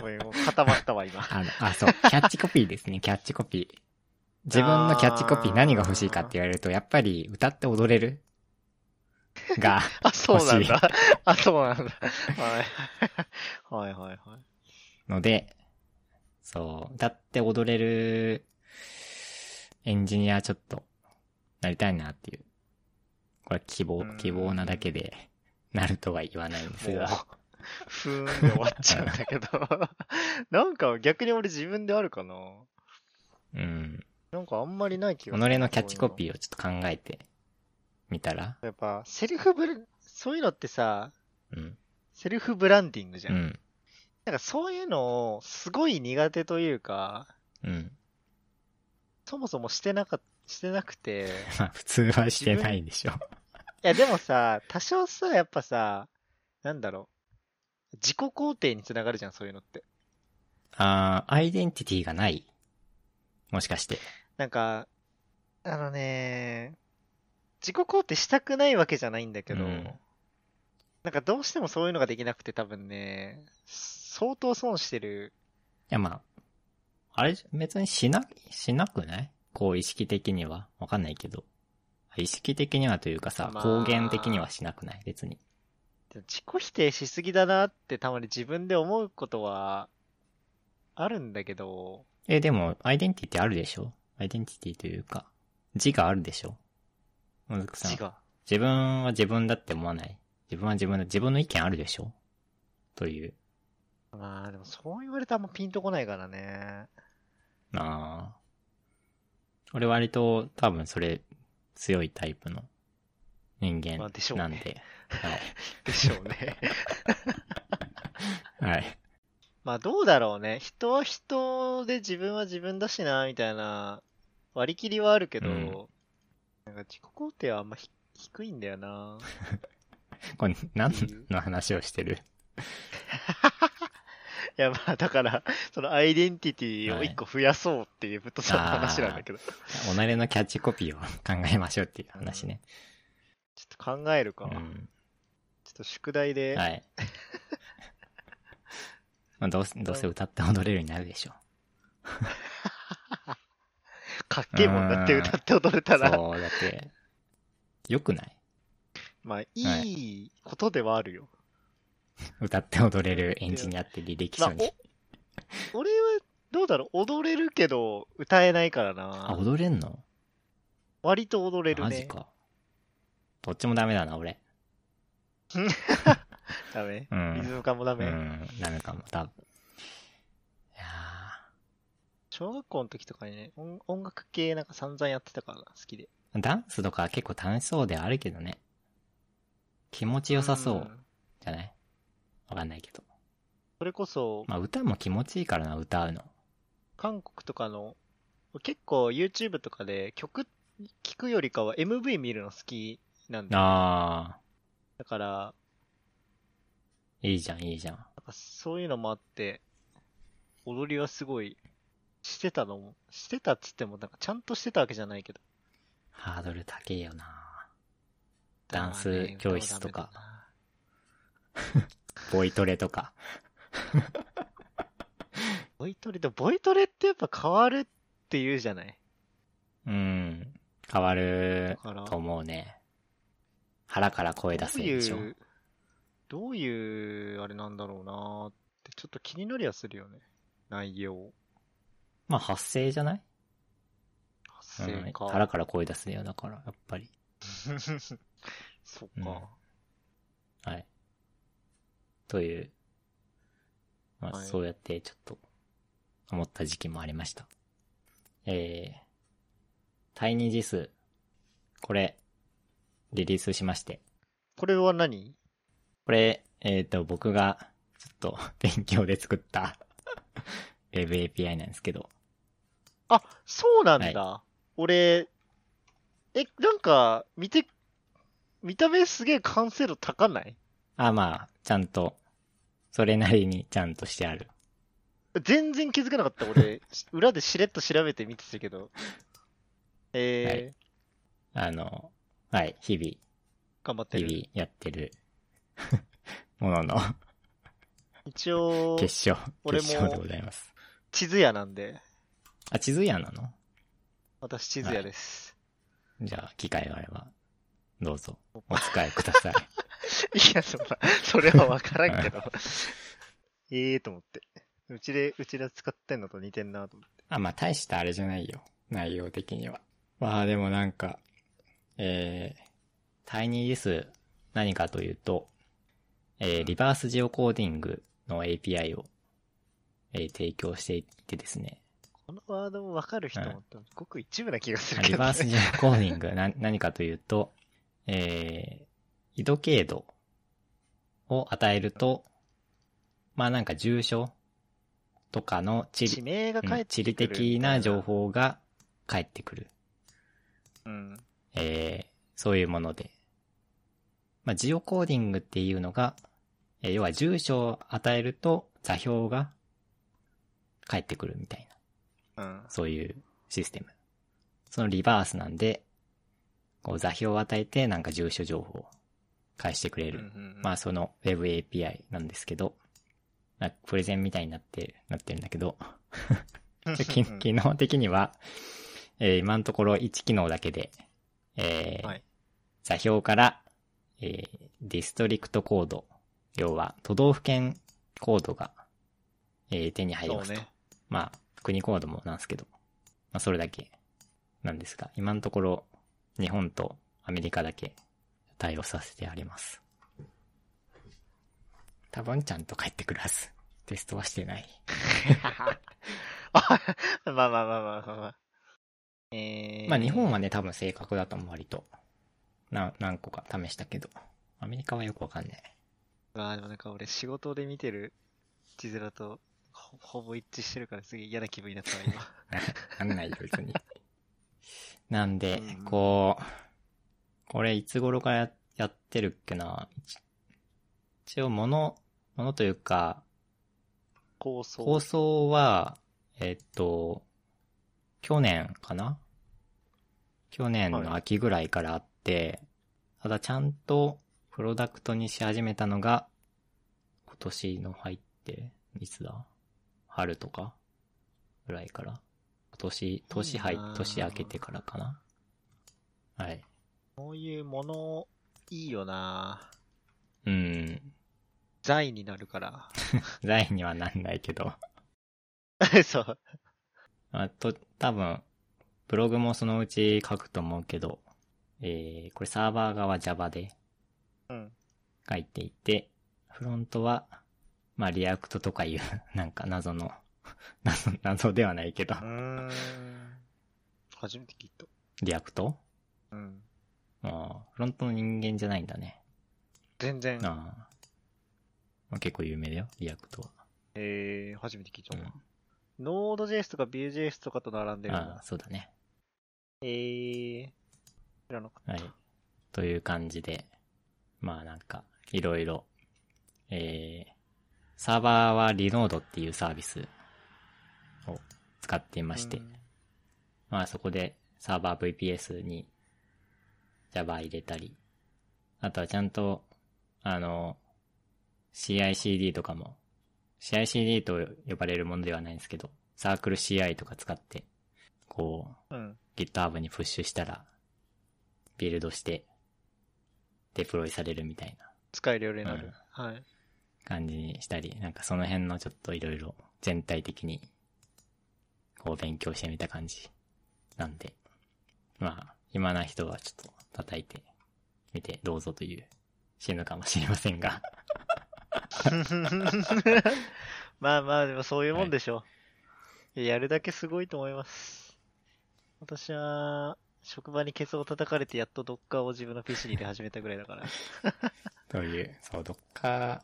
S2: ごめんもう固まったわ、今。
S1: あの、あ、そう、キャッチコピーですね、キャッチコピー。自分のキャッチコピー何が欲しいかって言われると、やっぱり歌って踊れるが、
S2: あ、そうなん
S1: 欲しい
S2: だ。あ、そうなんだ。はい。はいはいはい。
S1: ので、そう、歌って踊れるエンジニアちょっとなりたいなっていう。これ希望
S2: うん、
S1: 希望なだけで、なるとは言わないんです
S2: もう
S1: が、、
S2: ふーんで終わっちゃうんだけど。 なんか逆に俺自分であるかな。
S1: うん。
S2: なんかあんまりない気
S1: 己
S2: がする。
S1: のキャッチコ
S2: ー。
S1: ピーをちょっと考えてみたら、
S2: やっぱ、セルフブレ、そういうのってさ、
S1: うん。
S2: セルフブランディングじゃ。
S1: うんん。
S2: なんかそういうのをすごい苦手というか、
S1: うん。
S2: そもそもしてなかっしてなくて。
S1: まあ、普通はしてないでしょ。
S2: いやでもさ、多少さ、やっぱさ、なんだろう。自己肯定につながるじゃん、そういうのって。
S1: あーアイデンティティがない。もしかして。
S2: なんか、あのね、自己肯定したくないわけじゃないんだけど、
S1: うん
S2: なんかどうしてもそういうのができなくて多分ね、相当損してる。
S1: いや、まあ、あれ、別にしな、しなくないこう意識的には。わかんないけど。意識的にはというかさ、
S2: まあ
S1: 公言的にはしなくない別に。
S2: 自己否定しすぎだなってたまに自分で思うことはあるんだけど、
S1: え、でも、アイデンティティあるでしょアイデンティティというか、自我あるでしょもずくさん
S2: 違。う。
S1: 自分は自分だって思わない。自分は自分だ、自分の意見あるでしょという。
S2: まあでもそう言われたらあんまピンとこないからね。
S1: ああ。俺割と多分それ強いタイプの人間
S2: まあでしょうね
S1: なんで。
S2: でしょうね。
S1: はい。はい。
S2: まあどうだろうね。人は人で自分は自分だしな、みたいな割り切りはあるけど、
S1: うん
S2: なんか自己肯定はあんまひ低いんだよな。
S1: これ何
S2: うん
S1: の話をしてる
S2: いやまあだから、そのアイデンティティを一個増やそうっていうぶっとさの
S1: はい
S2: 話なんだけど。ちょ
S1: 己のキャッチコピーを考えましょうっていう話ね。
S2: っと考える
S1: う
S2: か。
S1: ん。
S2: ちょっと宿題で、
S1: はい。まあどうせ、どうせ歌って踊れるようになるでしょ
S2: かっけえもんだって歌って踊れた
S1: う。そう、
S2: ら、
S1: だって、良くない
S2: まあいいことではあるよ。
S1: 歌って踊れるエンジニアって履歴
S2: ま
S1: 書
S2: あ
S1: に。
S2: お、俺はどうだろう踊れるけど歌えないから
S1: あ、
S2: な。
S1: 踊れんの
S2: 割と踊れる
S1: マ
S2: ね。
S1: ジか。どっちもダメだな、俺。
S2: ダメ。
S1: うん
S2: リズム感もダメ。
S1: うん、ダメかも、多分。いや
S2: 小学校の時とかにね、音音楽系なんか散々やってたからな、好きで。
S1: ーダンスとか結構楽しそうではあるけどね。気持ちよさそ
S2: ん
S1: う、じゃないわかんないけど。
S2: それこそ、
S1: まあ歌も気持ちいいからな、歌うの。
S2: 韓国とかの、結構 YouTube とかで曲聴くよりかは MV 見るの好きなんだよ。
S1: あ
S2: だから、な
S1: ー、
S2: ん
S1: いいじゃん、いいじゃん。
S2: かそういうのもあって、踊りはすごい、してたのも、してたっつっても、なんかちゃんとしてたわけじゃないけど。
S1: ハードル高えよなダンス
S2: だからね
S1: 教室とか。
S2: 歌はダメだな
S1: ボイトレとか。
S2: ボイトレで、ボイトレってやっぱ変わるって言うじゃない
S1: うん。変わ
S2: だ
S1: る
S2: から、
S1: と思うね。腹から声出
S2: ど
S1: せ
S2: う
S1: るでしょ。
S2: いう、どういう、あれなんだろうなーって、ちょっと気になりはするよね。内容。
S1: まあ発声じゃない
S2: 発生か。
S1: うん、 腹から声出すよ、だから、やっぱり。
S2: そっ
S1: うん
S2: か。
S1: はい。という、まあ、
S2: はい
S1: そうやってちょっと、思った時期もありました。えー、第二次数、これ、リリースしまして、
S2: これは何
S1: これ、えっ、と、僕が、ちょっと、 勉強で作った、Web API なんですけど、
S2: あ、そうなんだ。俺、え、なんか、見て、見た目すげえ完成度高ない
S1: あ、まあ、ちゃんと、それなりにちゃんとしてある。
S2: 全然気づかなかった。 俺、し裏でしれっと調べて見てたけど。えー
S1: はあの、はい、日々、
S2: 頑張って
S1: 日
S2: る。
S1: 々やってる ものの
S2: 一応、
S1: 決勝、
S2: 俺も
S1: 決勝でございます。
S2: 地図屋なんで、
S1: あ、地図屋なの
S2: 私地図屋です。
S1: じゃあ、機会があれば、どうぞ、お使いくだ さい。
S2: いや、そんな、それはわからんけど。ええと思って。うちで、うちで使ってんのと似てんなと思って。
S1: あ、まあ、大したあれじゃないよ。内容的には。まあ、でもなんか、えー、タイニーです。何かというと、えー、リバースジオコーディングの API を、えー提供していてですね。
S2: このワードもわかる人もって、ごく一部な気がするけ
S1: リ
S2: ど、ね。
S1: バース ジェコーディング、な、何かというと、えー、緯度経度を与えると、まあなんか重症とかの地
S2: 地
S1: 理、
S2: 名が
S1: うん
S2: 返ってくる。
S1: 地理的な情。報が返ってくる。
S2: うん。
S1: えーそういうもので。まあ、ジオコーディングっていうのが、えー要は住所を与えると座標が返ってくるみたいな、
S2: うん。
S1: そういうシステム。そのリバースなんで、こう座標を与えてなんか住所情報を返してくれ
S2: うん
S1: る。
S2: うん
S1: まあ、その Web API なんですけど、なプレゼンみたいになって、なってるんだけど、
S2: うん
S1: で き機能的には、えー今のところ1機能だけで、えー
S2: はい
S1: 座標から、えーディストリクトコード、要は都道府県コードが、えー手に入り
S2: そ
S1: ま
S2: う
S1: すと。
S2: ね。
S1: まあ、国コードもなんですけど、まあそれだけなんですが、今のところ日本とアメリカだけ対応させてあります。多分ちゃんと帰ってくるはず。テストはしてない。
S2: あ まあまあまあまあまあまあ。えー、
S1: まあ日本はね、多分正確だと思う、割と。な、何個か試したけど。アメリカはよくわかんない。
S2: あーでもなんか俺仕事で見てる地面とほほぼ一致してるからすげえ嫌な気分になったわ 今。
S1: わかんないよ、別に。 なんで
S2: うん、
S1: こう、これいつ頃からややってるっけな。一一応、もの、ものというか、
S2: 構想。
S1: 構想は、えっと、去年かな去年の秋ぐらいからあって、ただちゃんとプロダクトにし始めたのが、今年の入って、いつだ春とかぐらいから。今年、年入っ
S2: いいな、ぁ
S1: 年明けてからかなはい。
S2: こういうもの、いいよな
S1: うん。
S2: 財になるから。
S1: 財にはなんないけど。
S2: そう。
S1: あと、多分、ブログもそのうち書くと思うけど、えー、これサーバー側は Java で
S2: うん。
S1: 書いていて、フロントは、まあ、リアクトとかいう、 なんか謎の、 謎、謎ではないけど
S2: う、ーん。初めて聞いた。
S1: リアクト
S2: うん。
S1: あーフロントの人間じゃないんだね。
S2: 全然
S1: あー、まあ、結構有名だよ、リアクトは。
S2: えー、初めて聞いた
S1: う
S2: わ。
S1: ん。
S2: ノード JS とか Vue.js とかと並んでるん
S1: あ
S2: だ
S1: ー。そうだね。
S2: えー、知らなかった。
S1: はい。という感じで、まあなんか、いろいろ、えー、サーバーはリノードっていうサービスを使っていまして、
S2: うん
S1: まあそこでサーバー VPS に Java 入れたり、あとはちゃんと、あの、CICD とかも、CICD と呼ばれるものではないんですけど、サークル CI とか使って、こう、
S2: うん。
S1: GitHub にプッシュしたら、ビルドして、デプロイされるみたいな
S2: 使えるようになる。はい。
S1: 感じにしたり、なんかその辺のちょっといろいろ全体的に、こう勉強してみた感じなんで、まあ、暇な人はちょっと叩いてみてどうぞという、死ぬかもしれませんが、
S2: まあまあ、でもそういうもんでしょう、いややるだけすごいと思います。私は、職場にケツを叩かれてやっとドッカーを自分の PC に入れ始めたぐらいだ から。
S1: という、そう、どっか、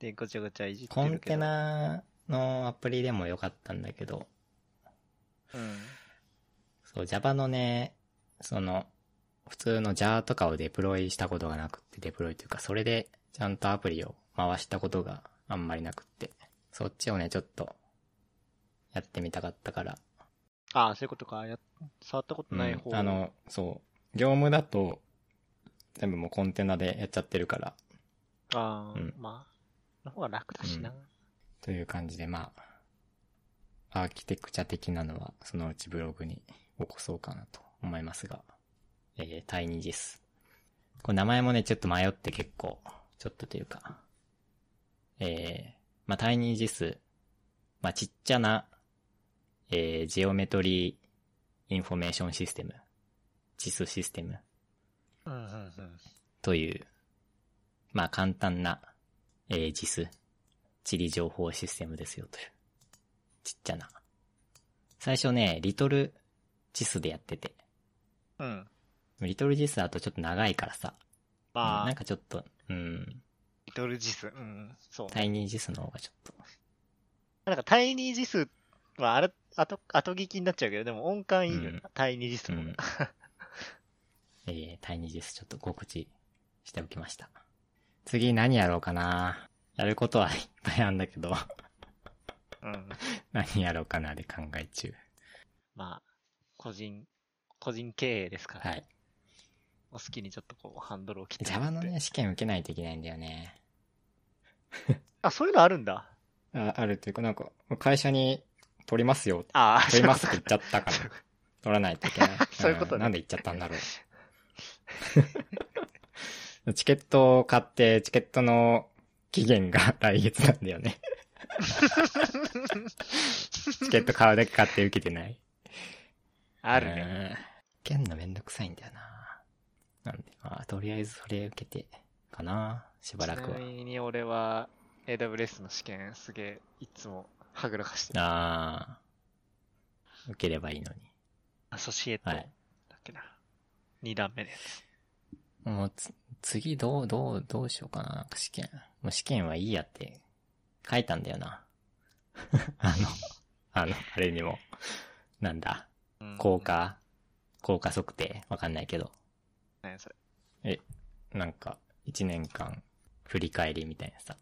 S2: で、ごちゃごちゃいじって
S1: コ
S2: る
S1: ン
S2: けど。
S1: テナのアプリでもよかったんだけど、
S2: うん。
S1: そう、Java のね、その、普通の JAR とかをデプロイしたことがなくって、デプロイというか、それでちゃんとアプリを回したことがあんまりなくって、そっちをね、ちょっと、やってみたかったから。
S2: ああ、そういうことか。や触ったことない方、
S1: うんあの、そう、業務だと、全部もうコンテナでやっちゃってるから、
S2: ああ、
S1: うん
S2: まあ、の方が楽だしな。
S1: うという感じで、まあ、アーキテクチャ的なのは、そのうちブログに起こそうかなと思いますが、えー、第2です。これ名前もね、ちょっと迷って結構、ちょっとというか、えー、まあ、第2ジス、まあ、ちっちゃな、えー、ジオメトリーインフォメーションシステム、ジスシステム
S2: うん、うん、うん。
S1: という、まあ簡単な、えー、JIS、地理情報システムですよという。ちっちゃな。最初ね、リトル JIS でやってて。
S2: うん。
S1: リトル JIS だとちょっと長いからさ。
S2: まあ、
S1: なんかちょっと、うん。
S2: リトルジス。うん、そう。
S1: タイニージスの方がちょっと。
S2: なんかタイニージスはあれ、後、後聞きになっちゃうけど、でも音感いいよな、
S1: うん
S2: タイニージス
S1: う
S2: の方
S1: ん
S2: が。。
S1: えー、タイニージスちょっと告知しておきました。次何やろうかなやることはいっぱいあるんだけど、
S2: うん。
S1: 何やろうかなで考え中。
S2: まあ、個人、個人経営ですから、
S1: はい。
S2: お好きにちょっとこう、ハンドルを切ってもらっ
S1: Java
S2: て。
S1: のね、試験受けないといけないんだよね。
S2: あ、そういうのあるんだ。
S1: ああるというか、なんか、会社に取りますよ、
S2: ああ、
S1: 取りますって
S2: そうい
S1: 言っ
S2: う。
S1: ちゃったから、 取らないといけない
S2: そういうことね
S1: んなんで言っちゃったんだろう。 チケットを買って、チケットの期限が来月なんだよ ね。チケット買うだけ買って受けてない。
S2: こと あるね。
S1: ね。受けんのめんどくさいんだよな。なんで、まあ、とりあえずそれ受けて、かな。しばらくは
S2: ち。なみに俺は、AWS の試験すげえ、いつも、はぐらかしてる。
S1: ああ。受ければいいのに。
S2: アソシエット。
S1: は
S2: だ
S1: い。
S2: っけな。二段目です。
S1: もうつ、次どう、どう、どうしようかな、なんか試験。もう試験はいいやって書いたんだよな。 あの、あの、あれにも。なんだ、
S2: うん
S1: 効。果、効果測定、わかんないけど。
S2: ね、それ。
S1: なんか、一年間、振り返りみたいなさ。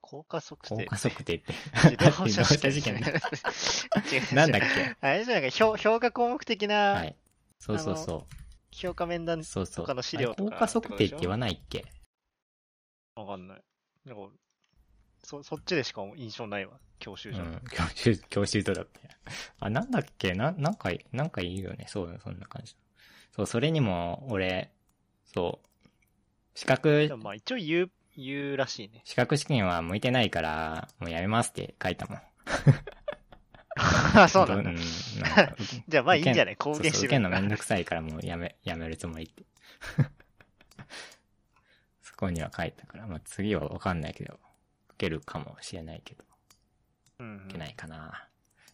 S2: 効果測
S1: 効
S2: 定。、
S1: 果測定って
S2: 自動車試験。
S1: 自動車試験だ
S2: 違う
S1: なんだっけ
S2: あれじゃないか、評評価項目的
S1: は。
S2: ない
S1: そうそうそ
S2: 評価面談
S1: う。そうそう。
S2: 他の資料
S1: あれ
S2: と
S1: 効
S2: か
S1: 果測定って言わないっけ
S2: わかんない。なんか、そ、そっちでしか印象ないわ。教習所。
S1: うん、教習、 教習所だったよあ、なんだっけな、なんか、なんかいいよね。そうだ、そんな感じ。そう、それにも、俺、そう、資格
S2: でも、まあ一応言う、言うらしいね。
S1: 資格試験は向いてないから、もうやめますって書いたもん。
S2: あ、 そうなんだ
S1: う。ん なんか
S2: じゃあまあいいんじゃない
S1: そう
S2: 貢
S1: そう
S2: 献し
S1: 受
S2: て
S1: け
S2: る
S1: んのめんどくさいからもうやめ、やめるつもりって。 そこには書いたから、まあ次はわかんないけど、受けるかもしれないけど。
S2: うん
S1: いけないかな。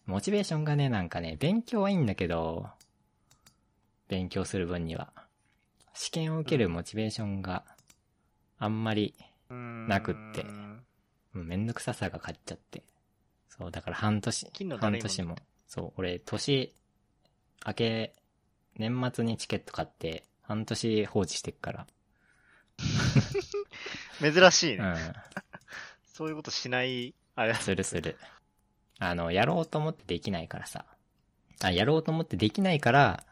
S1: モチベーションがね、なんかね、勉強はいいんだけど、勉強する分には。試験を受けるモチベーションがあんまり、なくって
S2: うん
S1: もうめんどくささが勝っちゃって。そう、だから半年
S2: 金の、
S1: 半
S2: 誰にも
S1: 年も。そう、俺、年、明け、年末にチケット買って、半年放置してっから。
S2: 珍しいね。
S1: うん。
S2: そういうことしない、あれ。
S1: するする。あの、やろうと思ってできないからさ。あ、やろうと思ってできないから、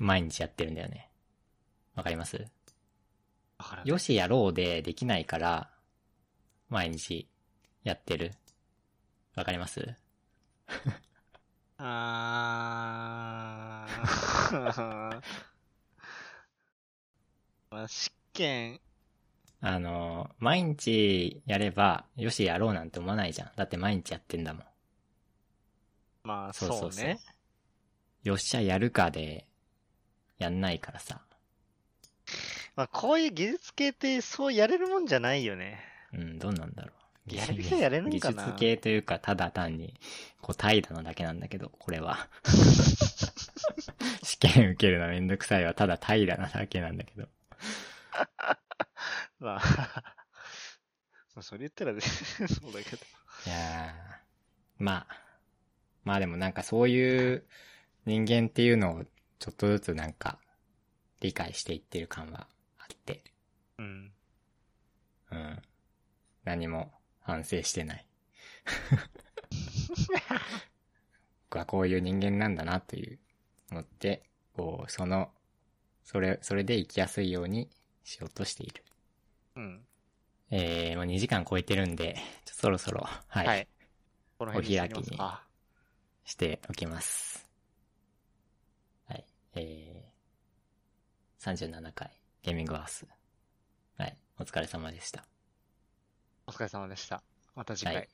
S1: 毎日やってるんだよね。わかります
S2: わからない
S1: よしやろうでできないから、毎日やってる。わかります
S2: あー。 まあ、試験、
S1: あの、毎日やれば、よしやろうなんて思わないじゃん。だって毎日やってんだもん。
S2: まあ、
S1: そ
S2: そうう
S1: そうそう
S2: ね。
S1: よっしゃやるかで、やんないからさ。
S2: まあ、こういう技術系って、そうやれるもんじゃないよね。
S1: うん、どうなんだろう。
S2: やれる人はやれるんかな
S1: 技術系というか、ただ単に、こう、怠惰なだけなんだけど、これは。 試験受けるのめんどくさいは、ただ怠惰なだけなんだけど。
S2: まあ、 まあそれ言ったら、ね、 そうだけど。
S1: いやーまあ、まあでもなんかそういう人間っていうのを、ちょっとずつなんか、理解していってる感はあって、
S2: うん。
S1: うん。何も反省してない。僕はこういう人間なんだなという思って、こう、その、それ、それで生きやすいようにしようとしている。
S2: うん。
S1: えー、もう2時間超えてるんで、ちょそろそろ、はい、
S2: はい。この辺に
S1: お開
S2: し
S1: きに
S2: ておきますか。
S1: しておきます。はい、えー、37回、ゲーミングハウス。はい、お疲れ様でした。
S2: お疲れ様でした。また次回。
S1: はい